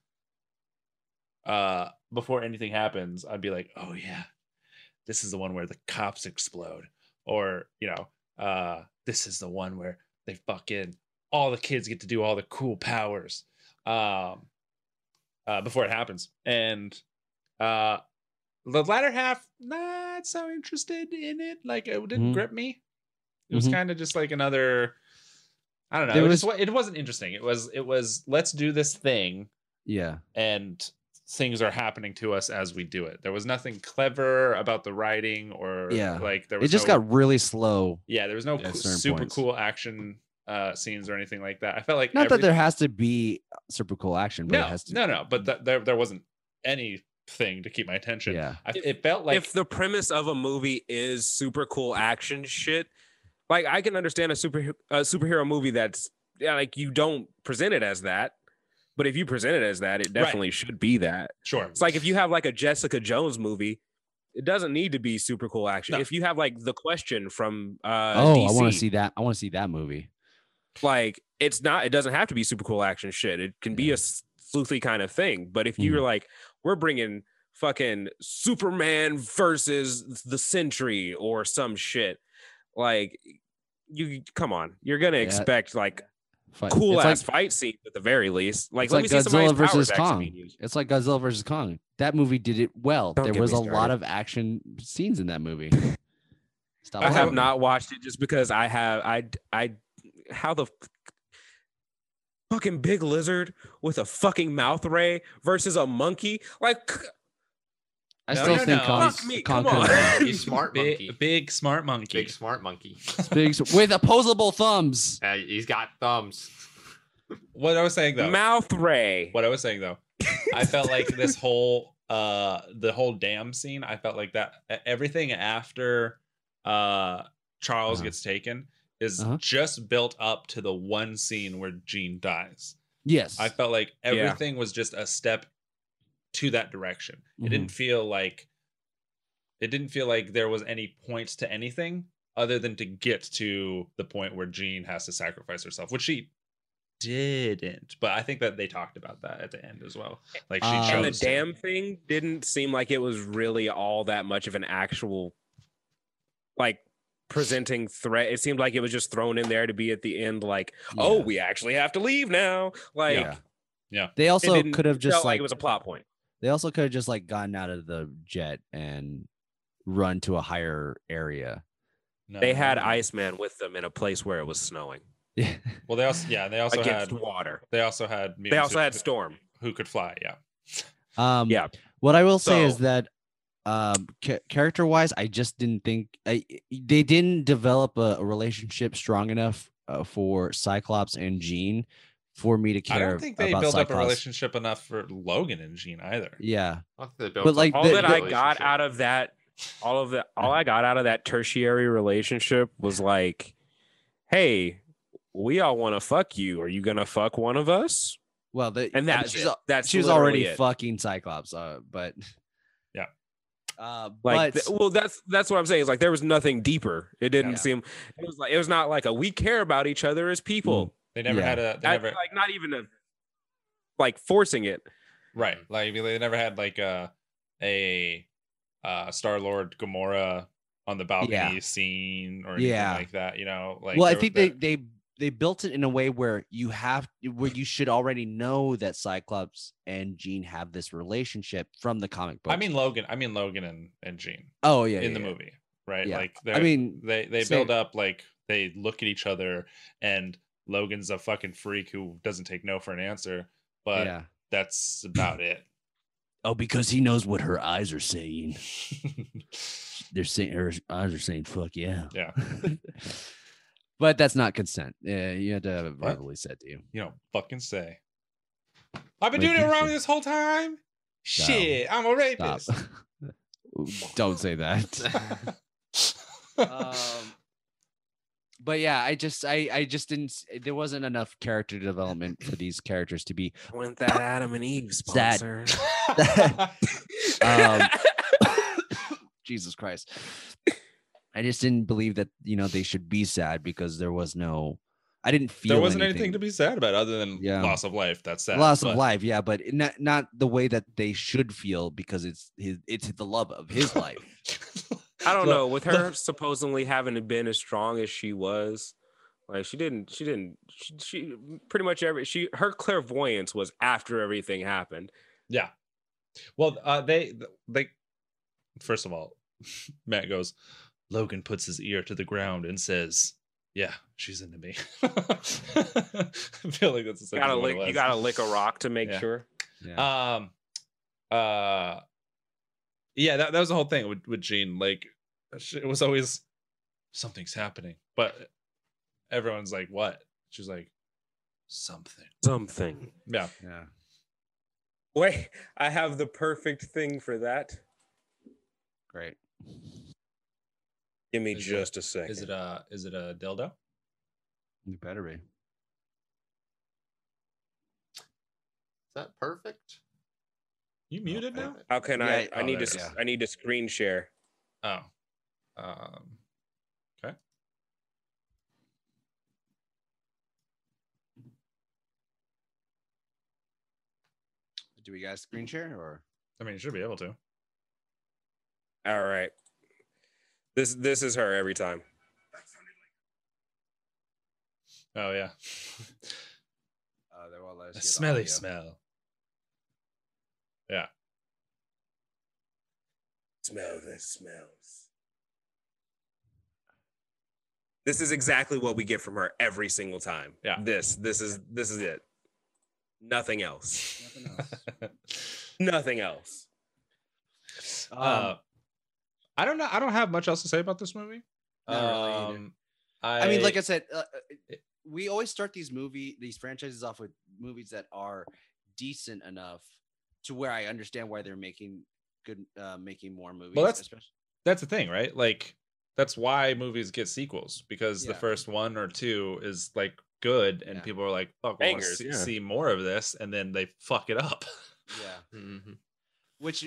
Speaker 5: uh before anything happens, I'd be like, "Oh yeah. This is the one where the cops explode." Or, you know, uh this is the one where they fucking all the kids get to do all the cool powers. Um uh, before it happens. And uh the latter half, not so interested in it. Like it didn't
Speaker 1: Mhm.
Speaker 5: grip me. It was
Speaker 1: Mhm.
Speaker 5: kind of just like another. I don't know.
Speaker 1: There
Speaker 5: it, just wa- it wasn't interesting. It was. It was. Let's do this thing,
Speaker 1: yeah.
Speaker 5: and things are happening to us as we do it. There was nothing clever about the writing, or
Speaker 1: Yeah.
Speaker 5: like there
Speaker 1: It
Speaker 5: was.
Speaker 1: just
Speaker 5: no-
Speaker 1: got really slow.
Speaker 5: Yeah, there was no
Speaker 1: at
Speaker 5: coo-
Speaker 1: certain
Speaker 5: super
Speaker 1: points.
Speaker 5: cool action uh scenes or anything like that. I felt like
Speaker 1: Not that
Speaker 5: every-
Speaker 1: there has to be super cool action, but it
Speaker 5: no,
Speaker 1: has to
Speaker 5: no, no. But th- there, there wasn't any thing to keep my attention.
Speaker 1: yeah.
Speaker 5: I, it felt like
Speaker 2: if the premise of a movie is super cool action shit, like I can understand a super a superhero movie that's yeah, like you don't present it as that, but if you present it as that, it definitely should be that.
Speaker 5: sure.
Speaker 2: It's like if you have like a Jessica Jones movie, it doesn't need to be super cool action.
Speaker 5: No.
Speaker 2: If you have like the question from uh,
Speaker 1: oh, I want
Speaker 2: DC,
Speaker 1: to see that. I want to see that movie.
Speaker 2: like it's not it doesn't have to be super cool action shit it can be a s- sleuthy kind of thing but if
Speaker 1: Mm-hmm.
Speaker 2: you're like we're bringing fucking superman versus the sentry or some shit like you come on you're gonna
Speaker 1: Yeah.
Speaker 2: expect like
Speaker 1: Fi-
Speaker 2: cool
Speaker 1: it's
Speaker 2: ass
Speaker 1: like,
Speaker 2: fight scenes at the very least like
Speaker 1: it's
Speaker 2: let
Speaker 1: like
Speaker 2: me see somebody's
Speaker 1: Godzilla versus
Speaker 2: powers actually
Speaker 1: Kong.
Speaker 2: being used.
Speaker 1: It's like Godzilla versus Kong. That movie did it well.
Speaker 2: Don't
Speaker 1: there
Speaker 2: get
Speaker 1: was
Speaker 2: me
Speaker 1: a lot
Speaker 2: started.
Speaker 1: of action scenes in that movie. Stop
Speaker 2: i have
Speaker 1: lying.
Speaker 2: not watched it just because i have i i how the f- fucking big lizard with a fucking mouth ray versus a monkey like
Speaker 1: I
Speaker 5: No,
Speaker 1: still
Speaker 5: no,
Speaker 1: think
Speaker 5: no.
Speaker 1: Kong,
Speaker 2: Fuck me,
Speaker 1: Kong
Speaker 2: come
Speaker 1: could've
Speaker 2: on.
Speaker 1: won.
Speaker 4: He's smart monkey.
Speaker 5: big, big smart monkey.
Speaker 4: Big smart monkey.
Speaker 1: Big with opposable thumbs.
Speaker 4: Uh, he's got thumbs.
Speaker 5: what I was saying though.
Speaker 2: mouth ray
Speaker 5: what I was saying though, I felt like this whole uh the whole damn scene. I felt like that e- everything after uh Charles
Speaker 1: Uh-huh.
Speaker 5: gets taken is
Speaker 1: Uh-huh.
Speaker 5: just built up to the one scene where Jean dies.
Speaker 1: Yes.
Speaker 5: I felt like
Speaker 2: Yeah.
Speaker 5: everything was just a step to that direction.
Speaker 2: Mm-hmm.
Speaker 5: It didn't feel like it didn't feel like there was any point to anything other than to get to the point where Jean has to sacrifice herself, which she didn't. But I think that they talked about that at the end as well. Like she
Speaker 1: Uh,
Speaker 5: chose
Speaker 2: and the
Speaker 5: to.
Speaker 2: damn thing didn't seem like it was really all that much of an actual like presenting threat it seemed like it was just thrown in there to be at the end like oh
Speaker 1: Yeah.
Speaker 2: we actually have to leave now like
Speaker 1: Yeah.
Speaker 5: Yeah.
Speaker 1: They
Speaker 2: it
Speaker 1: also
Speaker 2: didn't
Speaker 1: could have just
Speaker 2: felt like,
Speaker 1: like,
Speaker 2: it was a plot point
Speaker 1: they also could have just like gotten out of the jet and run to a higher area.
Speaker 5: No,
Speaker 2: they had
Speaker 5: no.
Speaker 2: iceman with them in a place where it was snowing
Speaker 5: Well, they also yeah, they also
Speaker 2: against
Speaker 5: had
Speaker 2: water
Speaker 5: they also had
Speaker 2: they
Speaker 5: mutants
Speaker 2: also
Speaker 5: who-
Speaker 2: had storm
Speaker 5: who could fly. Yeah,
Speaker 1: Um,
Speaker 2: Yeah.
Speaker 1: What I will say is
Speaker 2: So-
Speaker 1: that um, ca- character wise, I just didn't think I, they didn't develop a, a relationship strong enough uh, for Cyclops and Jean for me to
Speaker 5: I
Speaker 1: care
Speaker 5: don't think they
Speaker 1: about
Speaker 5: built
Speaker 1: Cyclops.
Speaker 5: up a relationship enough for Logan and Jean either.
Speaker 1: Yeah.
Speaker 4: Not that they built up
Speaker 1: like,
Speaker 4: a
Speaker 2: all
Speaker 1: the-
Speaker 2: that i got
Speaker 4: relationship.
Speaker 2: out of that all of the all i got out of that tertiary relationship was like hey we all want to fuck you are you gonna fuck one of us
Speaker 1: Well, the,
Speaker 2: and that's
Speaker 1: she's
Speaker 2: it. that's
Speaker 1: she was
Speaker 2: literally
Speaker 1: already
Speaker 2: it.
Speaker 1: fucking Cyclops, uh, but
Speaker 5: Yeah.
Speaker 1: uh,
Speaker 2: like
Speaker 1: but
Speaker 2: th- well that's that's what i'm saying is like there was nothing deeper it didn't
Speaker 1: Yeah.
Speaker 2: seem it was like it was not like a we care about each other as people
Speaker 5: They never
Speaker 1: Yeah.
Speaker 5: had a they
Speaker 2: I-
Speaker 5: never
Speaker 2: like not even a like forcing it
Speaker 5: Right.
Speaker 1: Mm-hmm.
Speaker 5: Like they never had like a a uh Star Lord Gamora on the balcony
Speaker 1: Yeah.
Speaker 5: scene or anything
Speaker 1: Yeah.
Speaker 5: like that, you know? Like
Speaker 1: well, I
Speaker 5: there-
Speaker 1: think
Speaker 5: there-
Speaker 1: they they they built it in a way where you have where you should already know that Cyclops and Jean have this relationship from the comic book.
Speaker 5: I mean Logan, I mean Logan and and Jean
Speaker 1: oh yeah,
Speaker 5: in
Speaker 1: yeah,
Speaker 5: the
Speaker 1: yeah.
Speaker 5: movie, right?
Speaker 1: Yeah.
Speaker 5: Like
Speaker 1: I
Speaker 5: they're-
Speaker 1: mean,
Speaker 5: they they
Speaker 1: same.
Speaker 5: build up like they look at each other and Logan's a fucking freak who doesn't take no for an answer, but
Speaker 1: yeah.
Speaker 5: that's about it.
Speaker 1: Oh, because he knows what her eyes are saying. They're saying her eyes are saying "fuck yeah."
Speaker 5: Yeah.
Speaker 1: but that's not consent. Yeah, you had to have it
Speaker 5: What?
Speaker 1: verbally said to you.
Speaker 5: you know, fucking say. I've
Speaker 1: Like
Speaker 5: been doing it
Speaker 1: you
Speaker 5: wrong
Speaker 1: said-
Speaker 5: this whole time. Shit, I'm a
Speaker 1: Stop.
Speaker 5: rapist.
Speaker 1: Don't say that. um, but yeah, I just I I just didn't. s- There wasn't enough character development for these characters to be.
Speaker 2: went that adam and eve
Speaker 1: Sad.
Speaker 2: sponsor
Speaker 1: Um, Jesus Christ! I just didn't believe that you know they should be sad because there was no. I didn't feel
Speaker 5: there wasn't anything. to be sad about other than
Speaker 1: Yeah.
Speaker 5: loss of life. That's sad.
Speaker 1: loss
Speaker 5: but-
Speaker 1: of life, yeah, but not not the way that they should feel because it's his it's the love of his life.
Speaker 2: i don't
Speaker 5: Look,
Speaker 2: know with her supposedly having been as strong as she was like she didn't she didn't she, she pretty much every she her clairvoyance was after everything happened
Speaker 5: Yeah. Well, uh, they they first of all, Matt goes. Logan puts his ear to the ground and says, "Yeah, she's into me." I feel like that's
Speaker 2: you
Speaker 5: exactly
Speaker 2: gotta
Speaker 5: what
Speaker 2: lick
Speaker 5: it
Speaker 2: you
Speaker 5: was.
Speaker 2: gotta lick a rock to make
Speaker 5: Yeah.
Speaker 2: sure
Speaker 1: Yeah.
Speaker 5: Um, uh, yeah, that, that was the whole thing with with Gene. Like, sh- it was always something's happening, but everyone's like, "What?" She's like, "Something."
Speaker 2: something
Speaker 5: Yeah,
Speaker 1: yeah.
Speaker 2: Wait, I have the perfect thing for that.
Speaker 1: Great.
Speaker 2: Give me
Speaker 5: Is it-
Speaker 2: just a second.
Speaker 5: Is it a is it a dildo?
Speaker 1: You better be.
Speaker 4: that perfect?
Speaker 5: You muted now?
Speaker 2: How can
Speaker 1: Yeah,
Speaker 2: I?
Speaker 1: oh,
Speaker 2: I need
Speaker 1: there
Speaker 2: to.
Speaker 1: it
Speaker 2: s-
Speaker 1: is.
Speaker 2: I need to screen share.
Speaker 5: Oh. Um,
Speaker 1: Do we guys screen share or?
Speaker 5: I mean, you should be able to.
Speaker 2: All right. This this is her every time.
Speaker 5: Oh yeah.
Speaker 1: Uh, they won't let us
Speaker 5: a
Speaker 1: hear the
Speaker 5: smelly
Speaker 1: audio.
Speaker 5: smell.
Speaker 2: Smell this smells. This is exactly what we get from her every single time.
Speaker 5: Yeah.
Speaker 2: This this is this is it. Nothing else.
Speaker 1: Nothing else.
Speaker 5: Uh,
Speaker 2: Nothing else.
Speaker 1: Um,
Speaker 5: uh, I don't know. I don't have much else to say about this movie. Um,
Speaker 1: Not really either.
Speaker 5: I,
Speaker 1: I mean, like I said, uh, uh,
Speaker 5: it-
Speaker 1: we always start these movie these franchises off with movies that are decent enough to where I understand why they're making good uh making more movies.
Speaker 5: that's-
Speaker 1: especially-
Speaker 5: that's the thing, right? Like that's why movies get sequels because the
Speaker 1: Yeah.
Speaker 5: first one or two is like good, and
Speaker 1: Yeah.
Speaker 5: people are like, "Fuck, we want to
Speaker 2: Bangers,
Speaker 5: see,
Speaker 2: yeah.
Speaker 5: see more of this," and then they fuck it up.
Speaker 1: yeah,
Speaker 4: Mm-hmm.
Speaker 1: which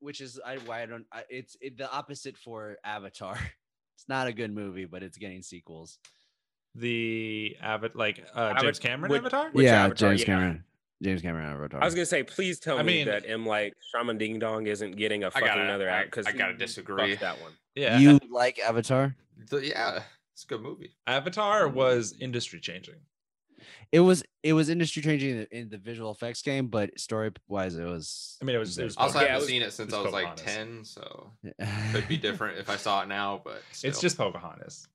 Speaker 1: which is I why I don't I, it's it, the opposite for Avatar. It's not a good movie, but it's getting sequels.
Speaker 5: The avat like uh,
Speaker 2: Ava-
Speaker 5: James Cameron
Speaker 2: which-
Speaker 5: Avatar.
Speaker 2: Which Yeah, Avatar? James Yeah.
Speaker 1: Cameron. James Cameron Avatar.
Speaker 2: I was gonna say, please tell
Speaker 5: I
Speaker 2: me
Speaker 5: mean-
Speaker 2: that M like Shaman Ding Dong isn't getting a
Speaker 4: I
Speaker 2: fucking
Speaker 4: gotta-
Speaker 2: another
Speaker 4: I-
Speaker 2: act because
Speaker 4: I gotta disagree.
Speaker 2: that one.
Speaker 5: yeah,
Speaker 1: You like Avatar?
Speaker 4: yeah, it's a good movie.
Speaker 5: Avatar was industry changing.
Speaker 1: It was it was industry changing in the, in the visual effects game, but story wise, it was.
Speaker 5: I mean, it was. It was
Speaker 4: Also,
Speaker 2: Yeah,
Speaker 4: I
Speaker 2: it
Speaker 4: haven't
Speaker 2: was-
Speaker 4: seen it since
Speaker 5: it
Speaker 4: I
Speaker 5: was
Speaker 4: was like
Speaker 5: Pocahontas.
Speaker 4: ten, so could be different if I saw it now. But
Speaker 5: It's
Speaker 4: still.
Speaker 5: just Pocahontas.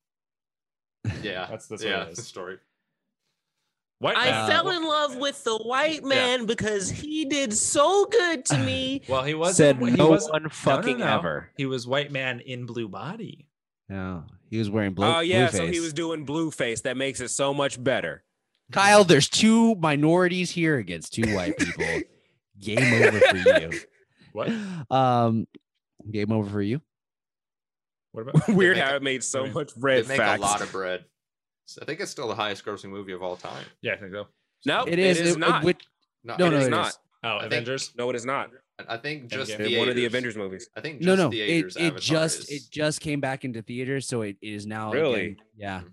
Speaker 4: yeah,
Speaker 5: That's that's
Speaker 4: yeah,
Speaker 5: what it
Speaker 4: it's a
Speaker 5: is.
Speaker 4: story.
Speaker 5: White
Speaker 8: I
Speaker 5: Man-
Speaker 8: fell in love with the white man because he did so good to me.
Speaker 5: Well, he was
Speaker 1: said
Speaker 5: he
Speaker 1: no
Speaker 5: wasn't-
Speaker 1: one fucking
Speaker 5: no.
Speaker 1: ever.
Speaker 5: He was white man in blue body.
Speaker 1: No, he was wearing blue.
Speaker 2: Oh yeah, so
Speaker 1: Blueface.
Speaker 2: he was doing blue face. That makes it so much better.
Speaker 1: Kyle, there's two minorities here against two white people. game over for you.
Speaker 5: What?
Speaker 1: Um, game over for you.
Speaker 5: What about?
Speaker 2: Weird
Speaker 4: make
Speaker 2: how
Speaker 4: a-
Speaker 2: it made so
Speaker 5: they
Speaker 2: much bread
Speaker 4: they make
Speaker 2: facts.
Speaker 4: a lot of bread. So I think it's still the highest grossing movie of all time.
Speaker 5: Yeah, I think so.
Speaker 2: no,
Speaker 1: It is. it- it
Speaker 2: not.
Speaker 1: would-
Speaker 4: No,
Speaker 1: no,
Speaker 4: it
Speaker 1: no,
Speaker 4: is
Speaker 1: it
Speaker 4: not.
Speaker 1: is.
Speaker 5: Oh,
Speaker 4: think-
Speaker 5: Avengers.
Speaker 2: no, it is not.
Speaker 4: I think just
Speaker 5: Endgame.
Speaker 4: the
Speaker 2: one of the Avengers movies.
Speaker 4: I think just
Speaker 1: no, no.
Speaker 4: the
Speaker 1: It,
Speaker 4: Avengers.
Speaker 1: it
Speaker 4: Avatar
Speaker 1: just
Speaker 4: is-
Speaker 1: it just came back into theaters, so it is now again-
Speaker 2: Really?
Speaker 1: yeah,
Speaker 2: Mm-hmm.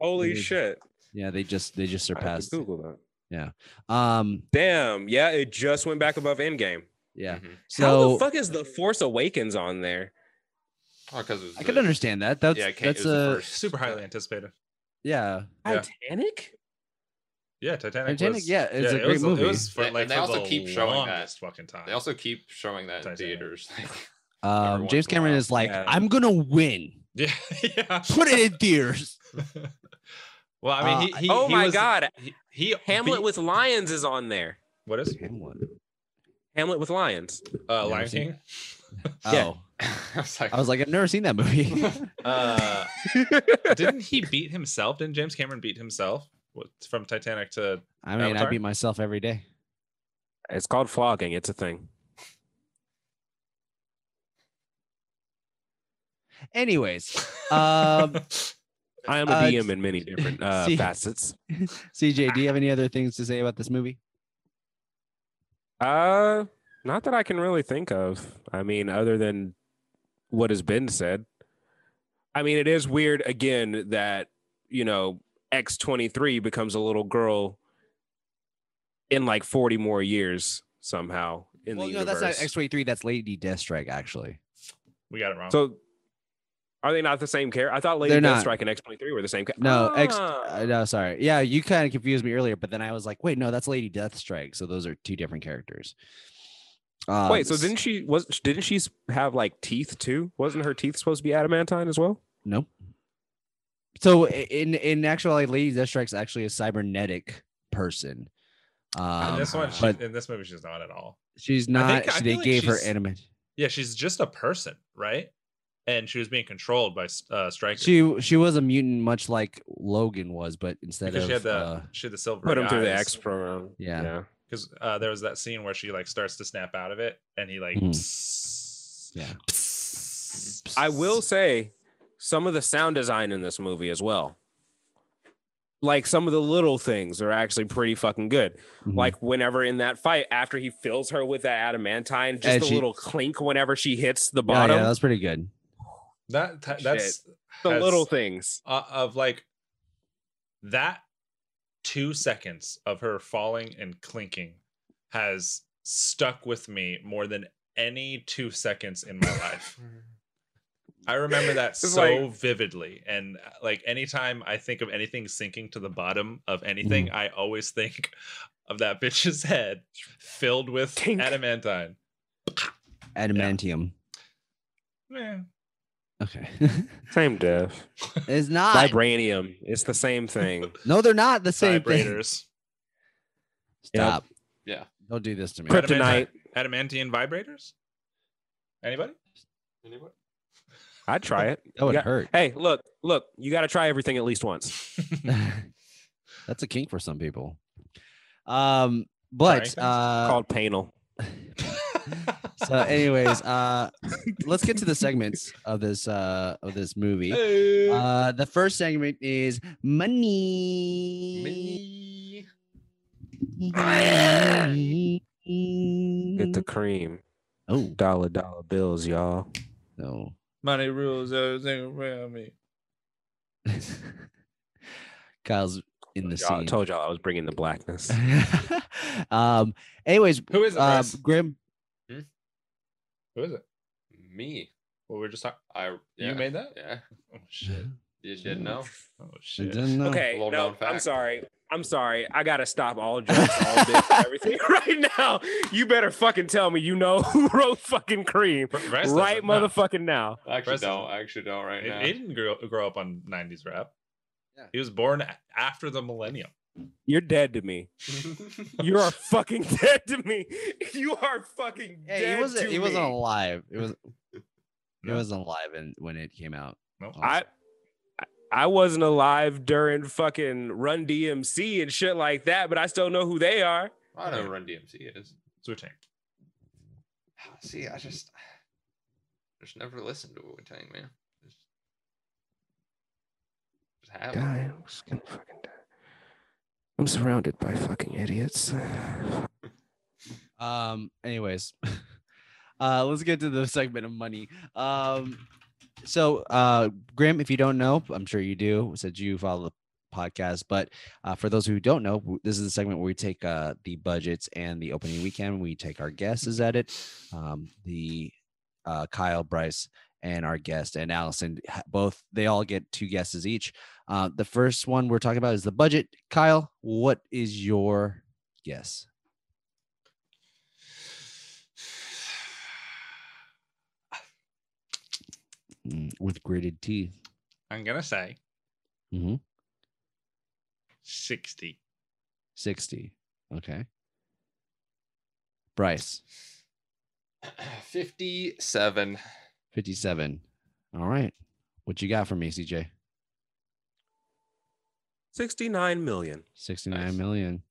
Speaker 2: Holy
Speaker 1: It is.
Speaker 2: shit!
Speaker 1: yeah. They just they just
Speaker 2: I have to
Speaker 1: surpassed. it.
Speaker 2: Google that.
Speaker 1: Um,
Speaker 2: Damn. Yeah, it just went back above Endgame.
Speaker 1: yeah.
Speaker 4: Mhm.
Speaker 1: So
Speaker 2: Mm. How the fuck is the Force Awakens on there?
Speaker 4: Oh, because it was
Speaker 1: I
Speaker 4: the-
Speaker 1: can understand that. That's
Speaker 4: Yeah, it ca- it
Speaker 1: that's
Speaker 4: was the
Speaker 1: a
Speaker 4: first.
Speaker 5: Super highly anticipated.
Speaker 1: yeah.
Speaker 5: Yeah.
Speaker 2: Titanic.
Speaker 5: Yeah, Titanic.
Speaker 1: Titanic,
Speaker 5: was-
Speaker 1: yeah, it's a
Speaker 5: it
Speaker 1: great
Speaker 5: was,
Speaker 1: movie.
Speaker 5: It was for
Speaker 4: And-
Speaker 5: like
Speaker 4: and they
Speaker 5: for
Speaker 4: also
Speaker 5: the
Speaker 4: keep showing that.
Speaker 5: longest fucking time.
Speaker 4: They also keep showing that in
Speaker 5: Titanic.
Speaker 4: theaters.
Speaker 1: Um,
Speaker 4: once in a
Speaker 1: James Cameron
Speaker 4: while.
Speaker 1: is like,
Speaker 2: Yeah.
Speaker 1: I'm gonna win.
Speaker 5: yeah, yeah.
Speaker 1: Put it in theaters.
Speaker 5: well, I mean,
Speaker 1: Uh,
Speaker 5: he, he,
Speaker 2: oh
Speaker 5: he
Speaker 2: my
Speaker 5: was-
Speaker 2: God.
Speaker 5: he, he
Speaker 2: Hamlet
Speaker 5: beat-
Speaker 2: with lions is on there.
Speaker 5: what is
Speaker 2: Hamlet with lions.
Speaker 5: uh,
Speaker 1: Never
Speaker 5: Lion
Speaker 1: seen
Speaker 5: King?
Speaker 2: Yeah.
Speaker 1: Oh,
Speaker 4: I was like,
Speaker 1: I was like, I've never seen that movie.
Speaker 5: Uh, didn't he beat himself? Didn't James Cameron beat himself What- from Titanic to?
Speaker 1: I mean, I
Speaker 5: Avatar?
Speaker 1: beat myself every day.
Speaker 2: It's called flogging. It's a thing.
Speaker 1: Anyways, um,
Speaker 2: I am
Speaker 1: a
Speaker 2: a
Speaker 1: Uh,
Speaker 2: DM
Speaker 1: DM
Speaker 2: in many different
Speaker 1: uh,
Speaker 2: facets.
Speaker 1: CJ, do you have any other things to say about this movie?
Speaker 2: Uh, not that I can really think of. I mean, other than what has been said. I mean, it is weird again that you know X twenty three becomes a little girl in like forty more years somehow in
Speaker 1: well,
Speaker 2: the
Speaker 1: no,
Speaker 2: universe.
Speaker 1: that's not X twenty three. That's Lady Deathstrike, actually.
Speaker 5: we got it wrong.
Speaker 2: so, are they not the same character? I thought Lady
Speaker 1: They're not.
Speaker 2: Deathstrike and X twenty three were the same. Ca-
Speaker 1: No, X.
Speaker 2: Ah.
Speaker 1: Uh, no, sorry. Yeah, you kind of confused me earlier, but then I was like, wait, no, that's Lady Deathstrike. So those are two different characters. Um,
Speaker 2: Wait, so
Speaker 1: s-
Speaker 2: didn't she was didn't she s- have like teeth too? Wasn't her teeth supposed to be adamantine as well?
Speaker 1: Nope. So i- in in actuality, Lady Deathstrike's actually a cybernetic person.
Speaker 5: in
Speaker 1: Um,
Speaker 5: this one, she,
Speaker 1: but
Speaker 5: in this movie, she's not at all.
Speaker 1: she's
Speaker 5: I
Speaker 1: not.
Speaker 5: think- I
Speaker 1: she-
Speaker 5: feel
Speaker 1: they
Speaker 5: like
Speaker 1: gave her
Speaker 5: she's-
Speaker 1: anime.
Speaker 5: Yeah, she's just a person, right? And she was being controlled by uh, Striker.
Speaker 1: She she was a mutant, much like Logan was, but instead
Speaker 5: because
Speaker 1: of
Speaker 5: she had the
Speaker 1: uh,
Speaker 5: she had the silver.
Speaker 2: Put them through the
Speaker 5: eyes.
Speaker 2: X program.
Speaker 1: Yeah.
Speaker 5: because uh, there was that scene where she like starts to snap out of it, and he like,
Speaker 1: Mhm.
Speaker 5: psst,
Speaker 1: Yeah.
Speaker 5: psst.
Speaker 2: I will say some of the sound design in this movie as well. Like some of the little things are actually pretty fucking good.
Speaker 1: Mhm.
Speaker 2: Like whenever in that fight, after he fills her with that adamantine, just
Speaker 1: And
Speaker 2: a
Speaker 1: she-
Speaker 2: little clink whenever she hits the
Speaker 1: Oh, yeah,
Speaker 2: bottom.
Speaker 1: that was pretty good.
Speaker 5: that ta- that's
Speaker 2: the
Speaker 5: that's-
Speaker 2: little things.
Speaker 5: uh, of like that two seconds of her falling and clinking has stuck with me more than any two seconds in my life. I remember that
Speaker 2: It's
Speaker 5: so vividly. And uh, like anytime I think of anything sinking to the bottom
Speaker 1: Mm.
Speaker 5: of anything, I always think of that bitch's head filled with
Speaker 2: Tink.
Speaker 5: adamantine.
Speaker 1: Adamantium.
Speaker 5: Eh,
Speaker 1: Okay.
Speaker 2: Same diff.
Speaker 1: it's not.
Speaker 2: Vibranium. It's the same thing.
Speaker 1: no, they're not the same thing.
Speaker 5: vibrators.
Speaker 1: Stop.
Speaker 4: Yeah.
Speaker 1: Don't do this to me.
Speaker 2: Kryptonite.
Speaker 5: Adamantine- Adamantine vibrators? Anybody?
Speaker 4: Anybody?
Speaker 2: I'd try it.
Speaker 1: That would
Speaker 2: Yeah.
Speaker 1: hurt.
Speaker 2: Hey, look, look, you got to try everything at least once. Hmm.
Speaker 1: That's a kink for some people. Um, but
Speaker 5: thanks.
Speaker 1: uh,
Speaker 2: Called panel.
Speaker 1: so eh, anyways, uh, let's get to the segments of this uh of this movie. Uh, the first segment is money.
Speaker 2: Get the cream.
Speaker 1: oh
Speaker 2: Dollar dollar bills, y'all.
Speaker 1: no.
Speaker 5: Money rules everything around me.
Speaker 1: Kyle's in the
Speaker 2: Y'all- I
Speaker 1: scene.
Speaker 2: told y'all I was bringing the blackness.
Speaker 1: um. Anyways,
Speaker 5: Who is it?
Speaker 1: uh,
Speaker 5: Bryce?
Speaker 1: Grim.
Speaker 5: Who is it?
Speaker 4: Me.
Speaker 5: Well, we are just talking.
Speaker 4: I.
Speaker 5: You
Speaker 4: yeah,
Speaker 5: made that?
Speaker 4: Yeah.
Speaker 5: Oh shit!
Speaker 4: You didn't know.
Speaker 5: Oh
Speaker 1: I
Speaker 5: shit!
Speaker 1: didn't know.
Speaker 2: Okay,
Speaker 4: Well
Speaker 2: no,
Speaker 4: Hmm, known
Speaker 2: I'm
Speaker 4: fact.
Speaker 2: sorry. I'm sorry. I gotta stop all jokes, all bits, everything right now. You better fucking tell me you know who wrote fucking cream
Speaker 5: Br- Bryce doesn't
Speaker 2: right,
Speaker 5: know.
Speaker 2: motherfucking now.
Speaker 4: I actually
Speaker 5: Preston.
Speaker 4: don't. I actually don't right
Speaker 5: He,
Speaker 4: now.
Speaker 5: he didn't grow, grow up on '90s rap.
Speaker 1: Yeah.
Speaker 5: He was born a- after the millennium.
Speaker 2: You're dead to me. You are fucking dead to me. You are fucking
Speaker 1: Hey,
Speaker 2: dead
Speaker 1: he wasn't.
Speaker 2: to
Speaker 1: He wasn't
Speaker 2: me.
Speaker 1: alive. It was. It
Speaker 5: No.
Speaker 1: wasn't alive in, when it came out.
Speaker 5: No,
Speaker 1: Oh.
Speaker 2: I I- I wasn't alive during fucking Run DMC and shit like that, but I still know who they are.
Speaker 4: I know who Run DMC is.
Speaker 5: Wu Tang.
Speaker 4: See, I just, just never listened to Wu Tang, man. Just, just haven't.
Speaker 2: I'm surrounded by fucking idiots.
Speaker 1: Um. Anyways, uh, let's get to the segment of money. Um. So, uh, Grim, if you don't know, I'm sure you do, since you follow the podcast. But uh, for those who don't know, w- this is the segment where we take uh, the budgets and the opening weekend. We take our guesses at it. Um, the uh, Kyle, Bryce, and our guest and Allison ha- both they all get two guesses each. Uh, the first one we're talking about is the budget. Kyle, what is your guess? Mm, with gritted teeth.
Speaker 5: I'm gonna say
Speaker 1: Mhm.
Speaker 5: sixty.
Speaker 1: 60. Okay. Bryce,
Speaker 4: 57.
Speaker 1: 57. All right. What you got for me, CJ?
Speaker 2: 69 million.
Speaker 1: Sixty-nine
Speaker 4: Nice.
Speaker 1: million.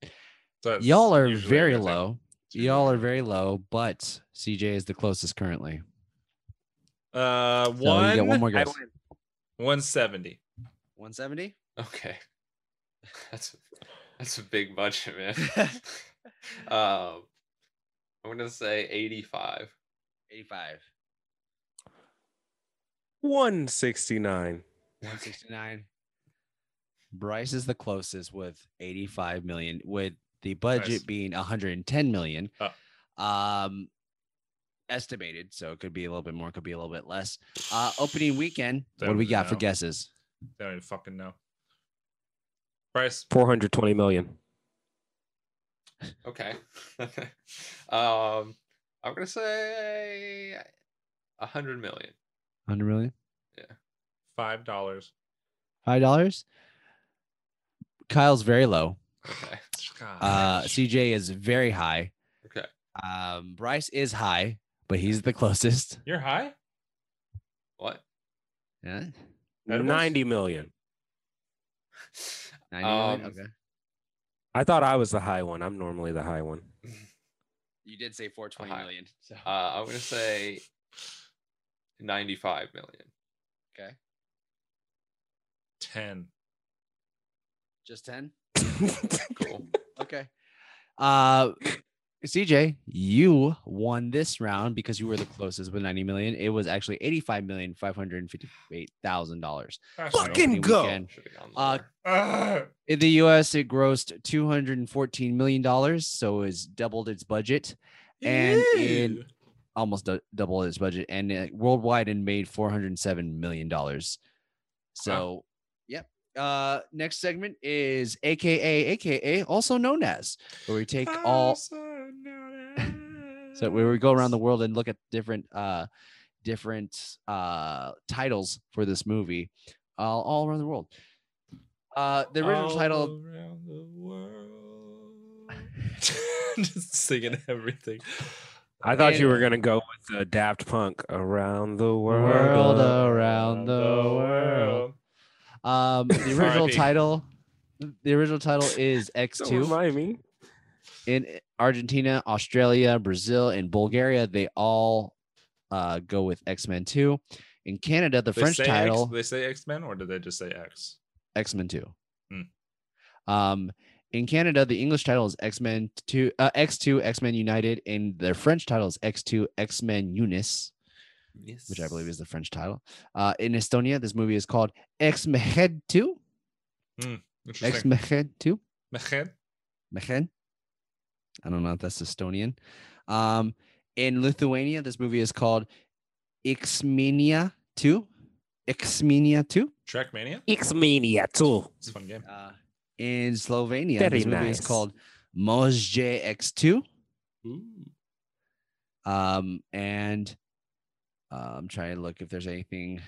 Speaker 5: So that's
Speaker 1: Y'all are
Speaker 5: usually
Speaker 1: very
Speaker 5: everything.
Speaker 1: low.
Speaker 5: It's usually
Speaker 1: Y'all are
Speaker 5: everything.
Speaker 1: very low, but CJ is the closest currently.
Speaker 5: Uh,
Speaker 1: So you get one
Speaker 5: one
Speaker 1: more
Speaker 2: I
Speaker 1: guess.
Speaker 2: win.
Speaker 5: one seventy.
Speaker 1: 170?
Speaker 4: Okay. That's that's a big budget, man. um, I'm gonna say 85.
Speaker 1: 85.
Speaker 2: 169.
Speaker 1: 169. Bryce is the closest with 85 million, with the budget
Speaker 5: Nice.
Speaker 1: being 110 million.
Speaker 5: Oh.
Speaker 1: Um estimated. So it could be a little bit more, could be a little bit less. Uh opening weekend. what do we
Speaker 5: Don't
Speaker 1: got for
Speaker 5: know.
Speaker 1: guesses?
Speaker 5: I don't even fucking know. Bryce,
Speaker 2: 420 million.
Speaker 4: Okay. um, I'm gonna say 100 million.
Speaker 1: 100 million?
Speaker 5: five dollars.
Speaker 1: Five dollars? Kyle's very low.
Speaker 4: Okay.
Speaker 1: Uh CJ is very high.
Speaker 4: Okay.
Speaker 1: Um Bryce is high, but he's the closest.
Speaker 5: You're high.
Speaker 4: What?
Speaker 1: Yeah.
Speaker 2: 90 million.
Speaker 1: 90 million?
Speaker 4: Um,
Speaker 1: Okay.
Speaker 2: I thought I was the high one. I'm normally the high one.
Speaker 10: You did say 420
Speaker 4: Hi.
Speaker 10: million. So
Speaker 4: Uh, I'm gonna say 95 million.
Speaker 10: okay,
Speaker 5: 10.
Speaker 10: just 10.
Speaker 4: Cool. Oh,
Speaker 10: Okay.
Speaker 1: Uh, CJ, you won this round because you were the closest with 90 million. It was actually 85 million five hundred and fifty-eight thousand dollars.
Speaker 5: That's
Speaker 10: Fucking
Speaker 5: right.
Speaker 10: go.
Speaker 4: Should've gone
Speaker 1: Uh,
Speaker 4: lower.
Speaker 5: Ah,
Speaker 1: In the US, it grossed 214 million dollars, so it's doubled its budget. And in-
Speaker 5: ew.
Speaker 1: almost du- double its budget and uh, worldwide and made 407 million dollars so yep uh next segment is aka aka also known as where we take all
Speaker 5: Also known
Speaker 1: so where we go around the
Speaker 5: as-
Speaker 1: world and look at different uh different uh titles for this movie uh, all around the world uh the original
Speaker 5: All
Speaker 1: title
Speaker 5: around the world. Just singing everything.
Speaker 2: I thought you
Speaker 1: And-
Speaker 2: were gonna go with the Daft Punk around the world.
Speaker 1: World around the world. um the original
Speaker 5: R.I.P.
Speaker 1: title the original title is
Speaker 2: Don't
Speaker 1: x2
Speaker 2: remind me.
Speaker 1: in Argentina, Australia, Brazil, and Bulgaria, they all uh, go with X Men 2. In Canada, the
Speaker 5: They
Speaker 1: French
Speaker 5: say X,
Speaker 1: title
Speaker 5: they say X Men, or did they just say X?
Speaker 1: X Men 2.
Speaker 5: Hmm.
Speaker 1: Um, in Canada, the English title is X Men 2, uh, X2, X Men United, and their French title is X2, X Men Unis,
Speaker 5: Yes.
Speaker 1: which I believe is the French title. Uh, in Estonia, this movie is called X Mehed 2. X
Speaker 5: Interesting.
Speaker 1: Mehed 2.
Speaker 5: Mechen?
Speaker 1: Mehen. I don't know if that's Estonian. Um, in Lithuania, this movie is called Xmenia 2. Xmenia 2.
Speaker 5: Trackmania?
Speaker 8: X-Mania too.
Speaker 5: It's a fun game.
Speaker 1: Uh, in Slovenia,
Speaker 8: Very
Speaker 1: this movie
Speaker 8: nice.
Speaker 1: is
Speaker 8: Hmm.
Speaker 1: called Mozje X2.
Speaker 5: Ooh.
Speaker 1: Um, and uh, I'm trying to look if there's anything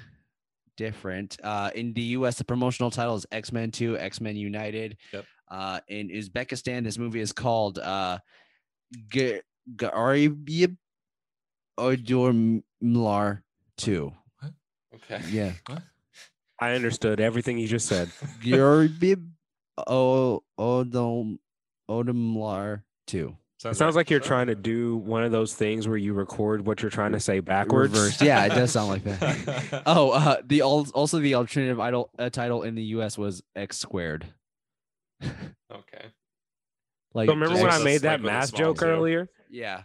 Speaker 1: different. Uh, in the US, the promotional title is X Men 2, X Men United.
Speaker 5: Yep.
Speaker 1: Uh, in Uzbekistan, this movie is called uh, G- Garib Odor Mlar 2.
Speaker 4: Okay.
Speaker 1: Yeah.
Speaker 2: I understood everything you just said.
Speaker 1: Garib Odor Mlar 2.
Speaker 2: It sounds like you're
Speaker 5: Sure.
Speaker 2: trying to do one of those things where you record what you're trying to say backwards.
Speaker 1: Reverse. Yeah, it does sound like that. Oh, uh, the al- also the alternative idol uh, title in the U.S. was X squared.
Speaker 4: Okay.
Speaker 1: Like,
Speaker 2: So remember
Speaker 1: just-
Speaker 2: when
Speaker 5: Just
Speaker 2: I made
Speaker 5: like
Speaker 2: that
Speaker 5: with a
Speaker 2: math
Speaker 5: small
Speaker 2: joke
Speaker 5: zero.
Speaker 2: earlier?
Speaker 1: yeah,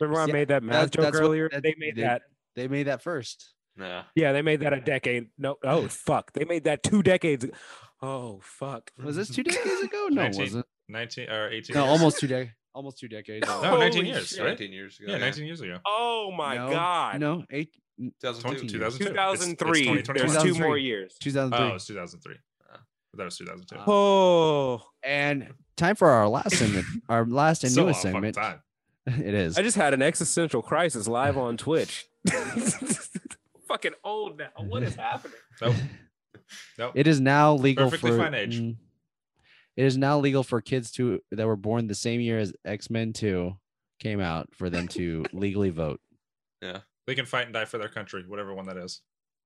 Speaker 2: Remember when
Speaker 1: Yeah,
Speaker 2: I made that math
Speaker 1: that's-
Speaker 2: joke
Speaker 1: that's what-
Speaker 2: earlier?
Speaker 1: that-
Speaker 2: They made
Speaker 1: they-
Speaker 2: that.
Speaker 1: they made that first.
Speaker 4: Nah.
Speaker 2: Yeah, they made that a decade. No, oh fuck, they made that two decades. ag- Oh fuck.
Speaker 1: Was this two decades ago? No, it
Speaker 5: 19.
Speaker 1: wasn't.
Speaker 5: 19 or 18.
Speaker 1: No,
Speaker 5: years?
Speaker 1: almost two decades. Almost two decades.
Speaker 2: Oh
Speaker 5: No,
Speaker 1: ago.
Speaker 9: Holy
Speaker 5: 19 years,
Speaker 9: shit.
Speaker 5: right?
Speaker 4: 19 years ago.
Speaker 5: Yeah, 19 years ago.
Speaker 9: Oh my
Speaker 1: No,
Speaker 9: god.
Speaker 1: No, eight.
Speaker 4: 2002.
Speaker 1: 2002.
Speaker 5: 2002. It's- it's
Speaker 9: 2003.
Speaker 5: 2021.
Speaker 1: There's two more
Speaker 2: years.
Speaker 1: 2003.
Speaker 5: Oh, it's 2003.
Speaker 4: Uh.
Speaker 5: That was 2002.
Speaker 1: Uh,
Speaker 2: Oh,
Speaker 1: and time for our last segment. Our last and
Speaker 5: So
Speaker 1: newest
Speaker 5: long fucking
Speaker 1: segment. It is.
Speaker 2: I just had an existential crisis live on Twitch.
Speaker 9: Fucking old now.
Speaker 1: Mm-hmm.
Speaker 9: What is happening?
Speaker 5: Nope. Nope.
Speaker 1: It is now legal
Speaker 5: Perfectly
Speaker 1: for.
Speaker 5: fine age.
Speaker 1: mm, It is now legal for kids to that were born the same year as X Men Two came out for them to legally vote.
Speaker 5: They can fight and die for their country, whatever one that is.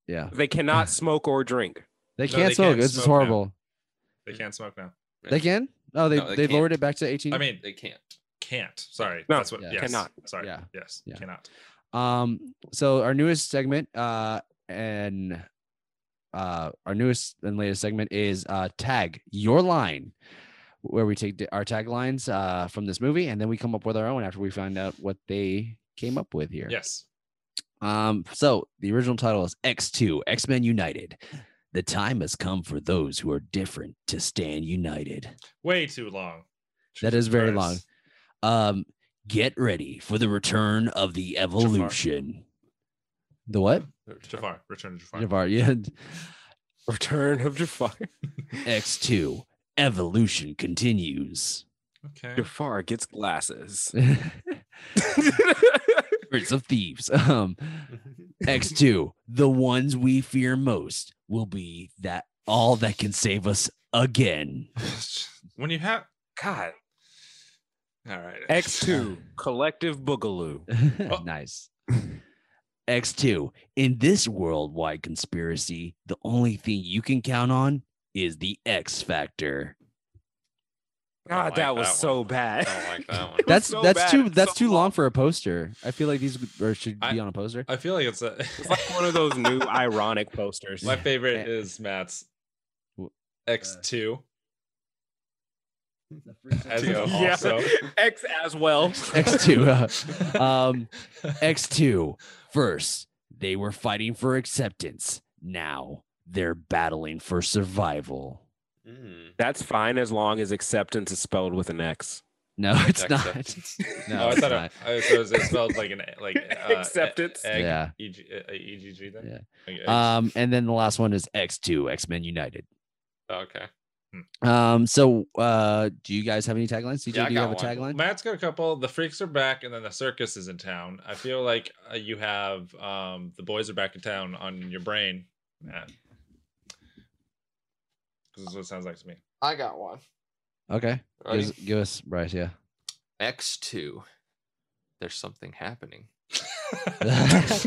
Speaker 1: Yeah,
Speaker 2: they cannot smoke or drink.
Speaker 1: they
Speaker 5: No,
Speaker 1: can't
Speaker 5: they
Speaker 1: smoke.
Speaker 5: can't
Speaker 1: this is
Speaker 5: smoke now.
Speaker 1: horrible.
Speaker 5: They can't smoke now.
Speaker 1: They can? Oh, they
Speaker 4: No, they
Speaker 1: they,
Speaker 4: can't.
Speaker 1: lowered it back to 18.
Speaker 5: I mean,
Speaker 4: They can't.
Speaker 5: can't. Sorry.
Speaker 2: No,
Speaker 5: That's what.
Speaker 1: yeah.
Speaker 5: Yes.
Speaker 2: Cannot.
Speaker 5: Sorry.
Speaker 1: Yeah.
Speaker 5: Yes.
Speaker 1: Yeah.
Speaker 5: Cannot.
Speaker 1: um so our newest segment uh and uh our newest and latest segment is uh tag your line where we take di- our taglines uh from this movie and then we come up with our own after we find out what they came up with here.
Speaker 5: Yes.
Speaker 1: Um, so the original title is X2 X Men United. The time has come for those who are different to stand united.
Speaker 5: Way too long.
Speaker 1: That
Speaker 5: Jesus
Speaker 1: is very
Speaker 5: Christ.
Speaker 1: Um, get ready for the return of the evolution. The what?
Speaker 5: Jafar. Return to Jafar.
Speaker 1: Jafar, yeah.
Speaker 2: Return of Jafar.
Speaker 1: X2 evolution continues.
Speaker 5: Okay.
Speaker 2: Jafar gets glasses.
Speaker 1: Birds of thieves. Um, X2, the ones we fear most will be that all that can save us again.
Speaker 5: when you have.
Speaker 2: God.
Speaker 5: All right.
Speaker 2: X2 Collective Boogaloo.
Speaker 5: Oh.
Speaker 1: nice. X2, in this worldwide conspiracy, the only thing you can count on is the X factor.
Speaker 2: God,
Speaker 5: like
Speaker 2: that was
Speaker 5: that one.
Speaker 2: so bad.
Speaker 4: I don't like that one.
Speaker 2: It was
Speaker 1: That's
Speaker 2: so
Speaker 1: that's
Speaker 2: bad.
Speaker 1: too
Speaker 2: It's
Speaker 1: that's
Speaker 2: so
Speaker 1: too long for a poster. I feel like these or should
Speaker 5: I-
Speaker 1: be on a poster.
Speaker 5: I feel like it's a,
Speaker 2: It's like one of those new ironic posters.
Speaker 5: My favorite is Matt's
Speaker 1: Wh- uh,
Speaker 5: X2. As
Speaker 4: Two.
Speaker 2: Yeah.
Speaker 5: also.
Speaker 2: X as well.
Speaker 1: X2, um, X2 first they were fighting for acceptance. Now they're battling for survival.
Speaker 4: Mm.
Speaker 2: That's fine as long as acceptance is spelled with an X.
Speaker 1: No, it's not.
Speaker 4: Acceptance.
Speaker 1: No,
Speaker 5: oh, I
Speaker 1: it's
Speaker 5: thought
Speaker 1: not.
Speaker 5: it, I thought it was- it spelled like an like uh,
Speaker 2: Acceptance.
Speaker 5: Egg,
Speaker 1: Yeah.
Speaker 5: EG, uh, EGG then.
Speaker 1: Yeah.
Speaker 5: Like, egg.
Speaker 1: Um, and then the last one is X2 X Men United.
Speaker 4: Okay.
Speaker 1: Um, so uh, do you guys have any taglines? CJ,
Speaker 4: Yeah, I
Speaker 1: do you have
Speaker 4: got
Speaker 1: a
Speaker 4: one.
Speaker 1: tagline?
Speaker 5: Matt's got a couple. The freaks are back, and then the circus is in town. I feel like uh, you have um, the boys are back in town on your brain, Matt. Because is what it sounds like to me.
Speaker 6: I got one.
Speaker 1: Okay, give us,
Speaker 4: Ready?
Speaker 1: give us Bryce. Yeah.
Speaker 4: X2. There's something happening.
Speaker 1: That's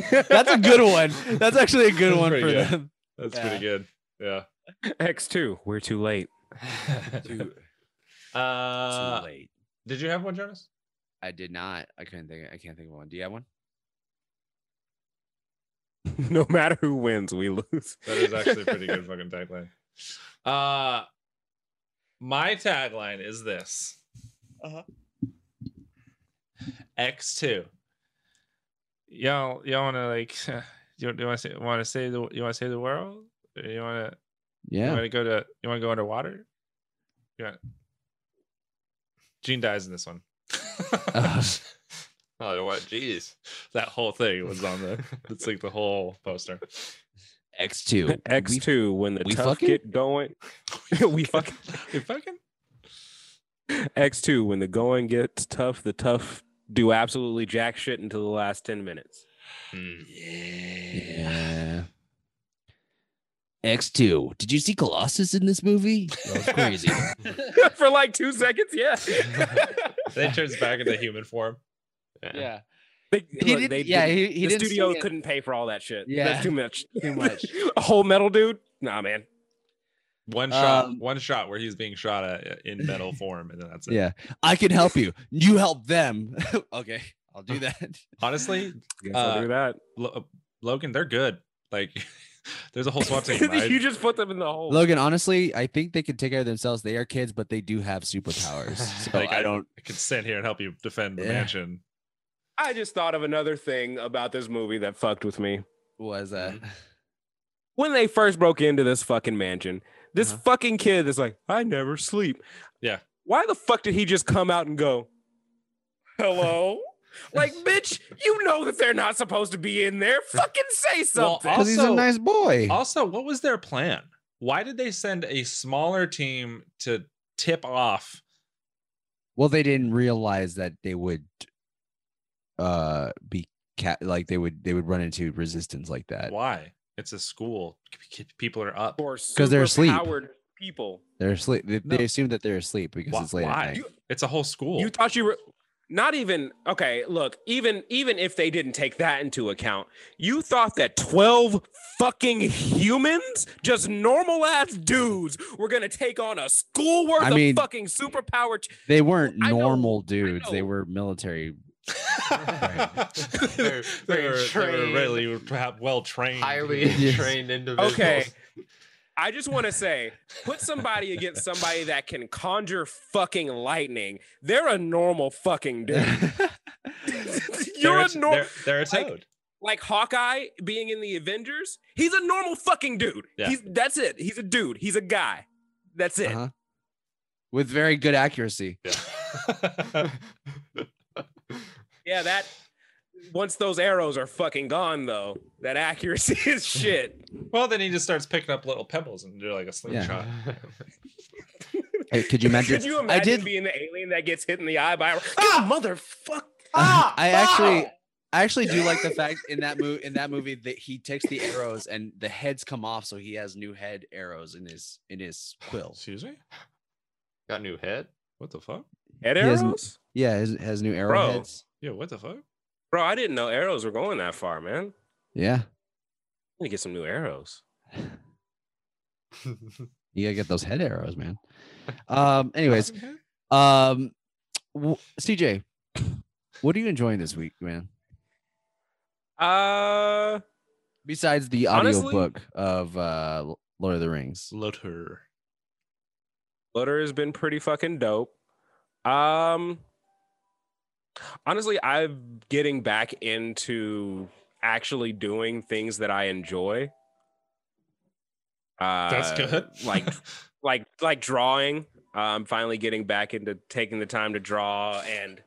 Speaker 1: a good one. That's actually a good
Speaker 5: That's
Speaker 1: one for
Speaker 5: pretty good.
Speaker 1: them.
Speaker 5: That's
Speaker 1: Yeah.
Speaker 5: pretty good. Yeah.
Speaker 2: X2. We're too late.
Speaker 4: Dude,
Speaker 5: Uh,
Speaker 10: Too late.
Speaker 5: did you have one, Jonas?
Speaker 10: I did not. I couldn't think. I can't think of one. Do you have one?
Speaker 2: No matter who wins, we lose.
Speaker 5: That is actually a pretty good fucking tagline. Uh my tagline is this. X2. Y'all y'all wanna like you, you wanna say wanna save the you wanna save the world? Or you wanna you
Speaker 1: Yeah.
Speaker 5: wanna go to you wanna go underwater? You want... Gene dies in this one.
Speaker 4: Oh, what? Jeez.
Speaker 5: that whole thing was on the it's like the whole poster.
Speaker 1: X2. We-
Speaker 2: X2. when the
Speaker 1: we
Speaker 2: tough
Speaker 1: fucking-
Speaker 2: get going. we fucking
Speaker 5: we fucking
Speaker 2: X2. When the going gets tough, the tough do absolutely jack shit until the last 10 minutes.
Speaker 4: Hmm.
Speaker 1: Yeah. X2. Did you see Colossus in this movie? That was crazy.
Speaker 2: For like two seconds, yeah.
Speaker 5: then he turns back into human form.
Speaker 10: Yeah.
Speaker 2: They-
Speaker 1: he
Speaker 2: look,
Speaker 1: did,
Speaker 2: they
Speaker 1: yeah,
Speaker 2: did-
Speaker 1: he, he
Speaker 2: the
Speaker 1: didn't
Speaker 2: studio
Speaker 1: sing it.
Speaker 2: couldn't pay for all that shit.
Speaker 1: Yeah.
Speaker 2: That's too much.
Speaker 1: Too much.
Speaker 2: a whole metal dude? Nah, man.
Speaker 5: One shot,
Speaker 1: Um,
Speaker 5: one shot where he's being shot at in metal form, and then that's it.
Speaker 1: Yeah. I can help you. You help them. okay. I'll do that.
Speaker 5: Honestly,
Speaker 2: Guess I'll
Speaker 5: Uh,
Speaker 2: do that.
Speaker 5: Lo- Logan, they're good. Like, there's a whole SWAT team.
Speaker 2: you
Speaker 5: I,
Speaker 2: just put them in the hole.
Speaker 1: Logan, honestly, I think they can take care of themselves. They are kids, but they do have superpowers. So
Speaker 5: Like,
Speaker 1: I
Speaker 5: I-
Speaker 1: don't.
Speaker 5: I could stand here and help you defend the
Speaker 1: Yeah.
Speaker 5: mansion.
Speaker 2: I just thought of another thing about this movie that fucked with me.
Speaker 1: Was uh, that?
Speaker 2: When they first broke into this fucking mansion, this
Speaker 1: Uh-huh.
Speaker 2: fucking kid is like, I never sleep.
Speaker 5: Yeah.
Speaker 2: Why the fuck did he just come out and go, hello? like, bitch, you know that they're not supposed to be in there. Fucking say
Speaker 5: Well,
Speaker 2: something.
Speaker 1: Because he's a
Speaker 5: Also-
Speaker 1: nice boy.
Speaker 5: Also, what was their plan? Why did they send a smaller team to tip off?
Speaker 1: Well, they didn't realize that they would uh be ca- like they would they would run into resistance like that.
Speaker 5: Why? It's a school. P- p- People are up.
Speaker 2: because
Speaker 1: they're asleep.
Speaker 2: Powered people.
Speaker 1: They're asleep. They,
Speaker 5: No.
Speaker 1: they assume that they're asleep because
Speaker 5: Why?
Speaker 1: it's late
Speaker 5: why?
Speaker 1: at night.
Speaker 5: You- It's a whole school.
Speaker 2: You thought you were not even okay. Look, even even if they didn't take that into account, you thought that twelve fucking humans, just normal ass dudes, were gonna take on a school worth
Speaker 1: I mean-
Speaker 2: of fucking superpower. T-
Speaker 1: They weren't
Speaker 2: I know,
Speaker 1: normal dudes. They
Speaker 2: know.
Speaker 1: were military.
Speaker 5: they're,
Speaker 4: very
Speaker 5: they're,
Speaker 4: trained.
Speaker 5: really perhaps well trained.
Speaker 4: Highly
Speaker 1: Yes.
Speaker 4: trained individuals.
Speaker 2: I just want to say, put somebody against somebody that can conjure fucking lightning. They're a normal fucking dude. You're
Speaker 5: they're,
Speaker 2: a
Speaker 5: a-
Speaker 2: normal,
Speaker 5: they're, they're a
Speaker 2: like-
Speaker 5: toad.
Speaker 2: like Hawkeye being in the Avengers. He's a normal fucking dude.
Speaker 5: Yeah.
Speaker 2: He's that's it. He's a dude. He's a guy. That's it.
Speaker 1: Uh-huh. With very good accuracy.
Speaker 2: Yeah, that once those arrows are fucking gone though, that accuracy is shit.
Speaker 5: well, then he just starts picking up little pebbles and do like a slingshot.
Speaker 1: Hey, could you imagine?
Speaker 2: Could you
Speaker 1: I
Speaker 2: imagine
Speaker 1: did.
Speaker 2: being the alien that gets hit in the eye by a ah! motherfucker?
Speaker 1: Um, I actually, I actually do like the fact in that movie. In that movie, that he takes the arrows and the heads come off, so he has new head arrows in his in his quill.
Speaker 5: Excuse me?
Speaker 4: Got a new head.
Speaker 5: What the fuck?
Speaker 2: Head
Speaker 1: He has-
Speaker 2: arrows?
Speaker 1: Yeah, has, has new arrowheads.
Speaker 5: Yeah, what the fuck?
Speaker 2: Bro, I didn't know arrows were going that far, man.
Speaker 1: Yeah,
Speaker 2: I need to get some new arrows.
Speaker 1: you gotta get those head arrows, man. Um. Anyways, Um, w- CJ, what are you enjoying this week, man?
Speaker 2: Uh,
Speaker 1: Besides the
Speaker 2: Honestly-
Speaker 1: audiobook of uh, L- Lord of the Rings.
Speaker 5: Lutter.
Speaker 2: Flutter has been pretty fucking dope. Um, honestly, I'm getting back into actually doing things that I enjoy. Uh,
Speaker 5: That's good.
Speaker 2: like like like drawing. I'm finally getting back into taking the time to draw, and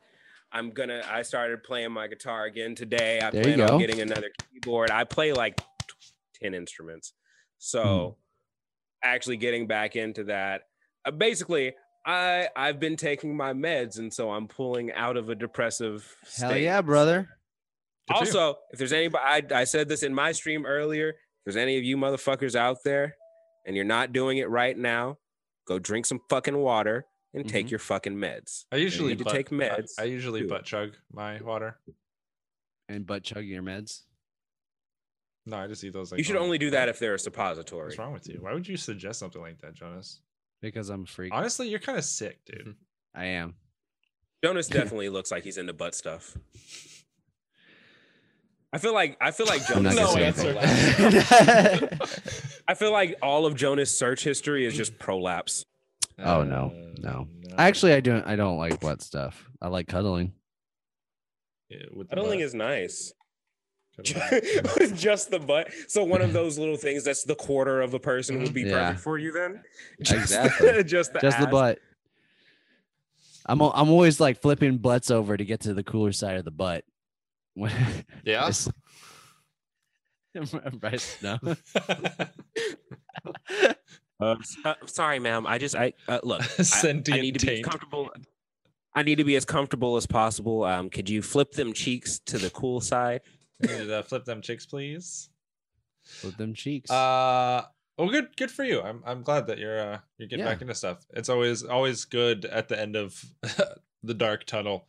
Speaker 2: I'm gonna. I started playing my guitar again today. I
Speaker 1: There you
Speaker 2: plan
Speaker 1: go.
Speaker 2: on getting another keyboard. I play like ten instruments, so
Speaker 1: Hmm.
Speaker 2: actually getting back into that. Uh, basically, I I've been taking my meds, and so I'm pulling out of a depressive.
Speaker 1: Hell
Speaker 2: state.
Speaker 1: yeah, brother.
Speaker 5: Good for you.
Speaker 2: Also, if there's anybody, I, I said this in my stream earlier. If there's any of you motherfuckers out there and you're not doing it right now, go drink some fucking water and take your fucking meds.
Speaker 5: I usually
Speaker 2: need to
Speaker 5: butt-
Speaker 2: take
Speaker 5: I-
Speaker 2: meds,
Speaker 5: I, usually
Speaker 2: too.
Speaker 5: butt chug my water.
Speaker 1: And butt chug your meds.
Speaker 5: No, I just eat those. Like,
Speaker 2: you should
Speaker 5: normal.
Speaker 2: only do that if they're a suppository.
Speaker 5: What's wrong with you? Why would you suggest something like that, Jonas?
Speaker 2: Mm-hmm.
Speaker 1: Because I'm a freak.
Speaker 5: Honestly, you're kind of sick, dude.
Speaker 1: I am.
Speaker 2: Jonas definitely looks like he's into butt stuff. I feel like I feel like
Speaker 1: I'm
Speaker 2: Jonas.
Speaker 1: not
Speaker 5: No
Speaker 1: gonna say
Speaker 5: answer.
Speaker 1: anything.
Speaker 2: I feel like all of Jonas' search history is just prolapse.
Speaker 1: Oh, no.
Speaker 5: Uh,
Speaker 1: No. Actually, I don't. I don't like wet stuff. I like cuddling.
Speaker 5: Yeah, with
Speaker 2: I
Speaker 5: the
Speaker 2: don't think
Speaker 5: butt.
Speaker 2: it's nice.
Speaker 5: Could've been-
Speaker 2: With just the butt. So one of those little things that's the quarter of a person would be
Speaker 1: Yeah.
Speaker 2: perfect for you then.
Speaker 1: Exactly.
Speaker 2: just the
Speaker 1: Just the
Speaker 2: ass.
Speaker 1: butt. I'm. al- I'm always like flipping butts over to get to the cooler side of the butt. When
Speaker 4: Yeah.
Speaker 1: it's- Right, no.
Speaker 2: Uh, sorry, ma'am. I just I uh, look. I, I
Speaker 5: Sentient
Speaker 2: need to be
Speaker 5: taint.
Speaker 2: comfortable. I need to be as comfortable as possible. Um, could you flip them cheeks to the cool side?
Speaker 5: Did, uh, flip them chicks, please.
Speaker 1: Flip them cheeks.
Speaker 5: Uh, well, good, good for you. I'm, I'm glad that you're, uh, you're getting
Speaker 1: Yeah.
Speaker 5: back into stuff. It's always, always good at the end of the dark tunnel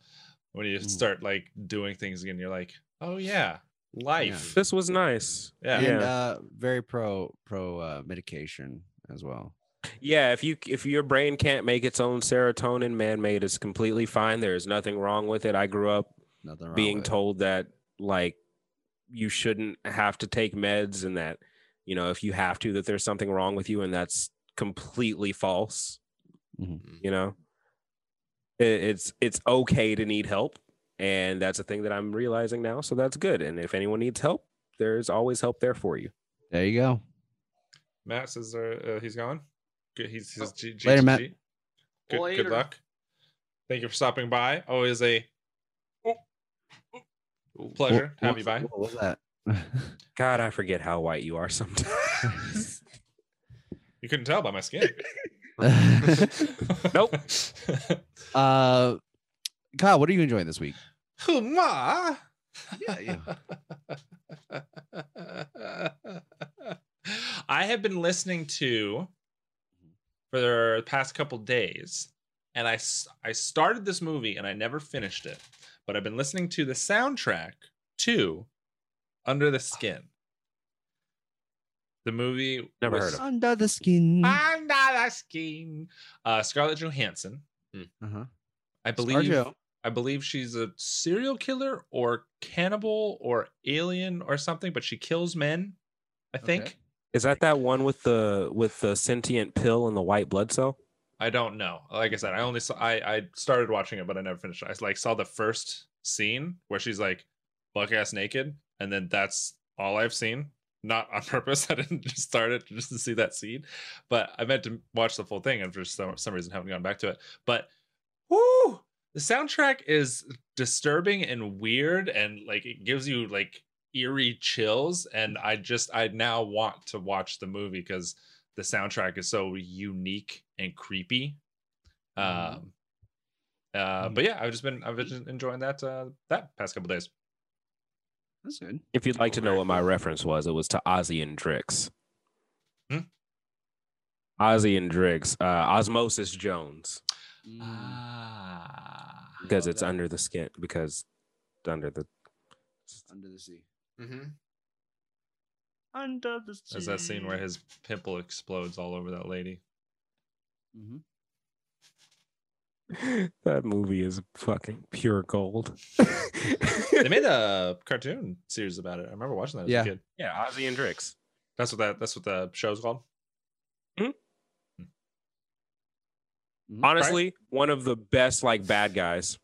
Speaker 5: when you
Speaker 1: Mm.
Speaker 5: start like doing things again. You're like, oh yeah, life.
Speaker 2: This was nice.
Speaker 5: Yeah.
Speaker 1: and
Speaker 2: yeah.
Speaker 1: uh, very pro pro uh, medication as well.
Speaker 2: Yeah, if you if your brain can't make its own serotonin, man-made is completely fine. There is nothing wrong with it. I grew up
Speaker 1: Nothing wrong.
Speaker 2: being
Speaker 1: with it.
Speaker 2: told that like you shouldn't have to take meds and that you know if you have to that there's something wrong with you and that's completely false
Speaker 1: Mhm.
Speaker 2: you know I- it's it's okay to need help and that's a thing that i'm realizing now so that's good and if anyone needs help there's always help there for you
Speaker 1: There you go.
Speaker 5: Matt says uh, uh, he's gone. Good, he's, he's G- G-
Speaker 1: Oh, Later,
Speaker 5: G-
Speaker 1: Matt.
Speaker 5: G. Good,
Speaker 4: Later.
Speaker 5: good luck. Thank you for stopping by. Always a pleasure to have you by.
Speaker 1: What was that?
Speaker 2: god i forget how white you are sometimes
Speaker 5: You couldn't tell by my skin.
Speaker 4: Hmm.
Speaker 2: Nope.
Speaker 1: uh, Kyle, what are you enjoying this week?
Speaker 5: Huma.
Speaker 1: Yeah,
Speaker 5: I have been listening to for the past couple days, and I s- I started this movie and I never finished it, but I've been listening to the soundtrack to Under the Skin. The movie
Speaker 2: Never
Speaker 5: was-
Speaker 2: heard of
Speaker 1: Under the skin.
Speaker 5: Under the Skin. Uh, Scarlett Johansson.
Speaker 1: Uh-huh.
Speaker 5: I believe
Speaker 1: Scarjo.
Speaker 5: I believe she's a serial killer or cannibal or alien or something, but she kills men. I think.
Speaker 1: Okay.
Speaker 2: is that that one with the with the sentient pill and the white blood cell
Speaker 5: I don't know. Like I said, I only saw I I started watching it, but I never finished. it. I like saw the first scene where she's like buck ass naked, and then that's all I've seen. Not on purpose. I didn't just start it just to see that scene, but I meant to watch the full thing. and for some, some reason haven't gone back to it. But whoo, the soundtrack is disturbing and weird, and like it gives you like eerie chills. And I just I now want to watch the movie because the soundtrack is so unique and creepy. Um, uh, but yeah, I've just been I've been enjoying that uh, that past couple days.
Speaker 1: That's good.
Speaker 2: If you'd like to know what my reference was, it was to Ozzy and Drix.
Speaker 5: Hmm?
Speaker 2: Ozzy and Drix, uh, Osmosis Jones,
Speaker 1: Uh,
Speaker 5: Ah,
Speaker 2: because it's under the skin, because it's under the.
Speaker 1: under the sea.
Speaker 4: hmm
Speaker 1: Under the sea.
Speaker 5: there's that scene where his
Speaker 1: Mm-hmm.
Speaker 5: pimple explodes all over that lady.
Speaker 1: Mhm.
Speaker 2: that movie is fucking pure gold.
Speaker 5: they made a cartoon series about it. I remember watching that as
Speaker 1: Yeah.
Speaker 5: a kid.
Speaker 2: Yeah, Ozzy and Drix.
Speaker 5: That's what that. That's what the show's called.
Speaker 1: Mm-hmm.
Speaker 2: Honestly, one of the best like bad guys.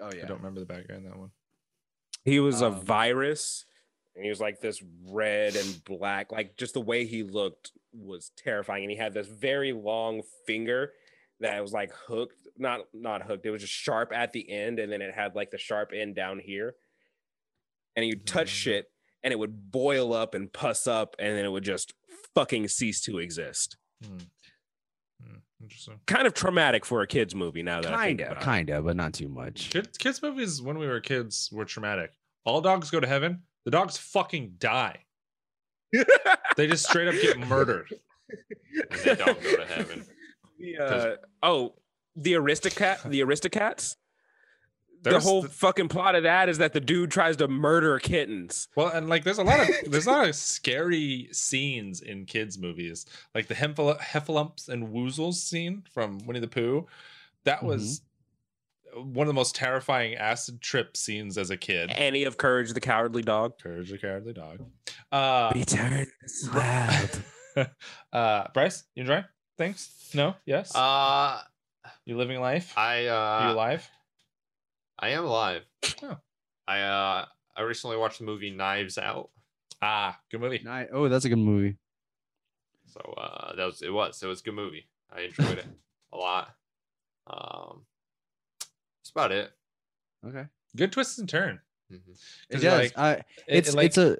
Speaker 1: Oh
Speaker 5: I
Speaker 1: yeah.
Speaker 5: don't remember the background in that one.
Speaker 2: He was a
Speaker 1: Um,
Speaker 2: virus, and he was like this red and black. Like just the way he looked was terrifying, and he had this very long finger that was like hooked, not not hooked. It was just sharp at the end, and then it had like the sharp end down here. And you touch shit, and it would boil up and puss up, and then it would just fucking cease to exist.
Speaker 5: Hmm. Hmm, Interesting.
Speaker 2: Kind of traumatic for a kids movie. Now that I
Speaker 1: Kind
Speaker 2: think
Speaker 1: of,
Speaker 2: about it.
Speaker 1: kind of, but not too much.
Speaker 5: Kids, kids movies when we were kids were traumatic. All dogs go to heaven. The dogs fucking die. They just straight up get murdered.
Speaker 4: They don't go to heaven.
Speaker 2: The,
Speaker 5: 'Cause-
Speaker 2: uh, oh, the Aristocat, the Aristocats.
Speaker 5: There's
Speaker 2: the whole fucking plot of that is that the dude tries to murder kittens.
Speaker 5: Well, and like there's a lot of there's a lot of scary scenes in kids' movies, like the Hempel- heffalumps and woozles scene from Winnie the Pooh. That was one of the most terrifying acid trip scenes as a kid.
Speaker 2: Annie of Courage the Cowardly Dog.
Speaker 5: Courage the Cowardly Dog. Uh,
Speaker 1: turned
Speaker 5: uh, Bryce, you enjoy things? No? Yes?
Speaker 4: Uh,
Speaker 5: you living life?
Speaker 4: I
Speaker 5: you
Speaker 4: uh,
Speaker 5: alive?
Speaker 4: I am alive.
Speaker 5: Oh.
Speaker 4: I uh, I recently watched the movie Knives Out.
Speaker 5: Ah, good movie.
Speaker 1: Oh, that's a good movie.
Speaker 4: So uh, that was it was it was a good movie. I enjoyed it a lot. Um, that's about it.
Speaker 1: Okay.
Speaker 5: Good twist and turn.
Speaker 4: Mhm.
Speaker 1: It
Speaker 5: 'Cause,
Speaker 1: does.
Speaker 5: like,
Speaker 1: I,
Speaker 5: It-
Speaker 1: it's
Speaker 5: it, like,
Speaker 1: it's a.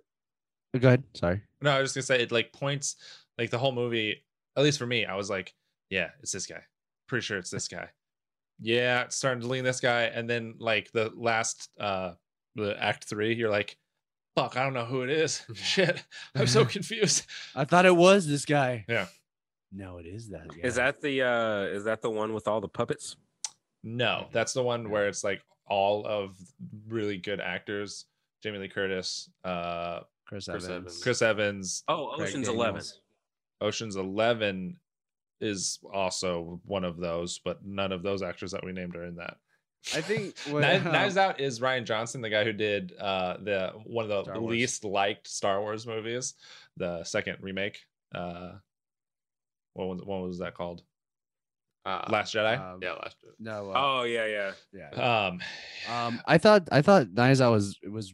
Speaker 1: Go ahead. Sorry.
Speaker 5: No, I was just gonna say it like points like the whole movie, at least for me, I was like, Yeah, it's this guy. Pretty sure it's this guy. Yeah, it's starting to lean this guy, and then like the last uh the act three, you're like, fuck, I don't know who it is. Shit. I'm so confused.
Speaker 1: I thought it was this guy.
Speaker 5: Yeah.
Speaker 1: No, it is that.
Speaker 2: Is
Speaker 1: guy.
Speaker 2: that the uh is that the one with all the puppets?
Speaker 5: No, that's the one where it's like all of really good actors. Jamie Lee Curtis, uh
Speaker 1: Chris,
Speaker 4: Chris
Speaker 1: Evans?
Speaker 4: Evans.
Speaker 5: Chris Evans,
Speaker 2: Oh,
Speaker 5: Craig
Speaker 2: Ocean's
Speaker 5: Daniels.
Speaker 2: Eleven.
Speaker 5: Ocean's Eleven is also one of those, but none of those actors that we named are in that.
Speaker 1: I think. um,
Speaker 5: Knives,
Speaker 1: well,
Speaker 5: Knives Out is Ryan Johnson, the guy who did uh, the one of the
Speaker 1: Star Wars.
Speaker 5: least liked Star Wars movies, the second remake. Uh, what was what was that called?
Speaker 4: Uh,
Speaker 5: Last Jedi.
Speaker 1: um,
Speaker 4: yeah, last year.
Speaker 1: No. Uh,
Speaker 2: Oh yeah, yeah.
Speaker 1: yeah.
Speaker 5: Um,
Speaker 1: Um, I thought I thought Knives Out was was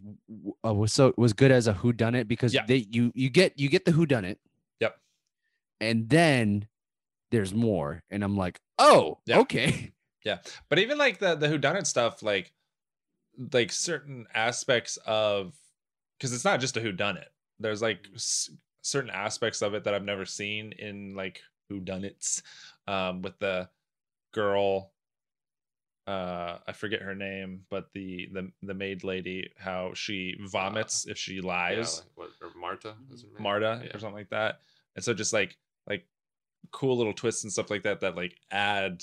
Speaker 1: uh, was so was good as a Who Done It because
Speaker 5: Yeah.
Speaker 1: they you you get you get the Who Done It.
Speaker 5: Yep.
Speaker 1: And then there's more, and I'm like, oh,
Speaker 5: Yeah.
Speaker 1: okay.
Speaker 5: but even like the the whodunit stuff, like like certain aspects of because it's not just a whodunit. There's
Speaker 4: Mm-hmm.
Speaker 5: like s- certain aspects of it that I've never seen in like whodunits, um, with the girl. Uh, I forget her name, but the the the maid lady, how she vomits if she
Speaker 4: Yeah,
Speaker 5: lies.
Speaker 4: like, what, or Marta. is her name?
Speaker 5: Marta
Speaker 4: Yeah.
Speaker 5: or something like that. And so just like like cool little twists and stuff like that that like add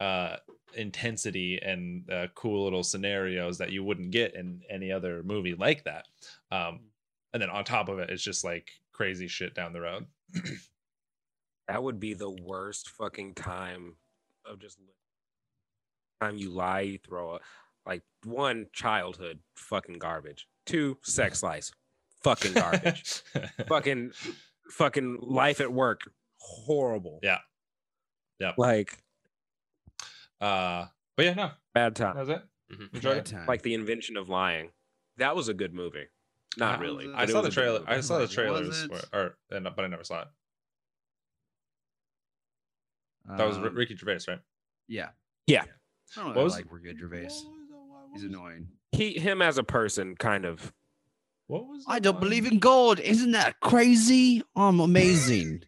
Speaker 5: uh intensity and uh, cool little scenarios that you wouldn't get in any other movie like that. Um
Speaker 1: Mm.
Speaker 5: and then on top of it it's just like crazy shit down the road.
Speaker 2: That would be the worst fucking time of just li- time you lie, you throw up. Like one, childhood, fucking garbage. Two, sex lies, fucking garbage. fucking fucking life at work horrible
Speaker 5: Yeah. Yep.
Speaker 2: like
Speaker 5: uh but yeah, no.
Speaker 2: bad time
Speaker 5: That's it.
Speaker 4: Mhm.
Speaker 5: Enjoyed
Speaker 1: Bad
Speaker 5: it.
Speaker 1: time.
Speaker 2: like the invention of lying that was a good movie not
Speaker 1: That
Speaker 2: really
Speaker 1: was a-
Speaker 5: I
Speaker 2: but it
Speaker 5: saw
Speaker 2: was
Speaker 5: the
Speaker 2: a good
Speaker 5: trailer.
Speaker 2: movie.
Speaker 5: I saw the
Speaker 1: Was
Speaker 5: trailers,
Speaker 1: it?
Speaker 5: for, or and, but I never saw it. That was R-
Speaker 1: Um,
Speaker 5: Ricky Gervais, right?
Speaker 1: Yeah.
Speaker 2: Yeah.
Speaker 1: I don't
Speaker 5: What
Speaker 1: know,
Speaker 5: was-
Speaker 1: like Ricky Gervais. He's annoying.
Speaker 2: he him as a person kind of
Speaker 5: What was?
Speaker 1: I
Speaker 5: the
Speaker 1: don't
Speaker 5: one?
Speaker 1: believe in God. Isn't that crazy? I'm amazing.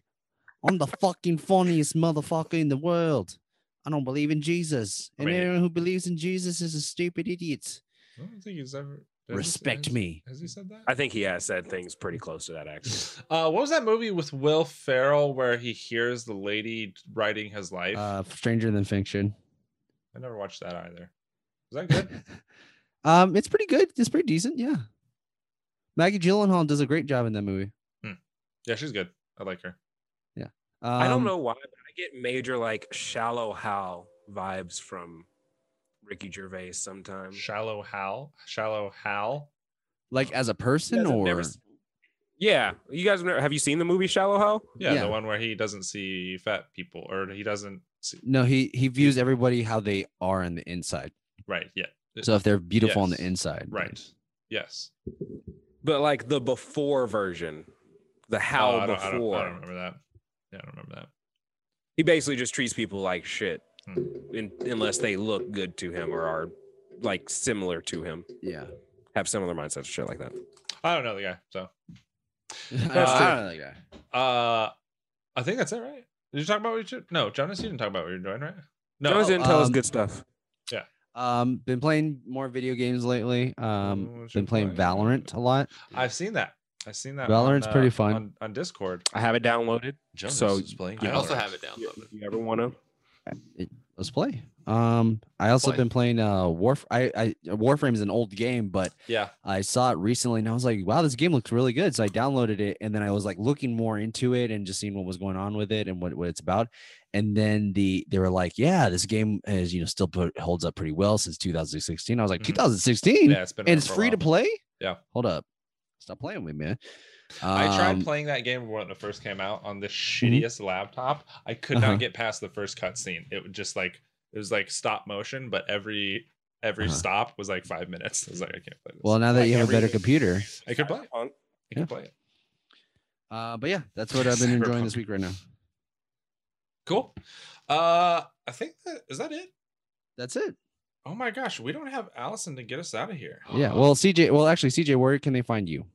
Speaker 1: I'm the fucking funniest motherfucker in the world. I don't believe in Jesus.
Speaker 5: I
Speaker 1: And
Speaker 5: mean-
Speaker 1: anyone who believes in Jesus is a stupid idiot.
Speaker 5: I don't think he's ever has he-
Speaker 1: Respect
Speaker 5: has-
Speaker 1: me.
Speaker 5: Has he said that?
Speaker 2: i think he has said things pretty close to that actually
Speaker 5: Uh, what was that movie with Will Ferrell where he hears the lady writing his life?
Speaker 1: Uh, stranger than fiction.
Speaker 5: I never watched that either. Was that good?
Speaker 1: um, it's pretty good. It's pretty decent. Yeah. Maggie Gyllenhaal does a great job in that movie.
Speaker 5: yeah, she's good. I like her.
Speaker 1: Um,
Speaker 2: i don't know why but i get major like shallow Hal vibes from Ricky Gervais sometimes.
Speaker 5: Shallow Hal, Shallow Hal.
Speaker 1: Like as a person or
Speaker 2: Yeah, you guys have, never, have you seen the movie Shallow Hal?
Speaker 5: Yeah,
Speaker 1: Yeah.
Speaker 5: the one where he doesn't see fat people, or he doesn't see.
Speaker 1: no, he he views everybody how they are on the inside.
Speaker 5: Right. Yeah.
Speaker 1: So if they're beautiful on the
Speaker 5: Yes.
Speaker 1: inside,
Speaker 5: Right. Yes.
Speaker 2: But like the before version, the
Speaker 5: Oh,
Speaker 2: Hal
Speaker 5: I don't- I don't-
Speaker 2: before.
Speaker 5: I don't, remember that. Yeah, I don't remember that.
Speaker 2: He basically just treats people like shit,
Speaker 5: Hmm.
Speaker 2: in, unless they look good to him or are like similar to him,
Speaker 1: yeah.
Speaker 2: have similar mindsets, and shit like that.
Speaker 5: I don't know the guy. So,
Speaker 1: That's
Speaker 5: Uh,
Speaker 1: true. I don't know that guy.
Speaker 5: uh, I think that's it, right? Did you talk about what you? No, Jonas, you didn't talk about what you're doing, right? No.
Speaker 2: Jonas didn't tell us
Speaker 1: um,
Speaker 2: good stuff.
Speaker 1: Um, been playing more video games lately.
Speaker 5: what
Speaker 1: Um,
Speaker 5: you
Speaker 1: been playing
Speaker 5: playing?
Speaker 1: Valorant a lot.
Speaker 5: I've seen that. I've seen that.
Speaker 1: Valorant's pretty fun.
Speaker 5: on, on Discord.
Speaker 2: I have it downloaded.
Speaker 5: Jonas
Speaker 2: So,
Speaker 5: is playing.
Speaker 4: I
Speaker 2: yeah.
Speaker 4: also
Speaker 5: Valorant.
Speaker 4: have it
Speaker 2: You,
Speaker 4: downloaded.
Speaker 2: you ever want to?
Speaker 1: Let's play. Um, I also
Speaker 4: Play.
Speaker 1: been playing uh Warf. I, I Warframe's an old game, but
Speaker 5: Yeah.
Speaker 1: I saw it recently and I was like, wow, this game looks really good. So I downloaded it and then I was like looking more into it and just seeing what was going on with it and what, what it's about. And then the they were like, yeah, this game is you know still put, holds up pretty well since 2016. I was like,
Speaker 5: Mhm.
Speaker 1: 2016
Speaker 5: Yeah, it's been.
Speaker 1: and
Speaker 5: around
Speaker 1: it's
Speaker 5: for a
Speaker 1: free to
Speaker 5: while.
Speaker 1: play.
Speaker 5: Yeah.
Speaker 1: hold up, stop playing with me, man.
Speaker 5: I
Speaker 1: Um, Mhm.
Speaker 5: tried playing that game when it first came out on the shittiest laptop. I could
Speaker 1: Uh-huh.
Speaker 5: not get past the first cutscene. It would just like it was like stop motion, but every every
Speaker 1: Uh-huh.
Speaker 5: stop was like five minutes. I was like, I can't play this.
Speaker 1: Well, now that
Speaker 5: Like,
Speaker 1: you have a
Speaker 5: every-
Speaker 1: better computer,
Speaker 5: I could play. It.
Speaker 2: Cyberpunk.
Speaker 5: I
Speaker 1: Yeah.
Speaker 5: could play it.
Speaker 1: uh, but yeah, that's what I've been enjoying this week right now.
Speaker 5: Cool. Uh, I think that is that it.
Speaker 1: That's it.
Speaker 5: Oh my gosh, we don't have Allison to get us out of here.
Speaker 1: Yeah. Well, CJ. Well, actually, CJ, where can they find you?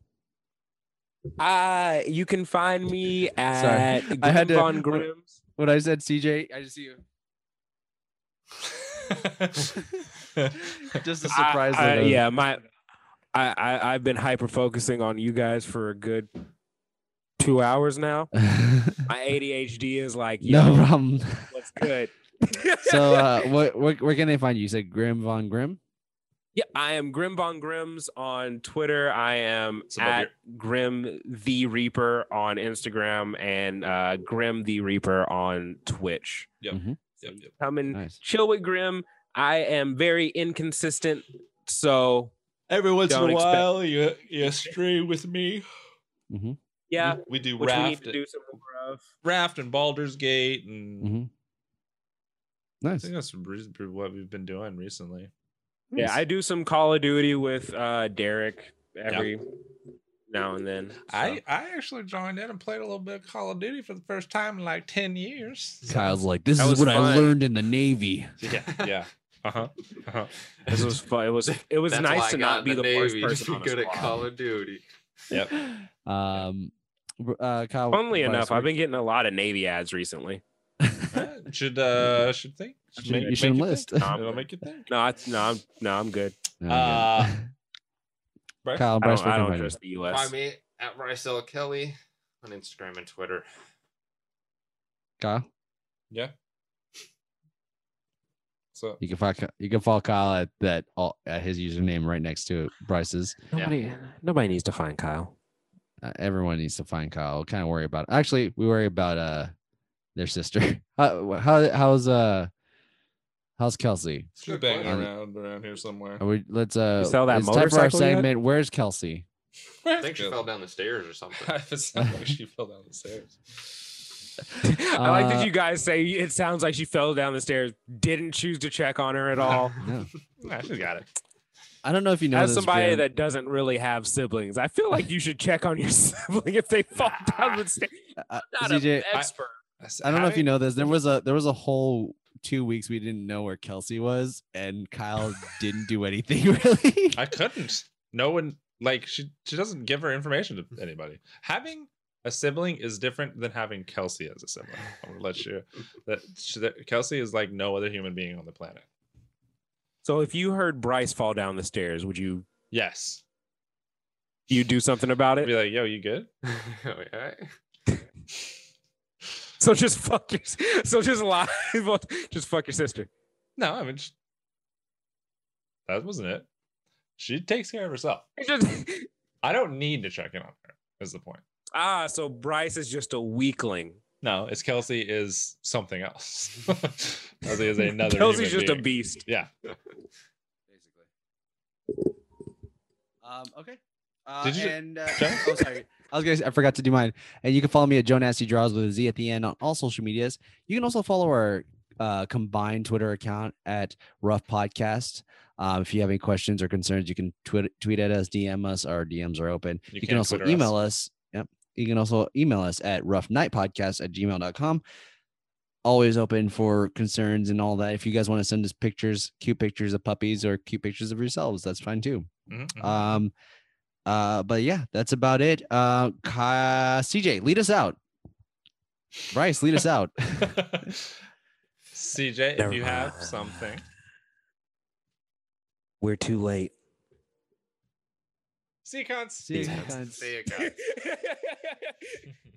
Speaker 2: Uh, you can find me at Grim
Speaker 1: I had to-
Speaker 2: Von Grimm's.
Speaker 1: When I said CJ, I just see you. Just a surprise.
Speaker 2: I- I-
Speaker 1: that, uh,
Speaker 2: yeah, my I, I I've been hyper focusing on you guys for a good two hours now. My ADHD is like,
Speaker 1: no
Speaker 2: yo,
Speaker 1: problem.
Speaker 2: what's good?
Speaker 1: So, uh, what, where, where can they find you? You said Grim Von Grim.
Speaker 2: yeah, I am Grim Von Grims on Twitter. I am
Speaker 5: It's above
Speaker 2: at Grim the Reaper on Instagram and uh, Grim the Reaper on Twitch.
Speaker 5: Yep, yep.
Speaker 2: Come and
Speaker 1: Nice.
Speaker 2: chill with Grim. I am very inconsistent, so
Speaker 5: Every once
Speaker 2: Don't expect-
Speaker 5: you you stray with me.
Speaker 2: yeah,
Speaker 5: We do
Speaker 2: which we need
Speaker 5: raft,
Speaker 2: to do some more of.
Speaker 5: raft and Baldur's Gate, and
Speaker 1: hmm
Speaker 5: I
Speaker 1: Nice.
Speaker 5: think that's re- what we've been doing recently.
Speaker 2: Yeah, I do some Call of Duty with uh Derek every now and then.
Speaker 5: I I actually joined in and played a little bit of Call of Duty for the first time in like ten years. So-
Speaker 1: Kyle's like, this
Speaker 2: That
Speaker 1: is
Speaker 2: was
Speaker 1: what I
Speaker 2: fun.
Speaker 1: learned in the Navy.
Speaker 5: yeah, yeah, uh huh, uh-huh.
Speaker 2: this was fun. It was it was
Speaker 4: That's why
Speaker 2: nice
Speaker 4: I
Speaker 2: to
Speaker 4: got
Speaker 2: not
Speaker 4: in
Speaker 2: be the, worst
Speaker 4: Navy, just
Speaker 2: person
Speaker 4: be
Speaker 2: on a
Speaker 4: good at
Speaker 2: squad.
Speaker 4: Call of Duty.
Speaker 5: Yep.
Speaker 1: Um, br- uh, Kyle.
Speaker 2: Funnily
Speaker 1: advice,
Speaker 2: enough,
Speaker 1: where-
Speaker 2: I've been getting a lot of Navy ads recently.
Speaker 5: Alright, should uh should think
Speaker 1: Should- you should
Speaker 5: you
Speaker 1: enlist.
Speaker 5: think.
Speaker 2: No, I'm
Speaker 5: It'll
Speaker 2: good.
Speaker 5: make you think.
Speaker 2: No, I, no, I'm no, I'm good.
Speaker 1: No, I'm good.
Speaker 5: Bryce?
Speaker 1: Kyle, and
Speaker 2: I
Speaker 1: Bryce, where
Speaker 2: uh, don't, I
Speaker 1: can
Speaker 2: don't
Speaker 1: they find
Speaker 2: trust the U.S.
Speaker 4: Find me at Bryce L. Kelly on Instagram and Twitter.
Speaker 1: you? Kyle.
Speaker 5: Yeah. So
Speaker 1: You can follow Ky- you can follow Kyle at that all at his username right next to it, Bryce's.
Speaker 2: Nobody, nobody needs to find Kyle.
Speaker 1: Uh, everyone needs to find Kyle. Kind of worry about. Actually, we worry about uh their sister. How, how how's uh how's Kelsey?
Speaker 5: she's banging
Speaker 1: question.
Speaker 5: around around here somewhere.
Speaker 1: Are we, let's uh
Speaker 2: sell that
Speaker 1: it's time for our
Speaker 2: motorcycle yet?
Speaker 1: segment. Where's Kelsey?
Speaker 4: I think she fell down the stairs or something.
Speaker 5: it sounded like she fell down the stairs.
Speaker 2: I like
Speaker 1: Uh,
Speaker 2: that you guys say it sounds like she fell down the stairs. Didn't choose to check on her at all.
Speaker 1: No.
Speaker 5: Nah, she's got it.
Speaker 1: I don't know if you know
Speaker 2: As
Speaker 1: this,
Speaker 2: somebody
Speaker 1: Grim.
Speaker 2: that doesn't really have siblings, I feel like you should check on your sibling if they fall down the stairs.
Speaker 1: uh,
Speaker 2: Not an
Speaker 1: CJ, I,
Speaker 2: expert.
Speaker 1: I don't know if you know this. There was a there was a whole two weeks we didn't know where Kelsey was, and Kyle didn't do anything really.
Speaker 5: I couldn't. No one like she she doesn't give her information to anybody. Having a sibling is different than having Kelsey as a sibling. I'm gonna let you that, she, that Kelsey is like no other human being on the planet.
Speaker 2: So if you heard Bryce fall down the stairs, would you
Speaker 5: Yes.
Speaker 2: you do something about
Speaker 5: I'd be
Speaker 2: it?
Speaker 5: like, yo, you good?
Speaker 4: Alright.
Speaker 2: So just fuck your so just lie. Well, just fuck your sister.
Speaker 5: No, I mean sh that wasn't it. She takes care of herself.
Speaker 2: It's just-
Speaker 5: I don't need to check in on her. Is the point?
Speaker 2: ah, so Bryce is just a weakling.
Speaker 5: No, it's Kelsey is something else. Kelsey is another.
Speaker 2: Kelsey's
Speaker 5: human
Speaker 2: just a
Speaker 5: being.
Speaker 2: beast.
Speaker 5: Yeah.
Speaker 1: Um, okay. Uh,
Speaker 5: Did you-
Speaker 1: and uh,
Speaker 5: Sorry?
Speaker 1: oh, sorry. I was gonna say, I forgot to do mine. And you can follow me at Joe Nasty Draws with a Z at the end on all social medias. You can also follow our uh, combined Twitter account at Rough Podcast. Um, if you have any questions or concerns, you can tweet, tweet at us, DM us. Our DMs are open.
Speaker 5: You
Speaker 1: You,
Speaker 5: can
Speaker 1: can also
Speaker 5: Twitter us.
Speaker 1: email us. Yep. You can also email us at roughnightpodcast at gmail.com. Always open for concerns and all that. If you guys want to send us pictures, cute pictures of puppies or cute pictures of yourselves, that's fine too.
Speaker 5: Mhm, mhm.
Speaker 1: Um, uh, but yeah, that's about it. Uh, Ka- CJ, lead us out. Bryce, lead us out.
Speaker 5: CJ, if you have something,
Speaker 10: We're too late.
Speaker 5: see you, cunts.
Speaker 1: See you guys.
Speaker 4: See you guys.
Speaker 9: it.